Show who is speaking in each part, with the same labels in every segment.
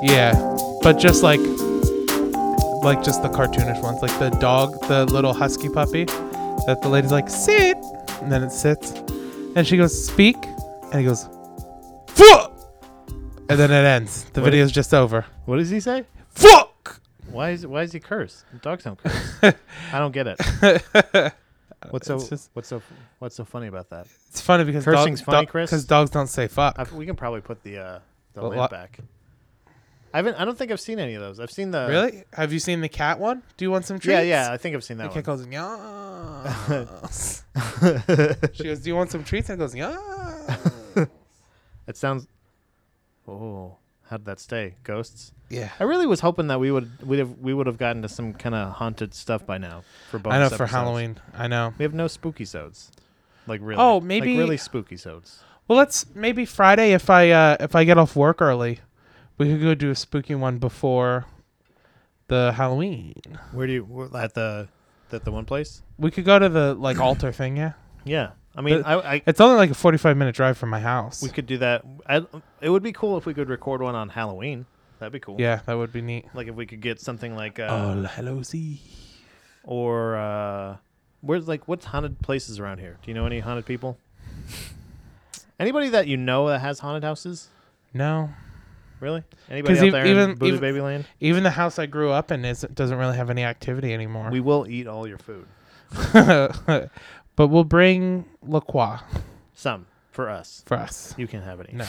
Speaker 1: Yeah, but just like, like just the cartoonish ones, like the dog, the little husky puppy, that the lady's like sit, and then it sits, and she goes speak, and he goes, fuck, and then it ends. The
Speaker 2: What-
Speaker 1: video's just over.
Speaker 2: What does he say?
Speaker 1: Fuck.
Speaker 2: Why is why is he curse? Dogs don't curse. I don't get it. What's so
Speaker 1: It's just-
Speaker 2: what's so what's so funny about that?
Speaker 1: It's funny because
Speaker 2: Cursing's funny, Chris.
Speaker 1: Because dogs don't say fuck.
Speaker 2: i we can probably put the uh, the
Speaker 1: Well,
Speaker 2: link
Speaker 1: lo-
Speaker 2: back. I haven't. I don't think I've seen any of those. I've seen the
Speaker 1: really? Have you seen the cat one? Do you want some treats?
Speaker 2: Yeah, yeah. I think I've seen
Speaker 1: The
Speaker 2: that
Speaker 1: cat goes, yes.
Speaker 2: one.
Speaker 1: She goes, "Do you want some treats?" And it goes, "Yeah."
Speaker 2: it sounds. Oh, how did that stay? Ghosts.
Speaker 1: yeah.
Speaker 2: I really was hoping that we would we would have we would have gotten to some kind of haunted stuff by now for both.
Speaker 1: I know for Halloween. I know.
Speaker 2: we have no spooky sodes. Like really?
Speaker 1: Oh,
Speaker 2: Like,
Speaker 1: maybe-
Speaker 2: really spooky sodes.
Speaker 1: Well, let's maybe Friday if I uh, if I get off work early, we could go do a spooky one before the Halloween.
Speaker 2: Where do you wh- at the at the one place?
Speaker 1: We could go to the like altar thing. Yeah,
Speaker 2: Yeah, I mean,
Speaker 1: The-
Speaker 2: I, I
Speaker 1: it's only like a forty-five minute drive from my house.
Speaker 2: we could do that. I, it would be cool if we could record one on Halloween. That'd be cool.
Speaker 1: yeah, that would be neat.
Speaker 2: Like if we could get something like
Speaker 1: Oh,
Speaker 2: uh,
Speaker 1: Hallows Eve.
Speaker 2: or uh, where's like what's haunted places around here? Do you know any haunted people? Anybody that you know that has haunted houses?
Speaker 1: No,
Speaker 2: Really? Anybody
Speaker 1: 'Cause
Speaker 2: out
Speaker 1: ev-
Speaker 2: there
Speaker 1: even-
Speaker 2: in Buddha
Speaker 1: even-
Speaker 2: Baby Land?
Speaker 1: even the house I grew up in isn't doesn't really have any activity anymore.
Speaker 2: We will eat all your food.
Speaker 1: but we'll bring La Croix
Speaker 2: Some for us.
Speaker 1: for us.
Speaker 2: You can't have any.
Speaker 1: No.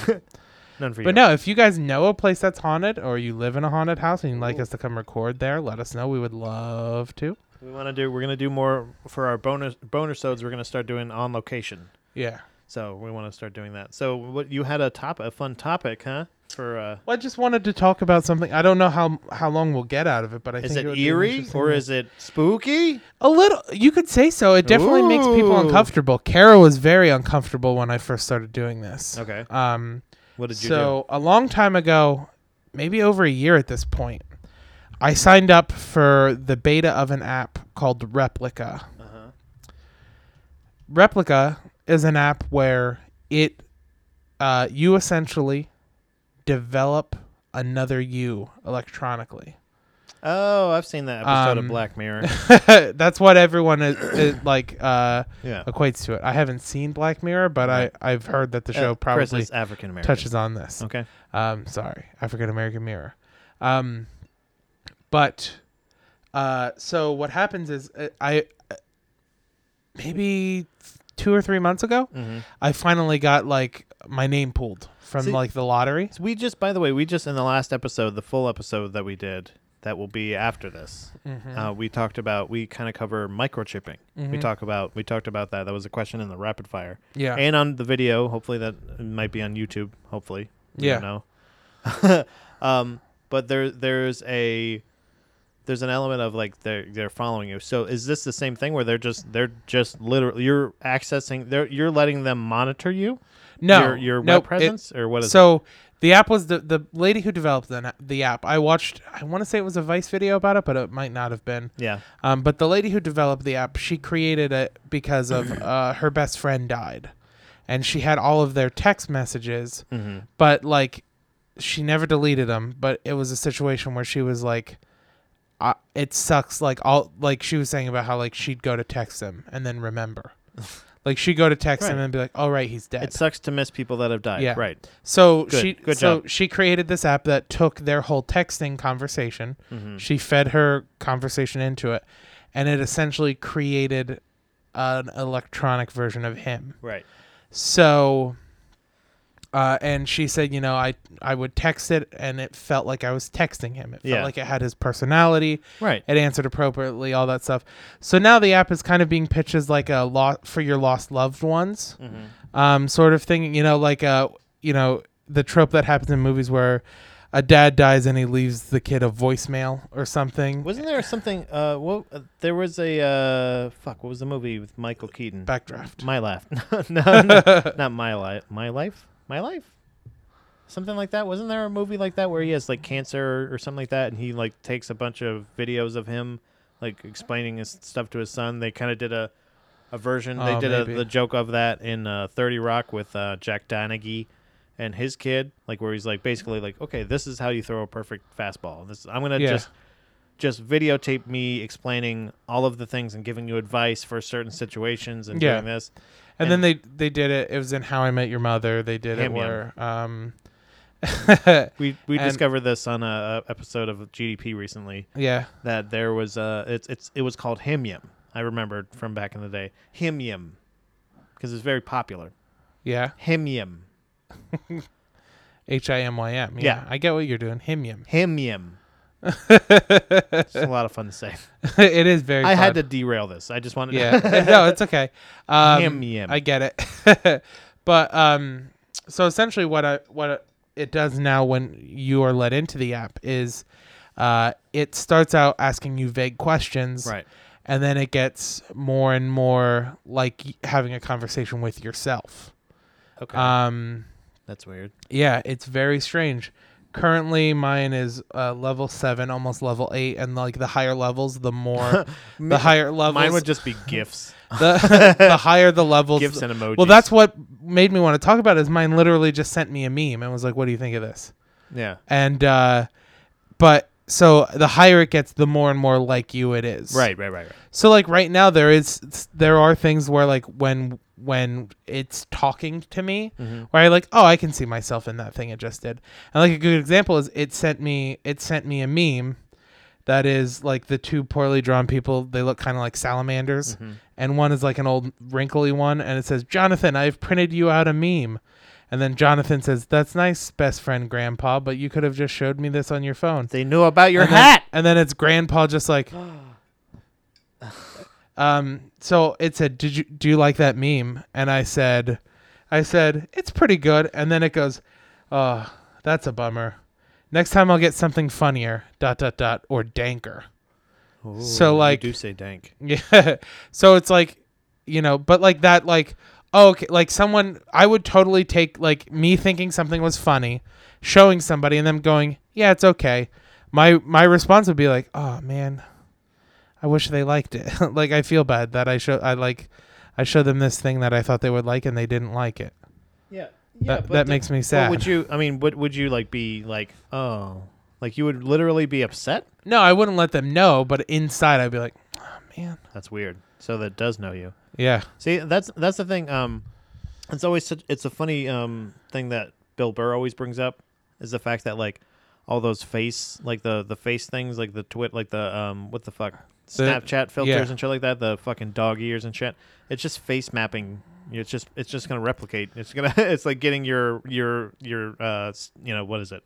Speaker 2: None for you.
Speaker 1: But no, if you guys know a place that's haunted or you live in a haunted house and you'd like us to come record there, let us know. We would love to.
Speaker 2: We want to do. We're gonna do more for our bonus bonus sods. We're gonna start doing on location.
Speaker 1: Yeah.
Speaker 2: So we want to start doing that. So what you had a top a fun topic, huh? For uh,
Speaker 1: Well, I just wanted to talk about something. I don't know how how long we'll get out of it, but I
Speaker 2: is
Speaker 1: think
Speaker 2: it
Speaker 1: would be an
Speaker 2: eerie
Speaker 1: interesting-
Speaker 2: or is it spooky?
Speaker 1: a little? You could say so. It definitely makes people
Speaker 2: Ooh.
Speaker 1: uncomfortable. Kara was very uncomfortable when I first started doing this.
Speaker 2: Okay.
Speaker 1: Um.
Speaker 2: What did you
Speaker 1: so a long time ago, maybe over a year at this point, I signed up for the beta of an app called Replica.
Speaker 2: do? Uh-huh.
Speaker 1: Replica is an app where it uh, you essentially develop another you electronically.
Speaker 2: Oh, I've seen that episode
Speaker 1: Um,
Speaker 2: of Black Mirror.
Speaker 1: That's what everyone is, is like uh,
Speaker 2: Yeah.
Speaker 1: equates to it. I haven't seen Black Mirror, but I I've heard that the show
Speaker 2: Uh, Chris
Speaker 1: probably
Speaker 2: is African American.
Speaker 1: touches on this.
Speaker 2: Okay.
Speaker 1: Um, sorry, African American Mirror. Um, but uh, so what happens is uh, I uh, maybe two or three months ago,
Speaker 2: Mhm.
Speaker 1: I finally got like my name pulled from
Speaker 2: See-
Speaker 1: like the lottery.
Speaker 2: So we just, by the way, we just in the last episode, the full episode that we did, that will be after this.
Speaker 1: Mm-hmm. Um,
Speaker 2: Uh, we talked about we kind of cover microchipping. We talk about we talked about that. That was a question in the rapid fire.
Speaker 1: Yeah.
Speaker 2: and on the video. Hopefully that might be on YouTube. Hopefully, We
Speaker 1: Yeah.
Speaker 2: don't know. um, but there there's a there's an element of like they're they're following you. So is this the same thing where they're just they're just literally you're accessing they're you're letting them monitor you
Speaker 1: no,
Speaker 2: your your
Speaker 1: no,
Speaker 2: web
Speaker 1: it-
Speaker 2: presence or what is it?
Speaker 1: so the app was the the lady who developed the, na- the app. I watched. I want to say it was a Vice video about it, but it might not have been.
Speaker 2: Yeah.
Speaker 1: Um, but the lady who developed the app, she created it because of uh, her best friend died, and she had all of their text messages, but like she never deleted them. But it was a situation where she was like, I, "It sucks." Like all like she was saying about how like she'd go to text him and then remember, like she'd go to text him
Speaker 2: Right.
Speaker 1: and be like, "All right, he's dead."
Speaker 2: It sucks to miss people that have died.
Speaker 1: Yeah.
Speaker 2: Right.
Speaker 1: So
Speaker 2: Good.
Speaker 1: she
Speaker 2: Good
Speaker 1: so
Speaker 2: job.
Speaker 1: she created this app that took their whole texting conversation.
Speaker 2: Mm-hmm.
Speaker 1: She fed her conversation into it, and it essentially created an electronic version of him.
Speaker 2: Right.
Speaker 1: So, uh, and she said, you know, I I would text it, and it felt like I was texting him. It felt
Speaker 2: Yeah.
Speaker 1: like it had his personality.
Speaker 2: Right.
Speaker 1: It answered appropriately, all that stuff. So now the app is kind of being pitched as like a lot for your lost loved ones,
Speaker 2: Mm-hmm.
Speaker 1: um, sort of thing. You know, like uh, you know, the trope that happens in movies where a dad dies and he leaves the kid a voicemail or something.
Speaker 2: Wasn't there something? Uh, what? Uh, there was a uh, fuck. What was the movie with Michael Keaton?
Speaker 1: Backdraft.
Speaker 2: My life. no, no, not my life. My life. My life. Something like that. Wasn't there a movie like that where he has like cancer or something like that, and he like takes a bunch of videos of him like explaining his stuff to his son? They kind of did a a version. they
Speaker 1: Oh,
Speaker 2: did a,
Speaker 1: maybe.
Speaker 2: the joke of that in uh, Thirty Rock with uh, Jack Donaghy and his kid, like where he's like basically like, okay, this is how you throw a perfect fastball. This I'm gonna
Speaker 1: Yeah.
Speaker 2: just just videotape me explaining all of the things and giving you advice for certain situations and
Speaker 1: Yeah.
Speaker 2: doing this.
Speaker 1: And, then they they did it. It was in How I Met Your Mother. They did it
Speaker 2: Ham yum.
Speaker 1: where um,
Speaker 2: We we
Speaker 1: And-
Speaker 2: discovered this on a, a episode of GDP recently
Speaker 1: yeah,
Speaker 2: that there was a it's it's it was called him yum. I remembered from back in the day him yum because it's very popular
Speaker 1: yeah,
Speaker 2: him yum
Speaker 1: H I M Y M.
Speaker 2: Yeah.
Speaker 1: I get what you're doing. Him yum.
Speaker 2: him yum. it's a lot of fun to say.
Speaker 1: it is very.
Speaker 2: I
Speaker 1: fun.
Speaker 2: had to derail this. I just wanted
Speaker 1: yeah no it's okay um,
Speaker 2: Yum, yum.
Speaker 1: i get it but um so essentially what I, what it does now when you are let into the app is uh it starts out asking you vague questions
Speaker 2: right.
Speaker 1: and then it gets more and more like y- having a conversation with yourself
Speaker 2: Okay.
Speaker 1: um
Speaker 2: That's weird.
Speaker 1: yeah it's very strange currently mine is uh, level 7 almost level 8 and like the higher levels the more the higher levels
Speaker 2: Mine would just be gifs,
Speaker 1: the, the higher the levels
Speaker 2: gifs and emojis.
Speaker 1: well that's what made me want to talk about it is mine literally just sent me a meme and was like what do you think of this
Speaker 2: yeah,
Speaker 1: and uh but so the higher it gets the more and more like you it is
Speaker 2: right, right, right, right.
Speaker 1: so like right now there is there are things where like when when it's talking to me where i like oh i can see myself in that thing it just did and like a good example is it sent me it sent me a meme that is like the two poorly drawn people they look kind of like salamanders and one is like an old wrinkly one and it says jonathan i've printed you out a meme and then jonathan says that's nice best friend grandpa but you could have just showed me this on your phone
Speaker 2: They knew about your
Speaker 1: and then-
Speaker 2: hat.
Speaker 1: and then it's grandpa just like Um so it said, Did you do you like that meme? And I said I said, It's pretty good and then it goes, Oh, that's a bummer. Next time I'll get something funnier, dot dot dot or danker. So,
Speaker 2: you
Speaker 1: like-
Speaker 2: do say dank.
Speaker 1: Yeah. So it's like, you know, but like that, like, oh, okay, like someone, I would totally take like me thinking something was funny, showing somebody, and them going, yeah, it's okay. My my response would be like, oh man, I wish they liked it. like I feel bad that I show I like I showed them this thing that I thought they would like and they didn't like it.
Speaker 2: Yeah,
Speaker 1: that that makes me sad.
Speaker 2: Would you? I mean, would would you like be like oh, like you would literally be upset?
Speaker 1: no, I wouldn't let them know, but inside I'd be like, oh man,
Speaker 2: That's weird. So that does know you.
Speaker 1: yeah,
Speaker 2: See, that's that's the thing. Um, it's always such, it's a funny um thing that Bill Burr always brings up is the fact that like all those face like the the face things like the twit like the um what the fuck
Speaker 1: The-
Speaker 2: Snapchat filters
Speaker 1: yeah.
Speaker 2: and shit like that the fucking dog ears and shit. It's just face mapping. It's just it's just gonna replicate. It's gonna it's like getting your your your uh s- you know what is it?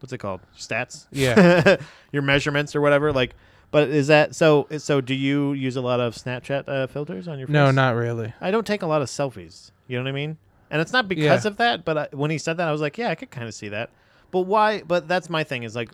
Speaker 2: What's it called? Stats.
Speaker 1: Yeah.
Speaker 2: your measurements or whatever. Like, but is that so? So do you use a lot of Snapchat uh, filters on your?
Speaker 1: no,
Speaker 2: face?
Speaker 1: not really.
Speaker 2: I don't take a lot of selfies. You know what I mean? And it's not because of that, but I, when he said that, I was like, yeah, I could kind of see that. But why? But that's my thing is like,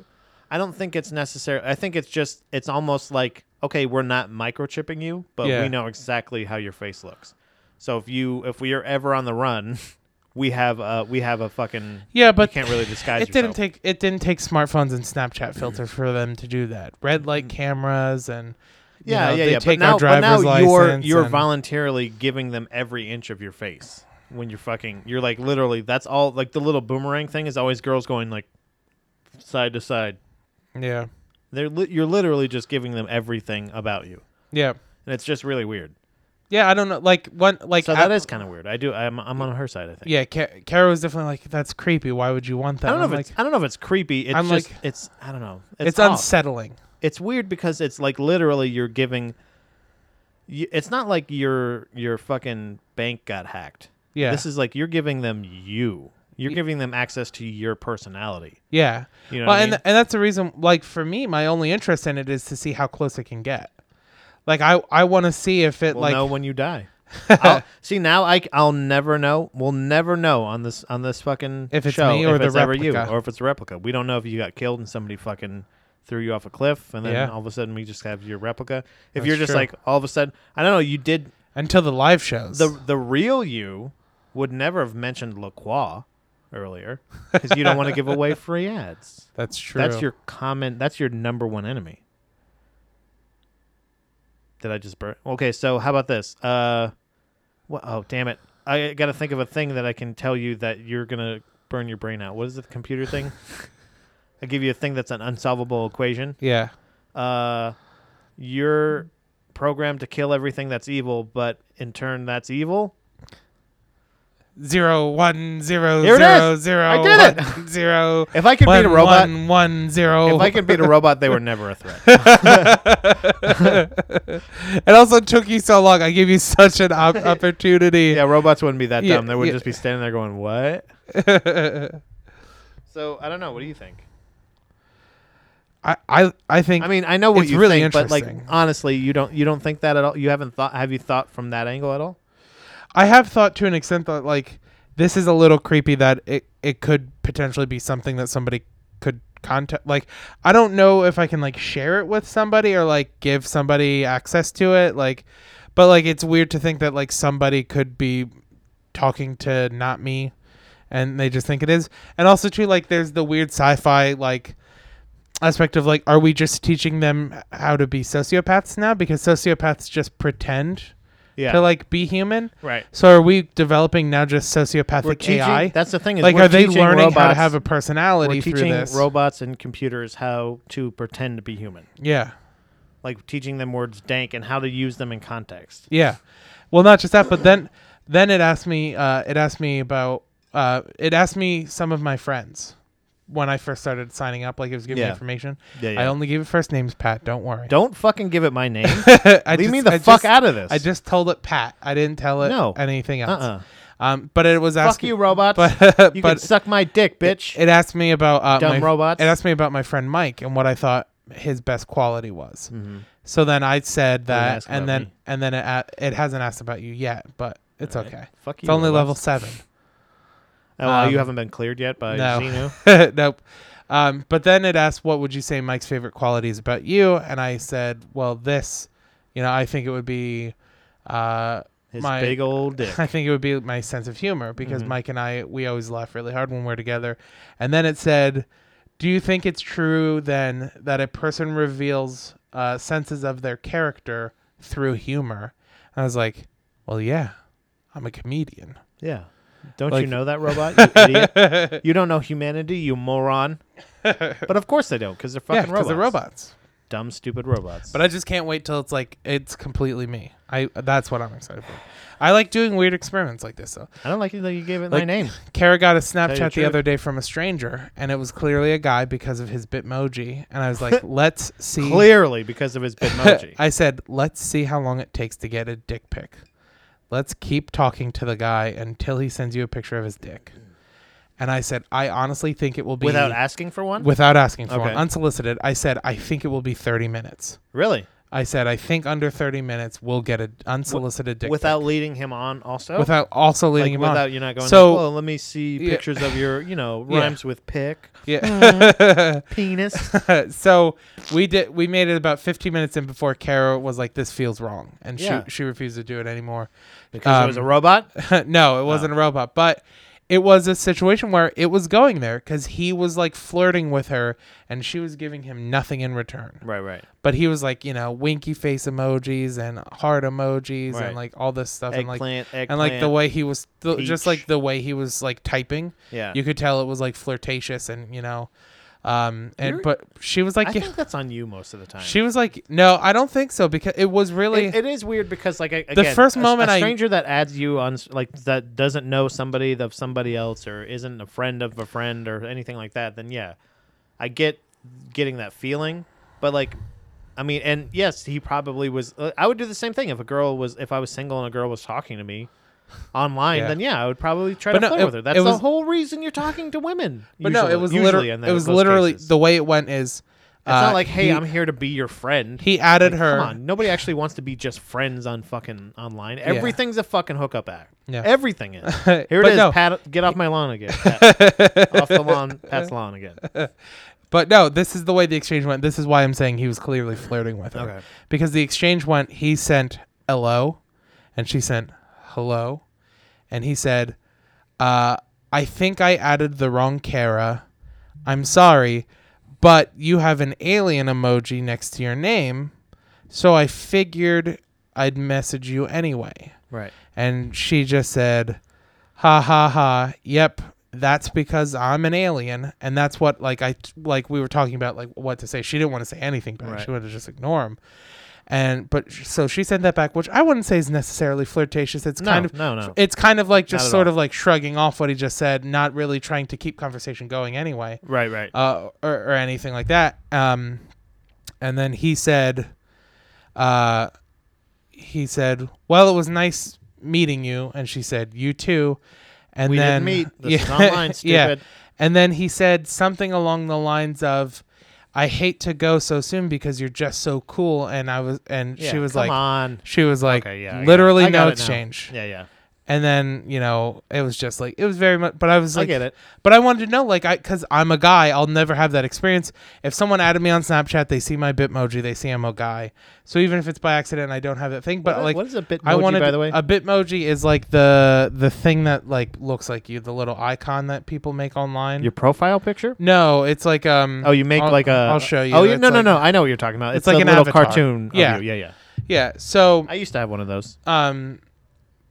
Speaker 2: I don't think it's necessary. I think it's just, it's almost like, okay, we're not microchipping you, but
Speaker 1: Yeah.
Speaker 2: we know exactly how your face looks. So if you, if we are ever on the run, we have a, we have a fucking,
Speaker 1: Yeah, but
Speaker 2: you can't really disguise
Speaker 1: it didn't
Speaker 2: yourself.
Speaker 1: take it didn't take smartphones and Snapchat filters for them to do that.
Speaker 2: Mm-hmm.
Speaker 1: Red light cameras and you
Speaker 2: yeah,
Speaker 1: know,
Speaker 2: yeah,
Speaker 1: they
Speaker 2: yeah.
Speaker 1: Take
Speaker 2: but now,
Speaker 1: our driver's
Speaker 2: but now you're
Speaker 1: license
Speaker 2: you're
Speaker 1: and-
Speaker 2: voluntarily giving them every inch of your face when you're fucking. You're like literally. That's all. Like the little boomerang thing is always girls going like side to side.
Speaker 1: yeah,
Speaker 2: They're li- you're literally just giving them everything about you,
Speaker 1: yeah,
Speaker 2: and it's just really weird.
Speaker 1: yeah. I don't know, like one like
Speaker 2: So
Speaker 1: I-
Speaker 2: that is kind of weird. I do. I'm I'm on her side. I think.
Speaker 1: yeah. Ka- Kara was definitely like, "That's creepy. Why would you want that?"
Speaker 2: I don't know if
Speaker 1: And I'm
Speaker 2: it's
Speaker 1: like,
Speaker 2: I don't know if it's creepy. It's
Speaker 1: I'm
Speaker 2: just
Speaker 1: like-
Speaker 2: it's I don't know.
Speaker 1: it's,
Speaker 2: off.
Speaker 1: unsettling.
Speaker 2: it's weird because it's like literally you're giving you, it's not like your your fucking bank got hacked
Speaker 1: Yeah.
Speaker 2: this is like you're giving them you you're giving them access to your personality
Speaker 1: Yeah,
Speaker 2: You know
Speaker 1: well,
Speaker 2: what I
Speaker 1: and
Speaker 2: mean?
Speaker 1: and that's the reason. Like for me, my only interest in it is to see how close it can get. Like I I want to see if it
Speaker 2: we'll
Speaker 1: like
Speaker 2: know when you die I'll, see now I, will never know we'll never know on this on this fucking
Speaker 1: If it's
Speaker 2: show
Speaker 1: me or
Speaker 2: if
Speaker 1: the
Speaker 2: it's ever you
Speaker 1: replica.
Speaker 2: or if it's a replica we don't know if you got killed and somebody fucking threw you off a cliff and then
Speaker 1: Yeah.
Speaker 2: all of a sudden we just have your replica if
Speaker 1: That's
Speaker 2: you're just
Speaker 1: true.
Speaker 2: like all of a sudden i don't know you did
Speaker 1: until the live shows.
Speaker 2: the the real you would never have mentioned LaCroix earlier because you don't want to give away free ads.
Speaker 1: that's true.
Speaker 2: That's your common. That's your number one enemy. Did I just burn? Okay, so how about this? Uh, wha- oh damn it! I got to think of a thing that I can tell you that you're gonna burn your brain out. What is the computer thing? I give you a thing that's an unsolvable equation.
Speaker 1: Yeah.
Speaker 2: Uh, you're programmed to kill everything that's evil, but in turn, that's evil.
Speaker 1: Zero one zero
Speaker 2: Here it
Speaker 1: zero
Speaker 2: is.
Speaker 1: zero
Speaker 2: I did it.
Speaker 1: one, zero,
Speaker 2: If I could beat a
Speaker 1: one,
Speaker 2: robot,
Speaker 1: one, one, zero.
Speaker 2: if I could beat a robot, they were never a threat.
Speaker 1: it also took you so long. I gave you such an op- opportunity.
Speaker 2: yeah, robots wouldn't be that
Speaker 1: Yeah,
Speaker 2: dumb. They would
Speaker 1: yeah.
Speaker 2: just be standing there going, "What?" So I don't know. What do you think?
Speaker 1: I, I I think
Speaker 2: I mean, I know what
Speaker 1: It's
Speaker 2: you
Speaker 1: really
Speaker 2: think, but like
Speaker 1: interesting.
Speaker 2: honestly, you don't you don't think that at all. You haven't thought. Have you thought from that angle at all?
Speaker 1: I have thought to an extent that like this is a little creepy that it it could potentially be something that somebody could contact like I don't know if I can like share it with somebody or like give somebody access to it like but like it's weird to think that like somebody could be talking to not me and they just think it is and also too like there's the weird sci-fi like aspect of like are we just teaching them how to be sociopaths now because sociopaths just pretend
Speaker 2: Yeah.
Speaker 1: to like be human
Speaker 2: right.
Speaker 1: so are we developing now just sociopathic
Speaker 2: We're teaching.
Speaker 1: AI?
Speaker 2: That's the thing. Is
Speaker 1: like,
Speaker 2: we're
Speaker 1: are they
Speaker 2: teaching
Speaker 1: learning
Speaker 2: robots,
Speaker 1: how to have a
Speaker 2: We're
Speaker 1: personality through
Speaker 2: teaching
Speaker 1: this?
Speaker 2: robots and computers how to pretend to be human,
Speaker 1: yeah,
Speaker 2: like teaching them words dank and how to use them in context.
Speaker 1: yeah. Well, not just that, but then then it asked me. Uh, it asked me about. Uh, it asked me some of my friends when I first started signing up. Like it was giving me
Speaker 2: Yeah.
Speaker 1: information.
Speaker 2: Yeah,
Speaker 1: I
Speaker 2: yeah.
Speaker 1: only gave it first names, Pat. Don't worry.
Speaker 2: Don't fucking give it my name.
Speaker 1: I just-
Speaker 2: Leave me the
Speaker 1: I
Speaker 2: fuck
Speaker 1: just-
Speaker 2: out of this.
Speaker 1: I just told it Pat. I didn't tell it
Speaker 2: No.
Speaker 1: anything else.
Speaker 2: Uh-uh.
Speaker 1: Um, but it was
Speaker 2: Fuck
Speaker 1: asking.
Speaker 2: you, robots.
Speaker 1: But
Speaker 2: you can
Speaker 1: but
Speaker 2: suck my dick, bitch.
Speaker 1: it asked me about uh,
Speaker 2: Dumb
Speaker 1: my,
Speaker 2: robots.
Speaker 1: It asked me about my friend Mike and what I thought his best quality was. So then I said that,
Speaker 2: Mm-hmm. ask
Speaker 1: and
Speaker 2: about
Speaker 1: then
Speaker 2: me.
Speaker 1: and then it, a- it hasn't asked about you yet, but it's
Speaker 2: All right.
Speaker 1: okay.
Speaker 2: Fuck you.
Speaker 1: It's only
Speaker 2: robots.
Speaker 1: level seven.
Speaker 2: Oh, well,
Speaker 1: Um,
Speaker 2: you haven't been cleared yet by
Speaker 1: no.
Speaker 2: Xenu.
Speaker 1: nope. Um, but then it asked, "What would you say Mike's favorite qualities about you?" And I said, "Well, this, you know, I think it would be." Uh,
Speaker 2: His
Speaker 1: My-
Speaker 2: big old dick.
Speaker 1: I think it would be my sense of humor because
Speaker 2: Mhm.
Speaker 1: Mike and I we always laugh really hard when we're together. And then it said, "Do you think it's true then that a person reveals uh, senses of their character through humor?" And I was like, "Well, yeah, I'm a comedian."
Speaker 2: Yeah. Don't
Speaker 1: Like-
Speaker 2: you know that robot? You idiot. you don't know humanity, you moron. But of course they don't, because they're
Speaker 1: Yeah,
Speaker 2: fucking
Speaker 1: because
Speaker 2: robots.
Speaker 1: they're robots.
Speaker 2: Dumb, stupid robots.
Speaker 1: But I just can't wait till it's like it's completely me. I that's what I'm excited for. I like doing weird experiments like this though.
Speaker 2: I don't like it that you gave it my
Speaker 1: Like-
Speaker 2: name.
Speaker 1: Kara got a
Speaker 2: the
Speaker 1: Snapchat the,
Speaker 2: truth.
Speaker 1: other day from a stranger, and it was clearly a guy because of his Bitmoji. And I was like, "Let's see."
Speaker 2: Clearly, because of his Bitmoji.
Speaker 1: I said, "Let's see how long it takes to get a dick pic. Let's keep talking to the guy until he sends you a picture of his dick." And I said, "I honestly think it will be
Speaker 2: Without asking for one?
Speaker 1: without asking for
Speaker 2: Okay.
Speaker 1: one, unsolicited." I said, "I think it will be thirty minutes."
Speaker 2: really?
Speaker 1: I said, "I think under thirty minutes we'll get an unsolicited dick
Speaker 2: Without leading him on also?
Speaker 1: pic. without also
Speaker 2: like,
Speaker 1: leading him
Speaker 2: without
Speaker 1: on."
Speaker 2: you're not going
Speaker 1: So-
Speaker 2: like, well, let me see
Speaker 1: Yeah.
Speaker 2: pictures of your, you know,
Speaker 1: Yeah.
Speaker 2: rhymes with pick,
Speaker 1: Yeah.
Speaker 2: penis.
Speaker 1: so we did we made it about 15 minutes in before Kara was like this feels wrong and
Speaker 2: Yeah.
Speaker 1: she she refused to do it anymore.
Speaker 2: Because it was a Oh.
Speaker 1: Um,
Speaker 2: robot?
Speaker 1: no, it wasn't a robot, but it was a situation where it was going there cuz he was like flirting with her and she was giving him nothing in return.
Speaker 2: Right, right.
Speaker 1: But he was like, you know, winky face emojis and heart emojis
Speaker 2: Right.
Speaker 1: and like all this stuff and
Speaker 2: Eggplant,
Speaker 1: like
Speaker 2: eggplant.
Speaker 1: and like the way he was th- just
Speaker 2: peach.
Speaker 1: like the way he was like typing
Speaker 2: Yeah.
Speaker 1: you could tell it was like flirtatious and you know um and
Speaker 2: You're-
Speaker 1: but she was like
Speaker 2: I
Speaker 1: yeah,
Speaker 2: think that's on you most of the time.
Speaker 1: she was like no i don't think so because it was really
Speaker 2: It- it is weird because like I-
Speaker 1: The
Speaker 2: again,
Speaker 1: first
Speaker 2: a s-
Speaker 1: moment
Speaker 2: a
Speaker 1: I-
Speaker 2: stranger that adds you on s- like that doesn't know somebody of somebody else or isn't a friend of a friend or anything like that then yeah i get getting that feeling but like i mean and yes he probably was uh, i would do the same thing if a girl was if i was single and a girl was talking to me online
Speaker 1: Yeah.
Speaker 2: then yeah i would probably try
Speaker 1: But
Speaker 2: to
Speaker 1: no,
Speaker 2: flirt
Speaker 1: it-
Speaker 2: with her
Speaker 1: it
Speaker 2: that's
Speaker 1: was-
Speaker 2: the whole reason you're talking to women
Speaker 1: but no
Speaker 2: usually-
Speaker 1: it was
Speaker 2: usually
Speaker 1: literally
Speaker 2: in
Speaker 1: it
Speaker 2: tho-
Speaker 1: was
Speaker 2: those
Speaker 1: literally
Speaker 2: cases.
Speaker 1: the way it went is
Speaker 2: it's
Speaker 1: uh,
Speaker 2: not like hey
Speaker 1: he,
Speaker 2: i'm here to be your friend
Speaker 1: he added
Speaker 2: like,
Speaker 1: her
Speaker 2: Come on, nobody actually wants to be just friends on fucking online. Everything's a fucking hookup app.
Speaker 1: Yeah.
Speaker 2: Everything is. Here it
Speaker 1: But
Speaker 2: is.
Speaker 1: no.
Speaker 2: Pat, get off my lawn again. Pat. off the lawn, Pat's lawn again.
Speaker 1: But no, this is the way the exchange went. This is why I'm saying he was clearly flirting with her.
Speaker 2: Okay.
Speaker 1: Because the exchange went, he sent hello, and she sent hello, and he said, uh, I think I added the wrong Kara. I'm sorry, but you have an alien emoji next to your name, so I figured I'd message you anyway.
Speaker 2: Right.
Speaker 1: And she just said, ha ha ha, yep, that's because I'm an alien. And that's what, like, I, like, we were talking about, like, what to say. She didn't want to say anything back.
Speaker 2: Right.
Speaker 1: She wanted to just ignore him. And, but, sh- so she sent that back, which I wouldn't say is necessarily flirtatious. It's
Speaker 2: No,
Speaker 1: kind of,
Speaker 2: no, no.
Speaker 1: it's kind of like
Speaker 2: Not
Speaker 1: just
Speaker 2: at
Speaker 1: sort
Speaker 2: all.
Speaker 1: of like shrugging off what he just said, not really trying to keep conversation going anyway
Speaker 2: Right, right.
Speaker 1: uh, or, or anything like that. Um, and then he said, uh, he said, "Well, it was nice meeting you." And she said, "You too." And
Speaker 2: we
Speaker 1: then
Speaker 2: didn't meet. This is online,
Speaker 1: yeah.
Speaker 2: stupid.
Speaker 1: And then he said something along the lines of, "I hate to go so soon because you're just so cool." And I was, and
Speaker 2: Yeah,
Speaker 1: she was
Speaker 2: come
Speaker 1: like,
Speaker 2: on.
Speaker 1: she was like,
Speaker 2: Okay, yeah, I got it.
Speaker 1: literally
Speaker 2: I got
Speaker 1: no
Speaker 2: it now.
Speaker 1: exchange.
Speaker 2: Yeah, yeah.
Speaker 1: And then you know, it was just like it was very much. But I was like,
Speaker 2: I get it.
Speaker 1: but I wanted to know, like, I because I'm a guy, I'll never have that experience. If someone added me on Snapchat, they see my Bitmoji, they see I'm a guy. So even if it's by accident, I don't have that thing. But
Speaker 2: What-
Speaker 1: like,
Speaker 2: what is a Bitmoji,
Speaker 1: I wanted
Speaker 2: by the way?
Speaker 1: a Bitmoji is like the the thing that like looks like you, the little icon that people make online.
Speaker 2: Your profile picture?
Speaker 1: no, it's like um.
Speaker 2: Oh, you make
Speaker 1: I'll-
Speaker 2: like a.
Speaker 1: I'll show you.
Speaker 2: Oh, yeah,
Speaker 1: It's
Speaker 2: no, no,
Speaker 1: like-
Speaker 2: no. I know what you're talking about.
Speaker 1: it's
Speaker 2: It's,
Speaker 1: like
Speaker 2: a
Speaker 1: an
Speaker 2: little
Speaker 1: avatar.
Speaker 2: cartoon. of
Speaker 1: Yeah.
Speaker 2: you. yeah, yeah.
Speaker 1: Yeah. So
Speaker 2: I used to have one of those.
Speaker 1: um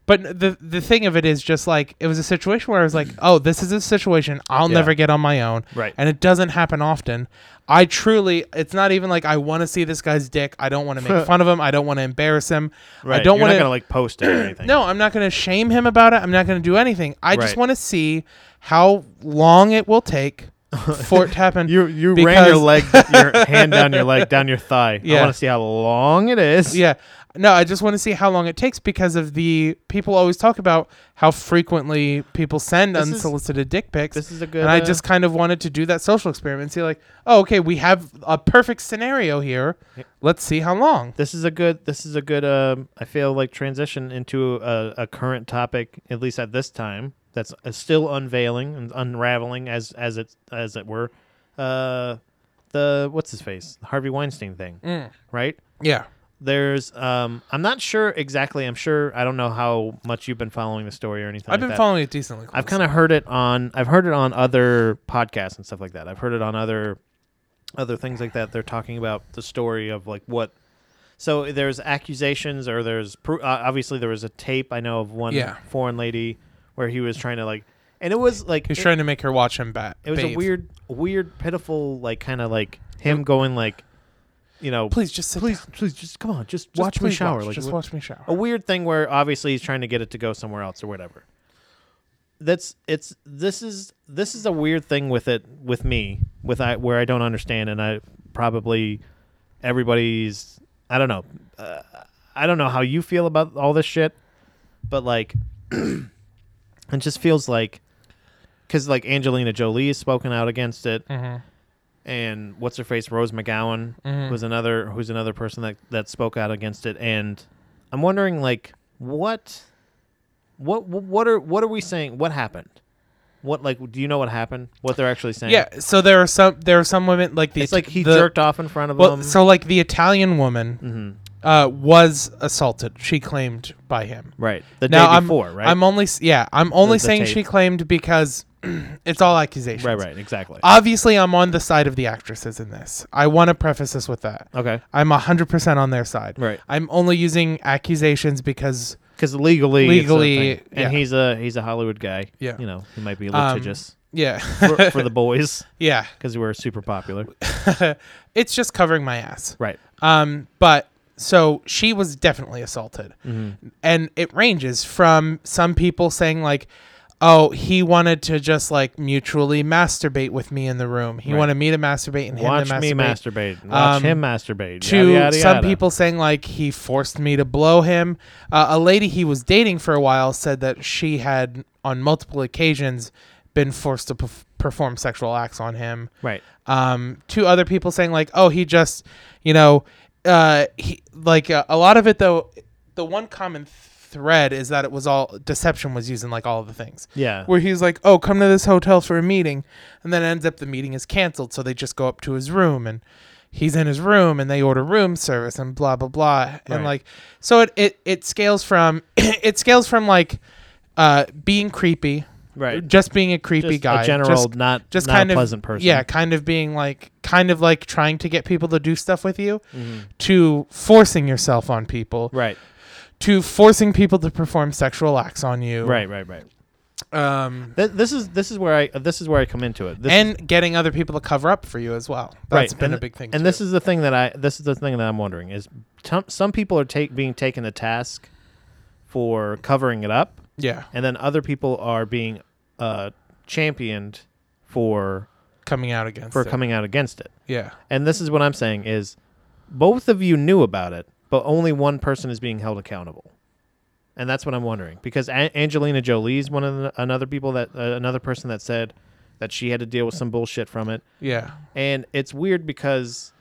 Speaker 1: but the the thing of it is just like it was a situation where I was like, "Oh, this is a situation I'll
Speaker 2: Yeah.
Speaker 1: never get on my own."
Speaker 2: Right.
Speaker 1: And it doesn't happen often. I truly it's not even like I want to see this guy's dick. I don't want to make fun of him. I don't want to embarrass him. I don't
Speaker 2: You're
Speaker 1: want
Speaker 2: not
Speaker 1: to
Speaker 2: gonna like post it or anything.
Speaker 1: No, I'm not going to shame him about it. I'm not going to do anything. I just
Speaker 2: Right.
Speaker 1: want to see how long it will take for it to happen.
Speaker 2: You you ran
Speaker 1: Because-
Speaker 2: your leg, your hand down your leg, down your thigh.
Speaker 1: Yeah.
Speaker 2: I want to see how long it is.
Speaker 1: Yeah. No, I just want to see how long it takes because of the people always talk about how frequently people send
Speaker 2: This is-
Speaker 1: unsolicited dick pics.
Speaker 2: This is a good.
Speaker 1: and I
Speaker 2: uh,
Speaker 1: just kind of wanted to do that social experiment and see like, oh, okay, we have a perfect scenario here.
Speaker 2: Yep.
Speaker 1: Let's see how long.
Speaker 2: This is a good. This is a good. Um, I feel like transition into a, a current topic, at least at this time. That's uh, still unveiling and unraveling as as it as it were. Uh, the what's his face Harvey Weinstein thing,
Speaker 1: Mm.
Speaker 2: right?
Speaker 1: Yeah.
Speaker 2: There's um, I'm not sure exactly. I'm sure I don't know how much you've been following the story or anything.
Speaker 1: I've
Speaker 2: like
Speaker 1: been
Speaker 2: that.
Speaker 1: following it decently close.
Speaker 2: I've kind of heard it on I've heard it on other podcasts and stuff like that. I've heard it on other other things like that. They're talking about the story of like what so there's accusations or there's pro- uh, obviously there was a tape I know of one
Speaker 1: Yeah.
Speaker 2: foreign lady where he was trying to like and it was like
Speaker 1: He's
Speaker 2: it,
Speaker 1: trying to make her watch him back.
Speaker 2: it was a weird weird pitiful like kind of like him going like you know
Speaker 1: Please just sit
Speaker 2: please
Speaker 1: down.
Speaker 2: please just come on just,
Speaker 1: Just
Speaker 2: watch me
Speaker 1: please
Speaker 2: shower
Speaker 1: watch.
Speaker 2: like
Speaker 1: just
Speaker 2: what-
Speaker 1: watch me shower.
Speaker 2: a weird thing where obviously he's trying to get it to go somewhere else or whatever. That's it's this is this is a weird thing with it with me with I where I don't understand and I probably everybody's I don't know uh, I don't know how you feel about all this shit, but like it just feels like because like Angelina Jolie has spoken out against it
Speaker 1: Mm-hmm.
Speaker 2: and what's her face Rose McGowan
Speaker 1: Mhm.
Speaker 2: was another who's another person that that spoke out against it and I'm wondering like what what what are what are we saying what happened what like do you know what happened what they're actually saying
Speaker 1: Yeah. So there are some there are some women like the
Speaker 2: it's like he
Speaker 1: the-
Speaker 2: jerked off in front of
Speaker 1: Well,
Speaker 2: them
Speaker 1: so like the Italian woman
Speaker 2: Mhm.
Speaker 1: uh, was assaulted. She claimed by him.
Speaker 2: right the
Speaker 1: now
Speaker 2: day
Speaker 1: I'm
Speaker 2: before right
Speaker 1: I'm only s- yeah. I'm only
Speaker 2: The- the
Speaker 1: saying
Speaker 2: tape.
Speaker 1: she claimed because it's all accusations.
Speaker 2: right right exactly
Speaker 1: Obviously, I'm on the side of the actresses in this. I want to preface this with that.
Speaker 2: okay
Speaker 1: I'm 100% on their side.
Speaker 2: Right.
Speaker 1: I'm only using accusations because
Speaker 2: because legally it's a
Speaker 1: Legally,
Speaker 2: thing. and
Speaker 1: yeah.
Speaker 2: he's a he's a Hollywood guy
Speaker 1: Yeah.
Speaker 2: you know he might be
Speaker 1: Um,
Speaker 2: litigious
Speaker 1: yeah.
Speaker 2: for, for the boys
Speaker 1: yeah.
Speaker 2: because we're super popular
Speaker 1: it's just covering my ass.
Speaker 2: right
Speaker 1: Um but so she was definitely assaulted.
Speaker 2: Mm-hmm.
Speaker 1: And it ranges from some people saying like Oh, he wanted to just like mutually masturbate with me in the room. He
Speaker 2: Right.
Speaker 1: wanted me to masturbate and
Speaker 2: watch
Speaker 1: him to
Speaker 2: me
Speaker 1: masturbate.
Speaker 2: masturbate watch
Speaker 1: Um,
Speaker 2: him masturbate
Speaker 1: to
Speaker 2: yada, yada,
Speaker 1: some
Speaker 2: yada.
Speaker 1: people saying like he forced me to blow him. Uh, a lady he was dating for a while said that she had on multiple occasions been forced to perf- perform sexual acts on him.
Speaker 2: right
Speaker 1: Um, two other people saying like, oh, he just, you know, uh, he like uh, a lot of it though. The one common thread is that it was all deception was used in like all of the things
Speaker 2: Yeah.
Speaker 1: where he's like, "Oh, come to this hotel for a meeting," and then ends up the meeting is canceled, so they just go up to his room and he's in his room and they order room service and blah blah blah and
Speaker 2: Right.
Speaker 1: like so it it, it scales from it scales from like uh being creepy
Speaker 2: Right.
Speaker 1: just being a creepy
Speaker 2: Just
Speaker 1: guy,
Speaker 2: A general,
Speaker 1: just,
Speaker 2: not
Speaker 1: just
Speaker 2: not
Speaker 1: kind
Speaker 2: a
Speaker 1: of
Speaker 2: pleasant person.
Speaker 1: yeah, kind of being like kind of like trying to get people to do stuff with you,
Speaker 2: Mhm.
Speaker 1: to forcing yourself on people,
Speaker 2: Right.
Speaker 1: to forcing people to perform sexual acts on you,
Speaker 2: Right. Right. Right.
Speaker 1: Um,
Speaker 2: Th- this is this is where I this is where I come into it. This
Speaker 1: and getting other people to cover up for you as well. That's
Speaker 2: Right,
Speaker 1: been
Speaker 2: and-
Speaker 1: a big thing.
Speaker 2: and this is the thing that I this is the thing that I'm wondering is tom- some people are take, being taken to task for covering it up,
Speaker 1: yeah,
Speaker 2: and then other people are being uh, championed for
Speaker 1: coming out against
Speaker 2: for
Speaker 1: it.
Speaker 2: coming out against it.
Speaker 1: yeah,
Speaker 2: And this is what I'm saying is both of you knew about it, but only one person is being held accountable. And that's what I'm wondering because a- Angelina Jolie's one of the, another people that uh, another person that said that she had to deal with some bullshit from it.
Speaker 1: yeah,
Speaker 2: And it's weird because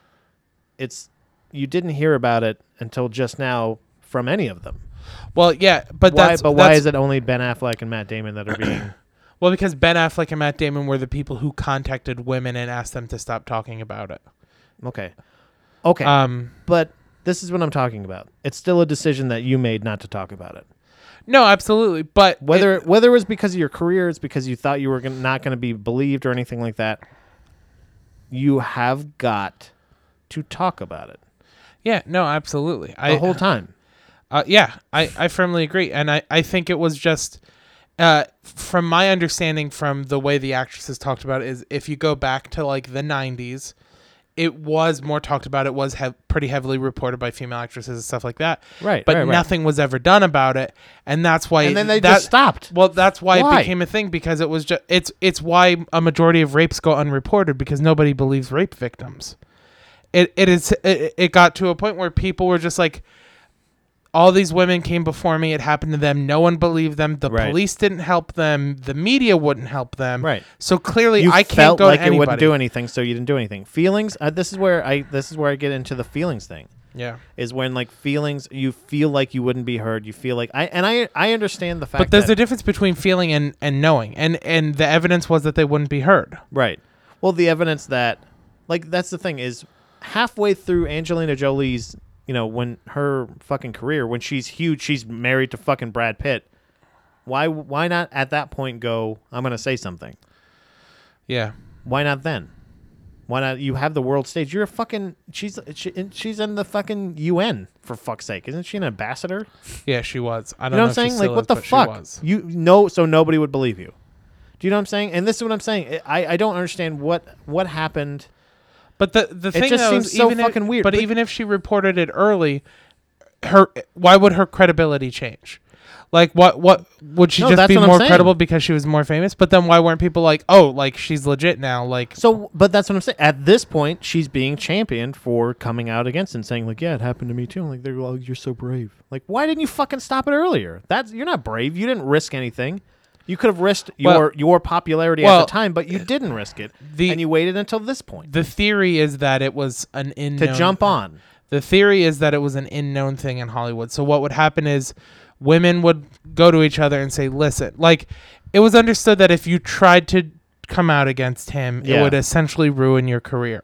Speaker 2: it's you didn't hear about it until just now from any of them.
Speaker 1: well, yeah, but
Speaker 2: Why,
Speaker 1: that's
Speaker 2: but why
Speaker 1: that's-
Speaker 2: is it only Ben Affleck and Matt Damon that are being
Speaker 1: Well, because Ben Affleck and Matt Damon were the people who contacted women and asked them to stop talking about it.
Speaker 2: okay? Okay,
Speaker 1: Um,
Speaker 2: but this is what I'm talking about. It's still a decision that you made not to talk about it.
Speaker 1: no, absolutely, but it-
Speaker 2: whether whether it was because of your career, it's because you thought you were gonna, not going to be believed or anything like that. You have got to talk about it
Speaker 1: yeah, no, absolutely.
Speaker 2: the
Speaker 1: I
Speaker 2: whole time.
Speaker 1: uh, yeah, I I firmly agree, and I I think it was just. Uh, from my understanding, from the way the actresses talked about it, is if you go back to like the '90s, it was more talked about. It was hev- pretty heavily reported by female actresses and stuff like that.
Speaker 2: Right,
Speaker 1: but
Speaker 2: right, right.
Speaker 1: nothing was ever done about it, and that's why.
Speaker 2: And then they
Speaker 1: that-
Speaker 2: just stopped.
Speaker 1: Well, that's why,
Speaker 2: Why?
Speaker 1: it became a thing because it was just it's it's why a majority of rapes go unreported because nobody believes rape victims. It it is it, it got to a point where people were just like all these women came before me it happened to them no one believed them the
Speaker 2: Right.
Speaker 1: police didn't help them the media wouldn't help them
Speaker 2: Right.
Speaker 1: so clearly
Speaker 2: You
Speaker 1: I can't
Speaker 2: felt
Speaker 1: go
Speaker 2: like
Speaker 1: to
Speaker 2: you wouldn't
Speaker 1: anybody
Speaker 2: do anything, so you didn't do anything. Feelings. Uh, this is where I this is where I get into the feelings thing.
Speaker 1: yeah
Speaker 2: Is when like feelings, you feel like you wouldn't be heard. You feel like I and I I understand the fact.
Speaker 1: but there's
Speaker 2: that,
Speaker 1: a difference between feeling and and knowing and and the evidence was that they wouldn't be heard
Speaker 2: Right. Well, the evidence that, like, that's the thing is, halfway through Angelina Jolie's, you know, when her fucking career, when she's huge, she's married to fucking Brad Pitt. Why? Why not at that point go? I'm gonna say something.
Speaker 1: yeah
Speaker 2: Why not then? Why not? You have the world stage. You're a fucking. She's she, and she's in the fucking UN for fuck's sake. Isn't she an ambassador?
Speaker 1: yeah she was I don't
Speaker 2: You know
Speaker 1: know,
Speaker 2: what I'm
Speaker 1: if she
Speaker 2: saying? Like,
Speaker 1: still
Speaker 2: what
Speaker 1: is,
Speaker 2: the
Speaker 1: but she
Speaker 2: fuck?
Speaker 1: was.
Speaker 2: You know, so nobody would believe you. Do you know what I'm saying? And this is what I'm saying. I, I don't understand what what happened.
Speaker 1: But the the thing
Speaker 2: just
Speaker 1: though
Speaker 2: seems
Speaker 1: is
Speaker 2: so
Speaker 1: even
Speaker 2: fucking
Speaker 1: if,
Speaker 2: weird.
Speaker 1: But,
Speaker 2: But-
Speaker 1: even if she reported it early, her why would her credibility change? Like what what would she
Speaker 2: No,
Speaker 1: just
Speaker 2: that's
Speaker 1: be
Speaker 2: what I'm
Speaker 1: more
Speaker 2: saying.
Speaker 1: credible because she was more famous? But then why weren't people like, oh, like she's legit now? Like
Speaker 2: So, but that's what I'm saying. At this point, she's being championed for coming out against and saying like, "Yeah, it happened to me too." And like, they're like, "You're so brave." Like, why didn't you fucking stop it earlier? That's you're not brave. You didn't risk anything. You could have risked
Speaker 1: Well-
Speaker 2: your your popularity
Speaker 1: well,
Speaker 2: at the time, but you didn't risk it,
Speaker 1: the-
Speaker 2: and you waited until this point
Speaker 1: the theory is that it was an in
Speaker 2: to jump on.
Speaker 1: The theory is that it was an in known thing in Hollywood. So what would happen is women would go to each other and say, "Listen, like it was understood that if you tried to come out against him, it
Speaker 2: Yeah.
Speaker 1: would essentially ruin your career."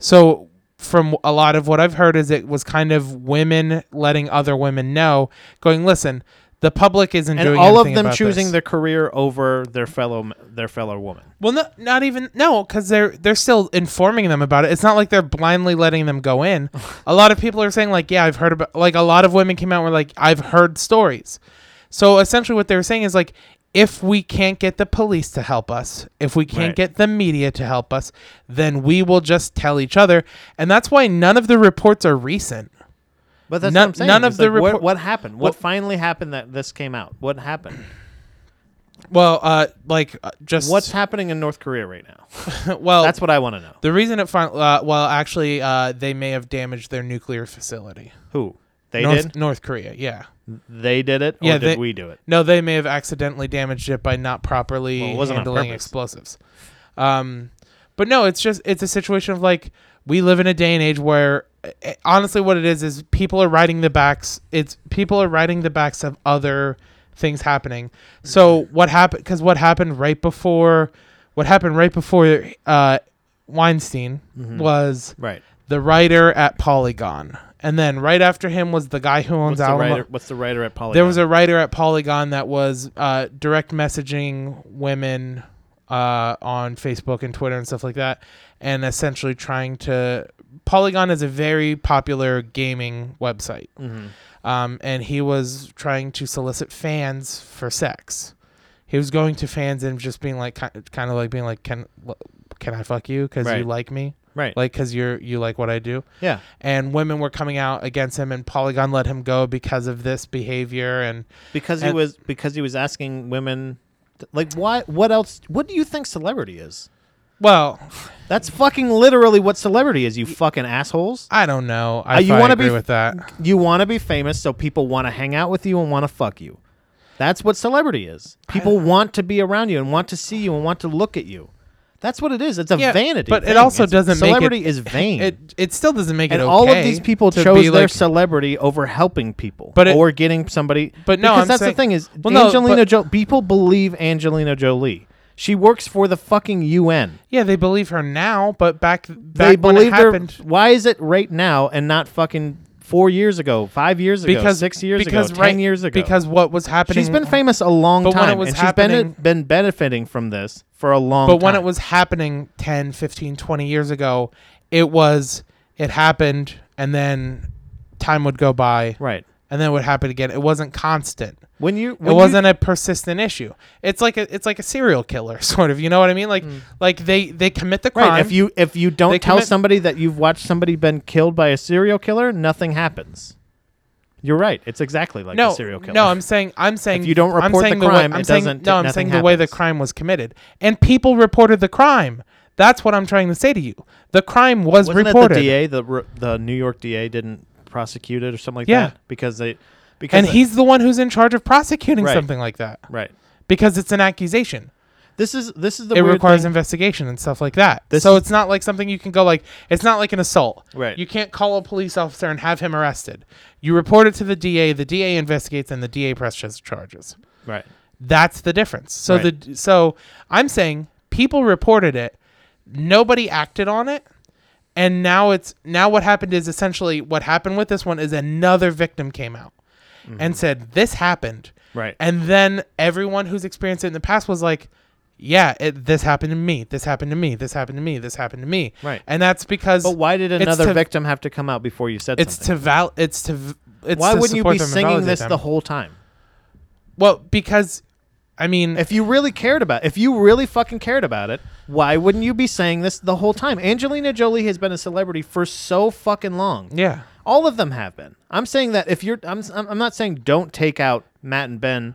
Speaker 1: So from a lot of what I've heard is it was kind of women letting other women know, going, "Listen, the public isn't
Speaker 2: And
Speaker 1: doing
Speaker 2: all of
Speaker 1: anything
Speaker 2: them
Speaker 1: about
Speaker 2: choosing
Speaker 1: this."
Speaker 2: their career over their fellow their fellow woman.
Speaker 1: Well, no, not even no, because they're they're still informing them about it. It's not like they're blindly letting them go in. a lot of people are saying like, yeah, I've heard about. Like a lot of women came out and were like, I've heard stories. So essentially, what they were saying is like, if we can't get the police to help us, if we can't
Speaker 2: Right.
Speaker 1: get the media to help us, then we will just tell each other. And that's why none of the reports are recent.
Speaker 2: But that's
Speaker 1: None-
Speaker 2: what I'm saying.
Speaker 1: none of
Speaker 2: It's
Speaker 1: the
Speaker 2: like, what,
Speaker 1: report-
Speaker 2: what happened? What
Speaker 1: Well-
Speaker 2: finally happened that this came out? What happened?
Speaker 1: Well, uh, like uh, just
Speaker 2: What's happening in North Korea right now?
Speaker 1: well.
Speaker 2: That's what I want to know.
Speaker 1: the reason it fin- uh, well actually uh, they may have damaged their nuclear facility.
Speaker 2: Who? They
Speaker 1: North,
Speaker 2: did?
Speaker 1: North Korea, yeah.
Speaker 2: They did it? Or
Speaker 1: Yeah,
Speaker 2: did
Speaker 1: they-
Speaker 2: we do it?
Speaker 1: No, they may have accidentally damaged it by not properly
Speaker 2: Well, it wasn't on
Speaker 1: handling
Speaker 2: purpose.
Speaker 1: explosives. Um, but no, it's just it's a situation of like we live in a day and age where eh, honestly, what it is is people are riding the backs. It's people are riding the backs of other things happening. So what happened? Because what happened right before, what happened right before uh, Weinstein was
Speaker 2: Mm-hmm. Right.
Speaker 1: the writer at Polygon And then right after him was the guy who owns
Speaker 2: What's the
Speaker 1: Alamo.
Speaker 2: writer? What's the writer at Polygon?
Speaker 1: There was a writer at Polygon that was uh, direct messaging women uh, on Facebook and Twitter and stuff like that, and essentially trying to. Polygon is a very popular gaming website,
Speaker 2: Mhm.
Speaker 1: um, and he was trying to solicit fans for sex. He was going to fans and just being like, kind of like being like, "Can can I fuck you? Because you
Speaker 2: Right.
Speaker 1: like me,
Speaker 2: right.
Speaker 1: like because you're you like what I do."
Speaker 2: yeah.
Speaker 1: and women were coming out against him and Polygon let him go because of this behavior and
Speaker 2: because he
Speaker 1: And-
Speaker 2: was because he was asking women th- like why what else what do you think celebrity is
Speaker 1: well,
Speaker 2: that's fucking literally what celebrity is you fucking assholes
Speaker 1: I don't know. I,
Speaker 2: Uh, you
Speaker 1: I
Speaker 2: wanna
Speaker 1: agree
Speaker 2: be-
Speaker 1: with that.
Speaker 2: you want to be famous so people want to hang out with you and want to fuck you that's what celebrity is people want to be around you and want to see you and want to look at you that's what it is it's a
Speaker 1: Yeah,
Speaker 2: vanity
Speaker 1: but it
Speaker 2: thing.
Speaker 1: also
Speaker 2: It's-
Speaker 1: doesn't make it-
Speaker 2: celebrity is vain
Speaker 1: It it still doesn't make
Speaker 2: and
Speaker 1: it okay.
Speaker 2: all of these people
Speaker 1: to
Speaker 2: chose
Speaker 1: be
Speaker 2: their
Speaker 1: like-
Speaker 2: celebrity over helping people
Speaker 1: But it-
Speaker 2: or getting somebody
Speaker 1: But no,
Speaker 2: because
Speaker 1: I'm
Speaker 2: that's
Speaker 1: saying-
Speaker 2: the thing is
Speaker 1: Well, no,
Speaker 2: angelina
Speaker 1: but-
Speaker 2: jolie people believe angelina jolie she works for the fucking un
Speaker 1: Yeah, they believe her now, but back back
Speaker 2: they
Speaker 1: when it
Speaker 2: believe her
Speaker 1: happened
Speaker 2: why is it right now and not fucking four years ago five years ago
Speaker 1: because
Speaker 2: six years
Speaker 1: because
Speaker 2: ago
Speaker 1: right,
Speaker 2: ten years ago
Speaker 1: Because what was happening
Speaker 2: she's been famous a long
Speaker 1: But when it
Speaker 2: time
Speaker 1: was
Speaker 2: and she's been,
Speaker 1: happening-
Speaker 2: been benefiting from this for a long
Speaker 1: but
Speaker 2: time
Speaker 1: when it was happening 10, 15, 20 years ago, it was it happened and then time would go by
Speaker 2: right
Speaker 1: and then it would happen again. It wasn't constant.
Speaker 2: when you when
Speaker 1: it
Speaker 2: you-
Speaker 1: wasn't a persistent issue. It's like a it's like a serial killer sort of. You know what I mean? Like like they they commit the crime.
Speaker 2: Mm. Right. If you if you
Speaker 1: They
Speaker 2: don't tell
Speaker 1: commit-
Speaker 2: somebody that you've watched somebody been killed by a serial killer, nothing happens. You're right. It's exactly like
Speaker 1: no
Speaker 2: a serial killer.
Speaker 1: no, I'm saying I'm saying
Speaker 2: If you don't
Speaker 1: I'm
Speaker 2: report
Speaker 1: saying
Speaker 2: the
Speaker 1: way-
Speaker 2: crime,
Speaker 1: I'm
Speaker 2: it
Speaker 1: saying,
Speaker 2: doesn't-
Speaker 1: No, I'm
Speaker 2: nothing
Speaker 1: saying the way the
Speaker 2: happens.
Speaker 1: crime was committed and people reported the crime. That's what I'm trying to say to you. The crime was
Speaker 2: Wasn't
Speaker 1: reported.
Speaker 2: it the DA, the r- the New York DA didn't prosecute it or something like
Speaker 1: Yeah.
Speaker 2: that because they because
Speaker 1: and
Speaker 2: it-
Speaker 1: he's the one who's in charge of prosecuting
Speaker 2: Right.
Speaker 1: something like that
Speaker 2: right.
Speaker 1: because it's an accusation.
Speaker 2: This is this is the
Speaker 1: it
Speaker 2: weird
Speaker 1: requires
Speaker 2: thing.
Speaker 1: investigation and stuff like that.
Speaker 2: This
Speaker 1: so
Speaker 2: is-
Speaker 1: it's not like something you can go like it's not like an assault.
Speaker 2: Right.
Speaker 1: You can't call a police officer and have him arrested. You report it to the DA, the DA investigates and the DA presses charges.
Speaker 2: right.
Speaker 1: That's the difference. So
Speaker 2: Right.
Speaker 1: the so I'm saying people reported it, nobody acted on it, and now it's now what happened is essentially what happened with this one is another victim came out and said this happened.
Speaker 2: Mm-hmm. Right.
Speaker 1: And then everyone who's experienced it in the past was like, yeah, it, this happened to me. This happened to me. This happened to me. This happened to me.
Speaker 2: Right.
Speaker 1: And that's because
Speaker 2: But why did
Speaker 1: it's
Speaker 2: another
Speaker 1: to-
Speaker 2: victim have to come out before you said
Speaker 1: it's
Speaker 2: something?
Speaker 1: to val. It's to. v- It's
Speaker 2: why
Speaker 1: to
Speaker 2: wouldn't you
Speaker 1: support
Speaker 2: be
Speaker 1: them and
Speaker 2: singing
Speaker 1: validate
Speaker 2: this
Speaker 1: them.
Speaker 2: the whole time?
Speaker 1: Well, because, I mean,
Speaker 2: If you really cared about, if you really fucking cared about it, why wouldn't you be saying this the whole time? Angelina Jolie has been a celebrity for so fucking long.
Speaker 1: yeah,
Speaker 2: All of them have been. I'm saying that if you're, I'm, I'm I'm not saying don't take out Matt and Ben.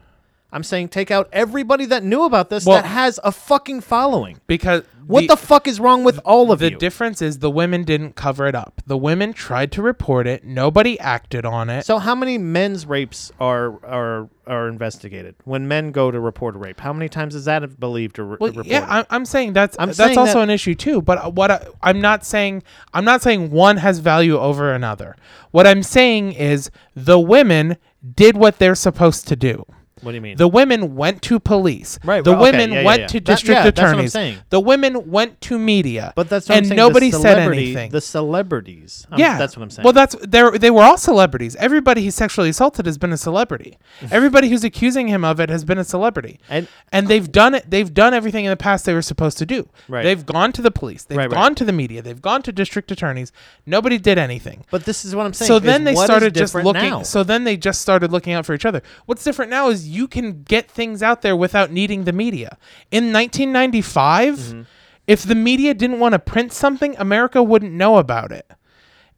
Speaker 2: I'm saying take out everybody that knew about this
Speaker 1: Well-
Speaker 2: that has a fucking following.
Speaker 1: because
Speaker 2: What the, fuck is wrong with all of
Speaker 1: the
Speaker 2: you?
Speaker 1: difference is the women didn't cover it up. The women tried to report it. Nobody acted on it.
Speaker 2: so how many men's rapes are are are investigated when men go to report a rape? How many times is that believed or re-
Speaker 1: Well,
Speaker 2: reported?
Speaker 1: yeah, I'm, I'm saying that's
Speaker 2: I'm
Speaker 1: that's
Speaker 2: saying
Speaker 1: also
Speaker 2: that-
Speaker 1: an issue too. But what I, I'm not saying I'm not saying one has value over another. What I'm saying is the women did what they're supposed to do.
Speaker 2: what do you mean?
Speaker 1: The women went to police.
Speaker 2: Right,
Speaker 1: The
Speaker 2: well, okay,
Speaker 1: women
Speaker 2: yeah, yeah,
Speaker 1: went
Speaker 2: yeah.
Speaker 1: to
Speaker 2: That-
Speaker 1: district
Speaker 2: yeah, that's what I'm
Speaker 1: attorneys.
Speaker 2: saying.
Speaker 1: The women went to media.
Speaker 2: But that's what
Speaker 1: and
Speaker 2: I'm saying. the
Speaker 1: nobody said
Speaker 2: celebrity-
Speaker 1: anything.
Speaker 2: The celebrities. I'm-
Speaker 1: yeah,
Speaker 2: that's what I'm saying.
Speaker 1: Well, that's they they were all celebrities. Everybody he sexually assaulted has been a celebrity. Everybody who's accusing him of it has been a celebrity.
Speaker 2: And-
Speaker 1: and they've done it. They've done everything in the past they were supposed to do.
Speaker 2: Right.
Speaker 1: They've gone to the police. They've
Speaker 2: Right, right.
Speaker 1: gone to the media. They've gone to district attorneys. Nobody did anything.
Speaker 2: but this is what I'm saying.
Speaker 1: So
Speaker 2: is
Speaker 1: then they
Speaker 2: what is
Speaker 1: started just
Speaker 2: different
Speaker 1: looking.
Speaker 2: now?
Speaker 1: So then they just started looking out for each other. What's different now is you can get things out there without needing the media. In 1995,
Speaker 2: Mm-hmm.
Speaker 1: if the media didn't want to print something, America wouldn't know about it.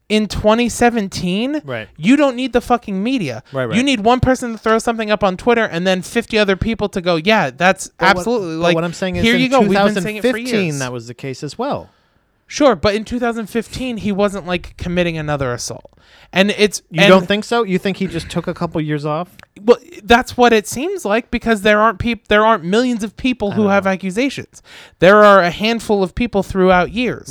Speaker 1: In 2017,
Speaker 2: Right.
Speaker 1: you don't need the fucking media.
Speaker 2: Right, right.
Speaker 1: You need one person to throw something up on Twitter and then 50 other people to go, yeah, that's
Speaker 2: But what-
Speaker 1: absolutely
Speaker 2: but
Speaker 1: like.
Speaker 2: what I'm saying is
Speaker 1: here
Speaker 2: in
Speaker 1: you go. We've been saying it for
Speaker 2: 2015
Speaker 1: years.
Speaker 2: that was the case as well.
Speaker 1: sure, but in 2015, he wasn't like committing another assault. And it's
Speaker 2: You
Speaker 1: and-
Speaker 2: don't think so? You think he just took a couple years off?
Speaker 1: well that's what it seems like because there aren't peop- there aren't millions of people who
Speaker 2: don't
Speaker 1: have accusations there are a handful of people throughout years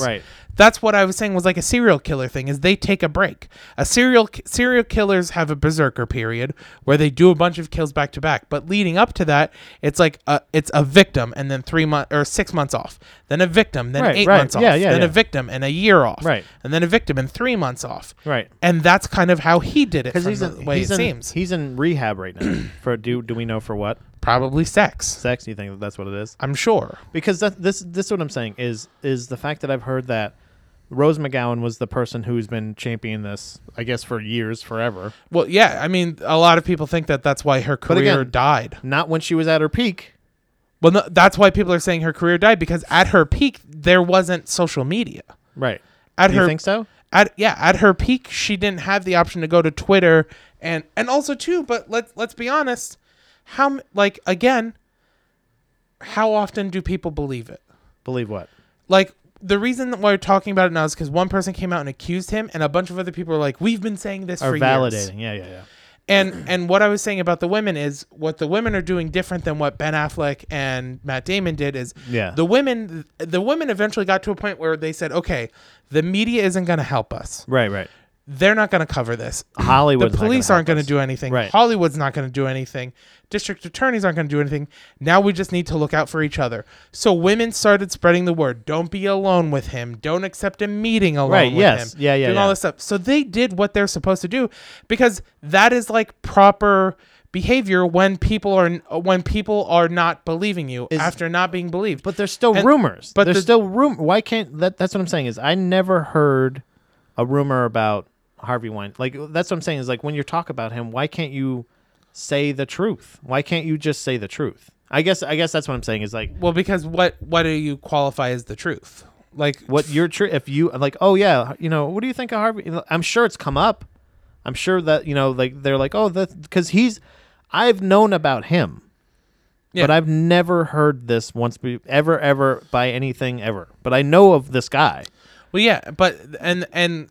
Speaker 1: That's what I was saying was like a serial killer thing is they take a break. A serial ki- serial killers have a berserker period where they do a bunch of kills back to back, but leading up to that, it's like a, it's a victim and then 3 months or 6 months off, then a victim, then
Speaker 2: Right,
Speaker 1: 8
Speaker 2: right.
Speaker 1: months off,
Speaker 2: Yeah, yeah,
Speaker 1: then
Speaker 2: yeah.
Speaker 1: a victim and a year off,
Speaker 2: Right.
Speaker 1: and then a victim and 3 months off.
Speaker 2: Right.
Speaker 1: And that's kind of how he did it
Speaker 2: Because
Speaker 1: from
Speaker 2: he's
Speaker 1: the
Speaker 2: in,
Speaker 1: way
Speaker 2: he's
Speaker 1: it
Speaker 2: in,
Speaker 1: seems.
Speaker 2: he's in rehab right now. For do do we know for what
Speaker 1: Probably sex.
Speaker 2: sex? Do you think that that's what it is?
Speaker 1: I'm sure.
Speaker 2: Because that, this this is what I'm saying is is the fact that I've heard that Rose McGowan was the person who's been championing this, I guess, for years, forever.
Speaker 1: Well, yeah, I mean, a lot of people think that that's why her
Speaker 2: again-
Speaker 1: career died.
Speaker 2: Not when she was at her peak.
Speaker 1: Well, no, that's why people are saying her career died because at her peak there wasn't social media.
Speaker 2: Right.
Speaker 1: At
Speaker 2: Do you
Speaker 1: her,
Speaker 2: think so?
Speaker 1: at yeah, at her peak she didn't have the option to go to Twitter and and also too. But let let's be honest, how m- like again, how often do people believe it?
Speaker 2: Believe what?
Speaker 1: Like the reason that why we're talking about it now is because one person came out and accused him, and a bunch of other people are like, "We've been saying this
Speaker 2: Or
Speaker 1: for years."
Speaker 2: validating? Yeah, yeah, yeah.
Speaker 1: And and what I was saying about the women is what the women are doing different than what Ben Affleck and Matt Damon did is
Speaker 2: Yeah.
Speaker 1: the women the women eventually got to a point where they said, Okay, the media isn't gonna help us.
Speaker 2: Right, right.
Speaker 1: They're not gonna cover this. The
Speaker 2: Hollywood.
Speaker 1: police aren't gonna do anything.
Speaker 2: Right.
Speaker 1: Hollywood's not gonna do anything. District attorneys aren't gonna do anything. Now we just need to look out for each other. So women started spreading the word. Don't be alone with him. Don't accept a meeting alone
Speaker 2: Right,
Speaker 1: with
Speaker 2: yes.
Speaker 1: him.
Speaker 2: Yeah, yeah,
Speaker 1: Doing
Speaker 2: yeah.
Speaker 1: all this stuff. So they did what they're supposed to do because that is like proper behavior when people are uh, when people are not believing you after not being believed.
Speaker 2: But there's still
Speaker 1: And-
Speaker 2: rumors.
Speaker 1: but
Speaker 2: But there's
Speaker 1: the-
Speaker 2: still room. Why can't that? That's what I'm saying. Is I never heard a rumor about Harvey Wine. Like that's what I'm saying. Is like when you talk about him, why can't you say the truth? Why can't you just say the truth? I guess. I guess that's what I'm saying. Is like
Speaker 1: well, because what what do you qualify as the truth? Like
Speaker 2: what your tr- if you like. Oh yeah, you know. What do you think of Harvey? I'm sure it's come up. I'm sure that you know. Like they're like, oh, that because he's. I've known about him.
Speaker 1: Yeah.
Speaker 2: But I've never heard this once, be- ever, ever by anything ever. But I know of this guy.
Speaker 1: Well, yeah, but and and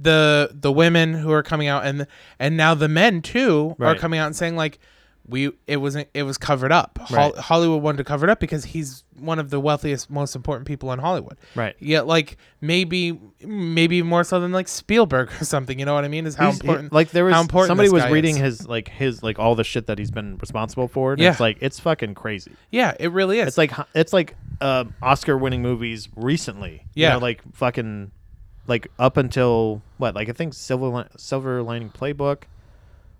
Speaker 1: the the women who are coming out and and now the men too are
Speaker 2: Right.
Speaker 1: coming out and saying like we it wasn't it was covered up. Hol-
Speaker 2: Right.
Speaker 1: Hollywood wanted to cover it up because he's one of the wealthiest, most important people in Hollywood.
Speaker 2: Right.
Speaker 1: Yet, like maybe maybe more so than like Spielberg or something. You know what I mean? Is how
Speaker 2: He's- he-
Speaker 1: important
Speaker 2: like there was
Speaker 1: how important
Speaker 2: somebody
Speaker 1: this
Speaker 2: was
Speaker 1: guy
Speaker 2: reading
Speaker 1: is.
Speaker 2: his like his like all the shit that he's been responsible for. And
Speaker 1: Yeah.
Speaker 2: It's like it's fucking crazy.
Speaker 1: Yeah, it really is.
Speaker 2: It's like it's like um, Oscar winning movies recently. You
Speaker 1: Yeah.
Speaker 2: know, like fucking like up until what? Like I think Silver Lin- Silver Lining Playbook.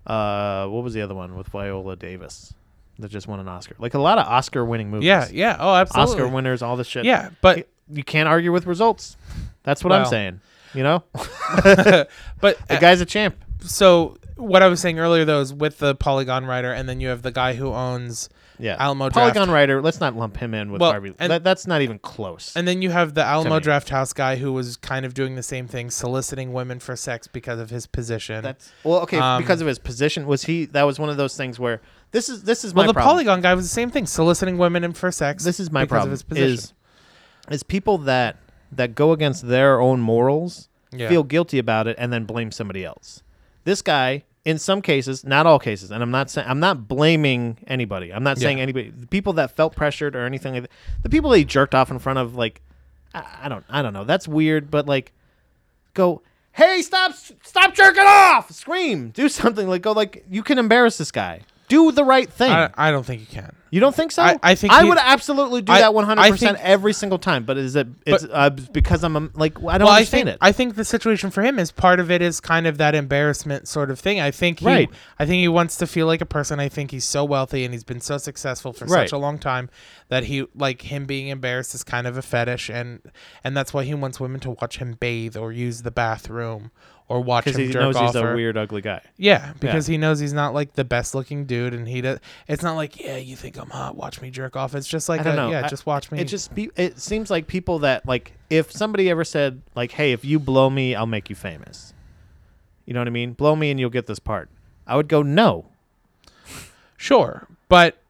Speaker 2: Uh, what was the other one with Viola Davis that just won an Oscar? Like a lot of Oscar winning movies.
Speaker 1: yeah, yeah. Oh, absolutely.
Speaker 2: Oscar winners, all this shit.
Speaker 1: Yeah, but
Speaker 2: you can't argue with results. That's what I'm
Speaker 1: Well.
Speaker 2: saying. You know,
Speaker 1: but
Speaker 2: the guy's a champ.
Speaker 1: so what I was saying earlier though is with the Polygon writer, and then you have the guy who owns
Speaker 2: Yeah,
Speaker 1: Alamo
Speaker 2: Polygon
Speaker 1: Draft.
Speaker 2: Rider. Let's not lump him in with
Speaker 1: Well,
Speaker 2: Harvey.
Speaker 1: and-
Speaker 2: that, that's not even close.
Speaker 1: And then you have the Alamo
Speaker 2: me.
Speaker 1: Draft House guy who was kind of doing the same thing, soliciting women for sex because of his position.
Speaker 2: that's well, okay,
Speaker 1: Um,
Speaker 2: because of his position. Was he? That was one of those things where this is this is
Speaker 1: well,
Speaker 2: my
Speaker 1: the
Speaker 2: problem.
Speaker 1: Polygon guy was the same thing, soliciting women and for sex.
Speaker 2: this is my
Speaker 1: because
Speaker 2: problem.
Speaker 1: of his position.
Speaker 2: Is is people that that go against their own morals
Speaker 1: Yeah.
Speaker 2: feel guilty about it and then blame somebody else. This guy, in some cases, not all cases, and I'm not saying I'm not blaming anybody. I'm not saying
Speaker 1: Yeah.
Speaker 2: anybody. The people that felt pressured or anything like that, the people that he jerked off in front of, like, I, I don't, I don't know. That's weird, but like, go. Hey, stop! Stop jerking off! Scream! Do something like go like you can embarrass this guy. Do the right thing.
Speaker 1: I, I don't think you can.
Speaker 2: You don't think so?
Speaker 1: I- I think
Speaker 2: I
Speaker 1: he-
Speaker 2: would absolutely do
Speaker 1: I-
Speaker 2: that one hundred
Speaker 1: I
Speaker 2: percent
Speaker 1: think-
Speaker 2: every single time. But is it? It's uh, because I'm um, like I don't
Speaker 1: Well, I
Speaker 2: understand
Speaker 1: think
Speaker 2: it.
Speaker 1: I think the situation for him is part of it is kind of that embarrassment sort of thing. I think he,
Speaker 2: Right.
Speaker 1: I think he wants to feel like a person. I think he's so wealthy and he's been so successful for
Speaker 2: Right.
Speaker 1: such a long time that he like him being embarrassed is kind of a fetish, and and that's why he wants women to watch him bathe or use the bathroom or watch him
Speaker 2: because he
Speaker 1: jerk
Speaker 2: knows
Speaker 1: off
Speaker 2: he's a
Speaker 1: or-
Speaker 2: weird, ugly guy.
Speaker 1: Yeah, because he knows he's not like the best looking dude, and he does. It's not like yeah, you think I'm hot, watch me jerk off. It's just like
Speaker 2: I don't
Speaker 1: a,
Speaker 2: know.
Speaker 1: yeah,
Speaker 2: I-
Speaker 1: just watch me.
Speaker 2: It just be, it seems like people that like if somebody ever said like, "Hey, if you blow me, I'll make you famous," you know what I mean? Blow me and you'll get this part. I would go no.
Speaker 1: sure, but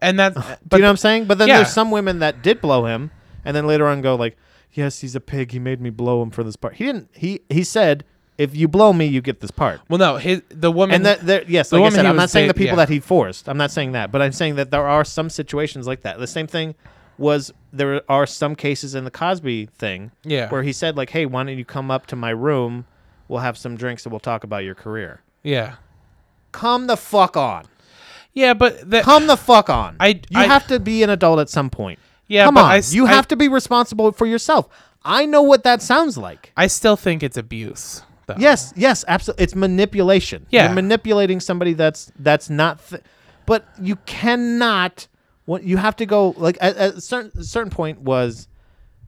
Speaker 1: and that's
Speaker 2: Do
Speaker 1: but
Speaker 2: you know what I'm saying? But then
Speaker 1: yeah.
Speaker 2: there's some women that did blow him, and then later on go like, "Yes, he's a pig. He made me blow him for this part." He didn't. He he said, "If you blow me, you get this part."
Speaker 1: Well, no, his the woman
Speaker 2: and that there, yes,
Speaker 1: the
Speaker 2: like I
Speaker 1: woman
Speaker 2: said,
Speaker 1: he
Speaker 2: I'm not
Speaker 1: was
Speaker 2: saying the
Speaker 1: dat-
Speaker 2: people
Speaker 1: yeah.
Speaker 2: that he forced. I'm not saying that, but I'm saying that there are some situations like that. The same thing was there are some cases in the Cosby thing
Speaker 1: Yeah.
Speaker 2: where he said like, "Hey, why don't you come up to my room? We'll have some drinks and we'll talk about your career."
Speaker 1: Yeah.
Speaker 2: Come the fuck on.
Speaker 1: Yeah, but that
Speaker 2: Come the fuck on.
Speaker 1: I-
Speaker 2: you
Speaker 1: I-
Speaker 2: have to be an adult at some point.
Speaker 1: Yeah,
Speaker 2: come
Speaker 1: but
Speaker 2: on.
Speaker 1: I s-
Speaker 2: you
Speaker 1: I-
Speaker 2: have to be responsible for yourself. I know what that sounds like.
Speaker 1: I still think it's abuse. Though.
Speaker 2: Yes, yes, absolutely. It's manipulation.
Speaker 1: Yeah.
Speaker 2: You're manipulating somebody that's that's not. Th- but you cannot. What you have to go like at, at a certain a certain point was,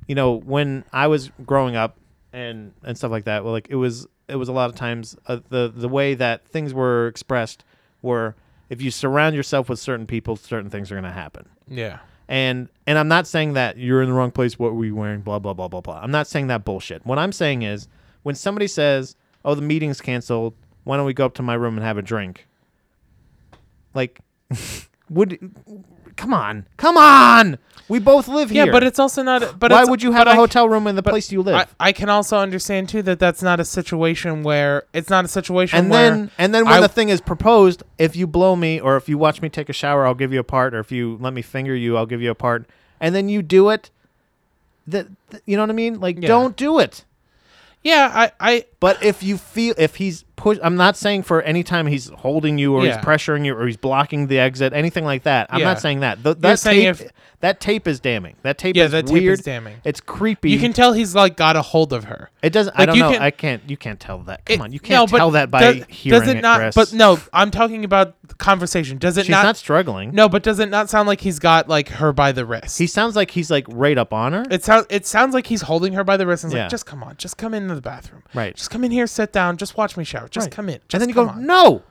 Speaker 2: you know, when I was growing up and and stuff like that. Well, like it was it was a lot of times uh, the the way that things were expressed were if you surround yourself with certain people, certain things are going to happen
Speaker 1: Yeah.
Speaker 2: and and I'm not saying that you're in the wrong place. What were you wearing? Blah blah blah blah blah. I'm not saying that bullshit. What I'm saying is when somebody says, "Oh, the meeting's canceled. Why don't we go up to my room and have a drink?" Like, would come on, come on. We both live
Speaker 1: Yeah,
Speaker 2: here.
Speaker 1: but it's also not. But
Speaker 2: why
Speaker 1: it's-
Speaker 2: would you
Speaker 1: but
Speaker 2: have a
Speaker 1: I-
Speaker 2: hotel room in the place you live?
Speaker 1: I, I can also understand too that that's not a situation where it's not a situation
Speaker 2: and
Speaker 1: where
Speaker 2: then and then when
Speaker 1: I-
Speaker 2: the thing is proposed, if you blow me or if you watch me take a shower, I'll give you a part, or if you let me finger you, I'll give you a part. And then you do it. That th- you know what I mean? Like
Speaker 1: Yeah.
Speaker 2: don't do it.
Speaker 1: yeah I I
Speaker 2: But if you feel if he's push I'm not saying for any time he's holding you or
Speaker 1: Yeah.
Speaker 2: he's pressuring you or he's blocking the exit, anything like that. I'm
Speaker 1: Yeah.
Speaker 2: not saying that. Th- that
Speaker 1: saying
Speaker 2: tape
Speaker 1: if-
Speaker 2: that tape is damning. That tape
Speaker 1: Yeah,
Speaker 2: is
Speaker 1: that tape is
Speaker 2: weird.
Speaker 1: damning.
Speaker 2: It's creepy.
Speaker 1: you can tell he's like got a hold of her.
Speaker 2: it doesn't I
Speaker 1: like,
Speaker 2: don't
Speaker 1: you
Speaker 2: know.
Speaker 1: can-
Speaker 2: I can't you can't tell that. Come
Speaker 1: It-
Speaker 2: on, you
Speaker 1: no,
Speaker 2: can't
Speaker 1: but
Speaker 2: tell that by
Speaker 1: does,
Speaker 2: hearing
Speaker 1: does it
Speaker 2: it,
Speaker 1: not?
Speaker 2: Chris.
Speaker 1: But no, I'm talking about the conversation. Does it
Speaker 2: She's not, struggling.
Speaker 1: No, but does it not sound like he's got like her by the wrist?
Speaker 2: He sounds like he's like right up on her.
Speaker 1: it sounds it sounds like he's holding her by the wrist and is
Speaker 2: Yeah.
Speaker 1: like, just come on, just come into the bathroom.
Speaker 2: Right.
Speaker 1: Just come in here, sit down, just watch me shower. Just
Speaker 2: Right.
Speaker 1: come in. Just
Speaker 2: and then you go,
Speaker 1: come on.
Speaker 2: no,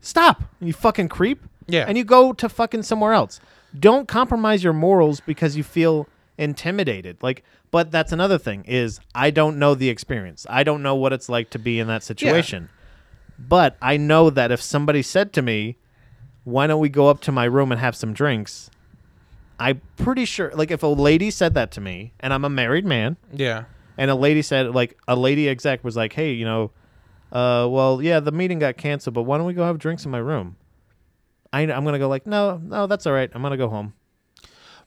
Speaker 2: stop. And you fucking creep.
Speaker 1: Yeah.
Speaker 2: And you go to fucking somewhere else. Don't compromise your morals because you feel intimidated. Like, but that's another thing is I don't know the experience. I don't know what it's like to be in that situation. But I know that if somebody said to me, why don't we go up to my room and have some drinks? I'm pretty sure, like, if a lady said that to me, and I'm a married man,
Speaker 1: Yeah.
Speaker 2: and a lady said like a lady exec was like hey you know uh well yeah the meeting got canceled but why don't we go have drinks in my room I, i'm gonna go like no no that's all right i'm gonna go home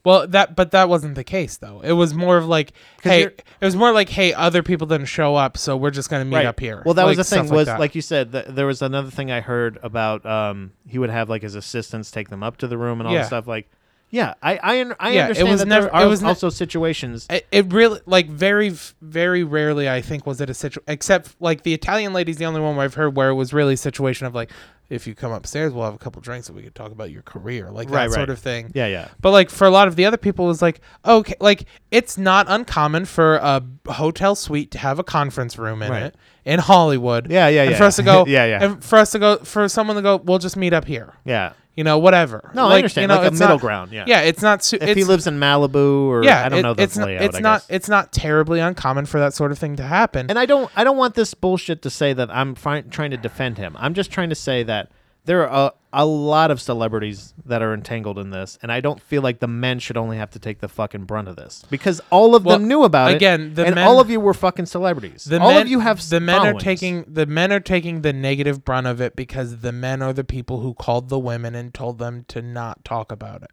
Speaker 1: Well, that but that wasn't the case though. It was more of like, hey,
Speaker 2: you're-
Speaker 1: it was more like, hey, other people didn't show up, so we're just gonna meet
Speaker 2: right
Speaker 1: up here.
Speaker 2: well that was
Speaker 1: Like,
Speaker 2: the thing
Speaker 1: stuff
Speaker 2: was
Speaker 1: that.
Speaker 2: like, you said th- there was another thing i heard about um he would have like his assistants take them up to the room and all
Speaker 1: Yeah.
Speaker 2: that stuff like yeah i i, un- I
Speaker 1: Yeah, it
Speaker 2: understand
Speaker 1: was
Speaker 2: that
Speaker 1: never-
Speaker 2: there are
Speaker 1: it was ne-
Speaker 2: also situations
Speaker 1: It, it really like very very rarely I think was it a situation except like the Italian lady's the only one where I've heard where it was really a situation of like if you come upstairs we'll have a couple drinks and we could talk about your career like that
Speaker 2: Right,
Speaker 1: sort
Speaker 2: right.
Speaker 1: of thing.
Speaker 2: yeah yeah
Speaker 1: But like for a lot of the other people it was like okay like it's not uncommon for a hotel suite to have a conference room in
Speaker 2: Right.
Speaker 1: it in Hollywood.
Speaker 2: Yeah, yeah,
Speaker 1: And
Speaker 2: yeah.
Speaker 1: for us to go
Speaker 2: Yeah, yeah.
Speaker 1: And for us to go for someone to go we'll just meet up here.
Speaker 2: yeah
Speaker 1: You know whatever.
Speaker 2: No, I understand, like a
Speaker 1: it's
Speaker 2: middle
Speaker 1: not-
Speaker 2: ground, yeah.
Speaker 1: Yeah, it's not su-
Speaker 2: if
Speaker 1: it's,
Speaker 2: he lives in malibu or
Speaker 1: yeah,
Speaker 2: i don't
Speaker 1: it-
Speaker 2: know the
Speaker 1: it's
Speaker 2: layout
Speaker 1: Not, it's
Speaker 2: I
Speaker 1: not.
Speaker 2: guess.
Speaker 1: It's not terribly uncommon for that sort of thing to happen.
Speaker 2: and I don't I don't want this bullshit to say that I'm fi- trying to defend him. I'm just trying to say that there are a, a lot of celebrities that are entangled in this, and I don't feel like the men should only have to take the fucking brunt of this because all of
Speaker 1: Well,
Speaker 2: them knew about
Speaker 1: again,
Speaker 2: it.
Speaker 1: the
Speaker 2: and
Speaker 1: men-
Speaker 2: all of you were fucking celebrities.
Speaker 1: the
Speaker 2: all
Speaker 1: men,
Speaker 2: of you have s-
Speaker 1: the men
Speaker 2: followings.
Speaker 1: are taking the men are taking the negative brunt of it because the men are the people who called the women and told them to not talk about it.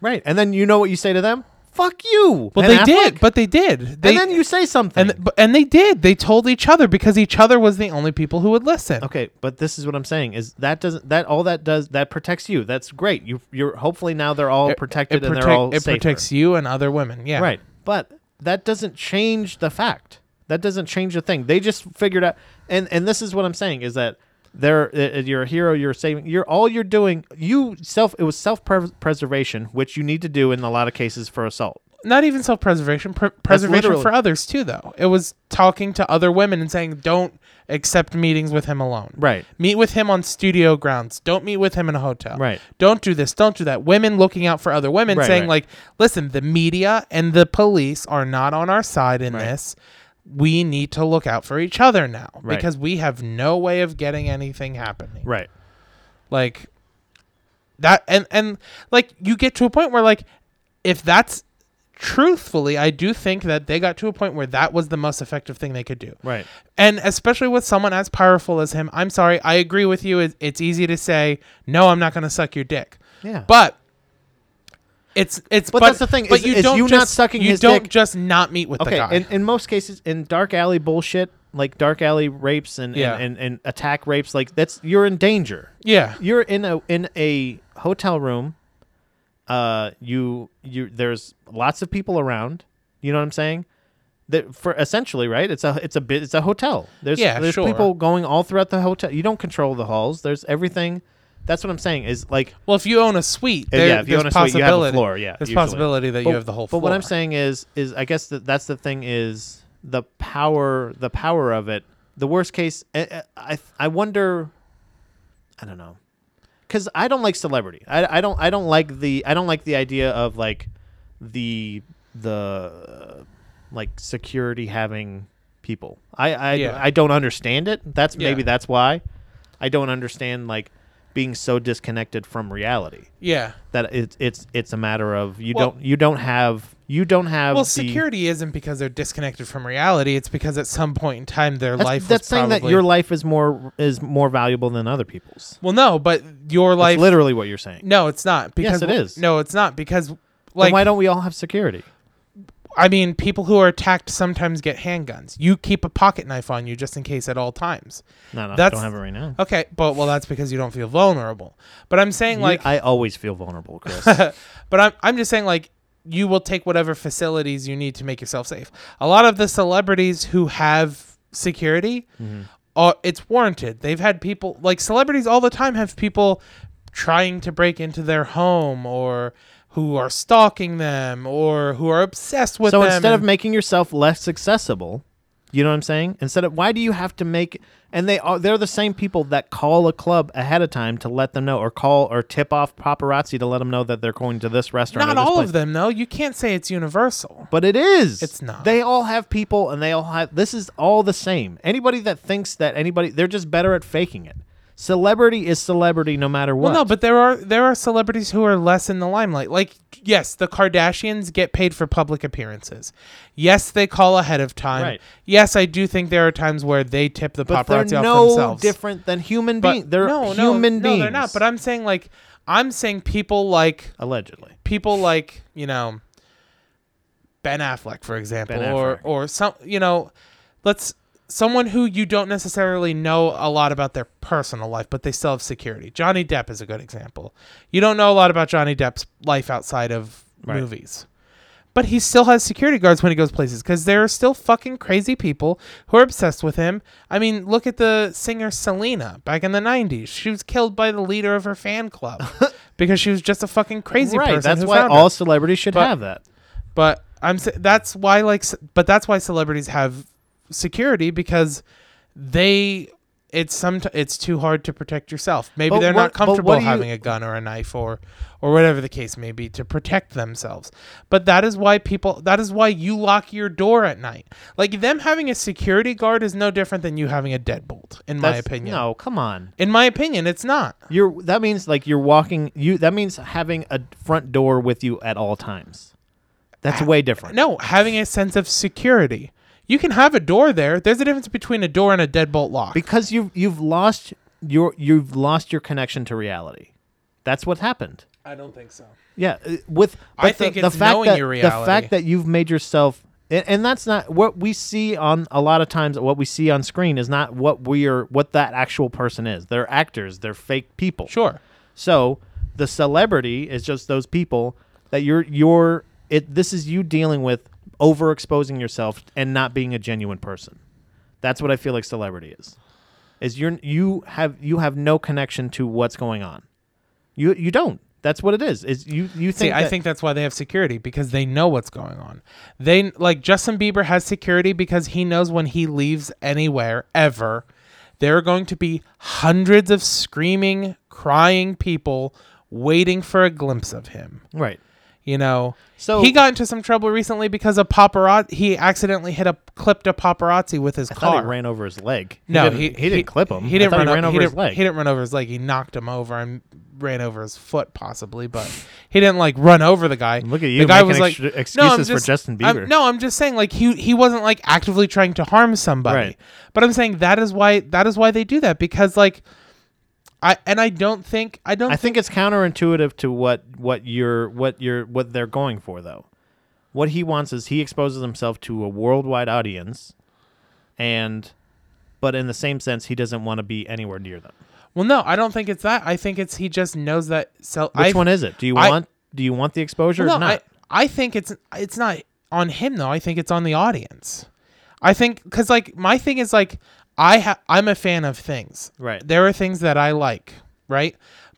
Speaker 2: right, and then you know what you say to them? Fuck you.
Speaker 1: Well,
Speaker 2: Ben
Speaker 1: they
Speaker 2: Affleck.
Speaker 1: did, but they did. They
Speaker 2: and then you say something.
Speaker 1: and, th- but- and they did. They told each other because each other was the only people who would listen.
Speaker 2: Okay, but this is what I'm saying is that doesn't that all that does that protects you. That's great. You you're hopefully now they're all protected
Speaker 1: it,
Speaker 2: and they're
Speaker 1: protect-
Speaker 2: all
Speaker 1: it
Speaker 2: safer.
Speaker 1: protects you and other women. Yeah,
Speaker 2: Right. But that doesn't change the fact. That doesn't change the thing. They just figured out and and this is what I'm saying is that there uh, you're a hero, you're saving you're all you're doing you self it was self-preservation which you need to do in a lot of cases for assault.
Speaker 1: Not even self-preservation. Pre- preservation
Speaker 2: literally-
Speaker 1: for others too, though. It was talking to other women and saying, "Don't accept meetings with him alone."
Speaker 2: Right.
Speaker 1: Meet with him on studio grounds. Don't meet with him in a hotel.
Speaker 2: Right.
Speaker 1: Don't do this. Don't do that. Women looking out for other women
Speaker 2: Right,
Speaker 1: saying,
Speaker 2: right.
Speaker 1: like, listen, the media and the police are not on our side in this. We need to look out for each other now
Speaker 2: Right.
Speaker 1: because we have no way of getting anything happening.
Speaker 2: Right.
Speaker 1: Like that and and like you get to a point where like if that's truthfully, I do think that they got to a point where that was the most effective thing they could do.
Speaker 2: Right.
Speaker 1: And especially with someone as powerful as him, I'm sorry, I agree with you. It- It's easy to say, no, I'm not going to suck your dick.
Speaker 2: Yeah.
Speaker 1: But It's it's
Speaker 2: But
Speaker 1: but,
Speaker 2: that's the thing,
Speaker 1: But
Speaker 2: is-
Speaker 1: you
Speaker 2: is
Speaker 1: don't
Speaker 2: you not
Speaker 1: just
Speaker 2: sucking
Speaker 1: you
Speaker 2: his
Speaker 1: don't
Speaker 2: dick-
Speaker 1: just not meet with the
Speaker 2: Okay,
Speaker 1: guy.
Speaker 2: in, in most cases, in dark alley bullshit, like dark alley rapes and,
Speaker 1: Yeah.
Speaker 2: and, and, and attack rapes, like that's you're in danger.
Speaker 1: yeah,
Speaker 2: You're in a in a hotel room. Uh, you you there's lots of people around. You know what I'm saying? That for essentially, right? It's a it's a bit it's a hotel. There's
Speaker 1: Yeah,
Speaker 2: there's
Speaker 1: sure.
Speaker 2: people going all throughout the hotel. You don't control the halls. There's everything. That's what I'm saying. Is like
Speaker 1: Well, if you own a suite,
Speaker 2: Uh,
Speaker 1: there,
Speaker 2: yeah, if you
Speaker 1: there's
Speaker 2: own a suite, you have a
Speaker 1: possibility-
Speaker 2: floor, yeah,
Speaker 1: there's
Speaker 2: usually.
Speaker 1: possibility that you have the whole.
Speaker 2: But
Speaker 1: floor.
Speaker 2: what I'm saying is, is I guess that that's the thing is the power, the power of it. The worst case, I, I, I wonder. I don't know, because I don't like celebrity. I, I don't I don't like the I don't like the idea of like the the uh, like security having people. I I,
Speaker 1: Yeah.
Speaker 2: I don't understand it. That's
Speaker 1: Yeah.
Speaker 2: maybe that's why I don't understand like being so disconnected from reality
Speaker 1: yeah.
Speaker 2: that it's it's it's a matter of you
Speaker 1: Well-
Speaker 2: don't you don't have you don't have
Speaker 1: Well,
Speaker 2: the,
Speaker 1: security isn't because they're disconnected from reality. It's because at some point in time their
Speaker 2: That's,
Speaker 1: life
Speaker 2: that's
Speaker 1: was
Speaker 2: saying that
Speaker 1: probably-
Speaker 2: your life is more is more valuable than other people's.
Speaker 1: Well, no, but your life.
Speaker 2: That's literally what you're saying.
Speaker 1: no, it's not.
Speaker 2: Yes,
Speaker 1: Because
Speaker 2: it is.
Speaker 1: No, it's not because,
Speaker 2: Like,
Speaker 1: like,
Speaker 2: why don't we all have security?
Speaker 1: I mean, people who are attacked sometimes get handguns. You keep a pocket knife on you just in case at all times.
Speaker 2: No, no, I
Speaker 1: That's-
Speaker 2: don't have it right now.
Speaker 1: Okay, but well, that's because you don't feel vulnerable. But I'm saying,
Speaker 2: You-
Speaker 1: like,
Speaker 2: I always feel vulnerable, Chris.
Speaker 1: but I'm I'm just saying like you will take whatever facilities you need to make yourself safe. A lot of the celebrities who have security,
Speaker 2: Mm-hmm.
Speaker 1: are, it's warranted. They've had people like celebrities all the time have people trying to break into their home or who are stalking them or who are obsessed with
Speaker 2: so
Speaker 1: them.
Speaker 2: instead of
Speaker 1: and-
Speaker 2: making yourself less accessible, you know what I'm saying? Instead of why do you have to make and they are they're the same people that call a club ahead of time to let them know or call or tip off paparazzi to let them know that they're going to this restaurant. or
Speaker 1: not
Speaker 2: this
Speaker 1: all
Speaker 2: place.
Speaker 1: of them though, you can't say it's universal.
Speaker 2: But it is.
Speaker 1: It's not.
Speaker 2: They all have people and they all have this is all the same. Anybody that thinks that anybody they're just better at faking it. Celebrity is celebrity no matter what.
Speaker 1: Well, no, but there are there are celebrities who are less in the limelight. Like, yes, the Kardashians get paid for public appearances. Yes, they call ahead of time.
Speaker 2: Right.
Speaker 1: Yes, I do think there are times where they tip the
Speaker 2: But
Speaker 1: paparazzi
Speaker 2: they're
Speaker 1: off
Speaker 2: no
Speaker 1: themselves.
Speaker 2: different than human
Speaker 1: But-
Speaker 2: beings. They're
Speaker 1: no, no,
Speaker 2: human
Speaker 1: no,
Speaker 2: beings.
Speaker 1: they're not. But I'm saying like I'm saying people like
Speaker 2: allegedly.
Speaker 1: people like you know Ben Affleck, for example,
Speaker 2: Ben Affleck.
Speaker 1: or or some you know, let's someone who you don't necessarily know a lot about their personal life, but they still have security. Johnny Depp is a good example. You don't know a lot about Johnny Depp's life outside of
Speaker 2: Right.
Speaker 1: movies. But he still has security guards when he goes places because there are still fucking crazy people who are obsessed with him. I mean, look at the singer Selena back in the 90s. She was killed by the leader of her fan club because she was just a fucking crazy person.
Speaker 2: Right. That's
Speaker 1: who
Speaker 2: why
Speaker 1: found her
Speaker 2: all celebrities should
Speaker 1: But-
Speaker 2: have that.
Speaker 1: but I'm s- that's why like s- but that's why celebrities have security because they it's some it's too hard to protect yourself. Maybe
Speaker 2: But
Speaker 1: they're
Speaker 2: what-
Speaker 1: not
Speaker 2: but what
Speaker 1: comfortable
Speaker 2: do you-
Speaker 1: having a gun or a knife or or whatever the case may be to protect themselves. But that is why people that is why you lock your door at night. Like them having a security guard is no different than you having a deadbolt in my
Speaker 2: That's-
Speaker 1: opinion.
Speaker 2: No, come on.
Speaker 1: In my opinion, it's not.
Speaker 2: You're that means like you're walking you that means having a front door with you at all times. That's way different.
Speaker 1: No, having a sense of security. You can have a door there. There's a difference between a door and a deadbolt lock.
Speaker 2: because you've you've lost your you've lost your connection to reality. That's what happened.
Speaker 1: I don't think so.
Speaker 2: Yeah, uh, with
Speaker 1: I
Speaker 2: but the-
Speaker 1: think
Speaker 2: the,
Speaker 1: it's
Speaker 2: fact
Speaker 1: knowing
Speaker 2: that
Speaker 1: your
Speaker 2: the
Speaker 1: reality.
Speaker 2: fact that you've made yourself, and, and that's not what we see on a lot of times. What we see on screen is not what we are, what that actual person is. They're actors. They're fake people.
Speaker 1: Sure.
Speaker 2: So the celebrity is just those people that you're you're. It this is you dealing with overexposing yourself and not being a genuine person. That's what I feel like celebrity is. Is you're you have you have no connection to what's going on. You you don't. That's what it is. Is you you
Speaker 1: See,
Speaker 2: think
Speaker 1: I
Speaker 2: that-
Speaker 1: think that's why they have security because they know what's going on. They like Justin Bieber has security because he knows when he leaves anywhere ever, there are going to be hundreds of screaming, crying people waiting for a glimpse of him.
Speaker 2: right.
Speaker 1: You know,
Speaker 2: So-
Speaker 1: he got into some trouble recently because a paparazzi he accidentally hit a clipped a paparazzi with his
Speaker 2: I
Speaker 1: car.
Speaker 2: thought he ran over his leg.
Speaker 1: no,
Speaker 2: didn't,
Speaker 1: he,
Speaker 2: didn't clip him.
Speaker 1: He
Speaker 2: I
Speaker 1: didn't
Speaker 2: thought
Speaker 1: run
Speaker 2: he ran
Speaker 1: o-
Speaker 2: over
Speaker 1: he
Speaker 2: his
Speaker 1: didn't-
Speaker 2: leg.
Speaker 1: He didn't run over his leg. He knocked him over and ran over his foot, possibly. But he didn't like run over the guy.
Speaker 2: Look at you
Speaker 1: The guy
Speaker 2: making
Speaker 1: was like
Speaker 2: extra-
Speaker 1: no, I'm
Speaker 2: excuses for
Speaker 1: just,
Speaker 2: Justin
Speaker 1: I'm-
Speaker 2: Bieber."
Speaker 1: no, I'm just saying like he he wasn't like actively trying to harm somebody.
Speaker 2: Right.
Speaker 1: But I'm saying that is why that is why they do that because like I and I don't think I don't
Speaker 2: I think it's counterintuitive to what what you're what you're what they're going for though. What he wants is he exposes himself to a worldwide audience and but in the same sense he doesn't want to be anywhere near them.
Speaker 1: well no I don't think it's that I think it's he just knows that so
Speaker 2: Which
Speaker 1: I,
Speaker 2: one is it? Do you
Speaker 1: I-
Speaker 2: want do you want the exposure
Speaker 1: no
Speaker 2: or not?
Speaker 1: I I think it's it's not on him though I think it's on the audience I think because like my thing is like I ha- I'm a fan of things
Speaker 2: right.
Speaker 1: there are things that I like, right?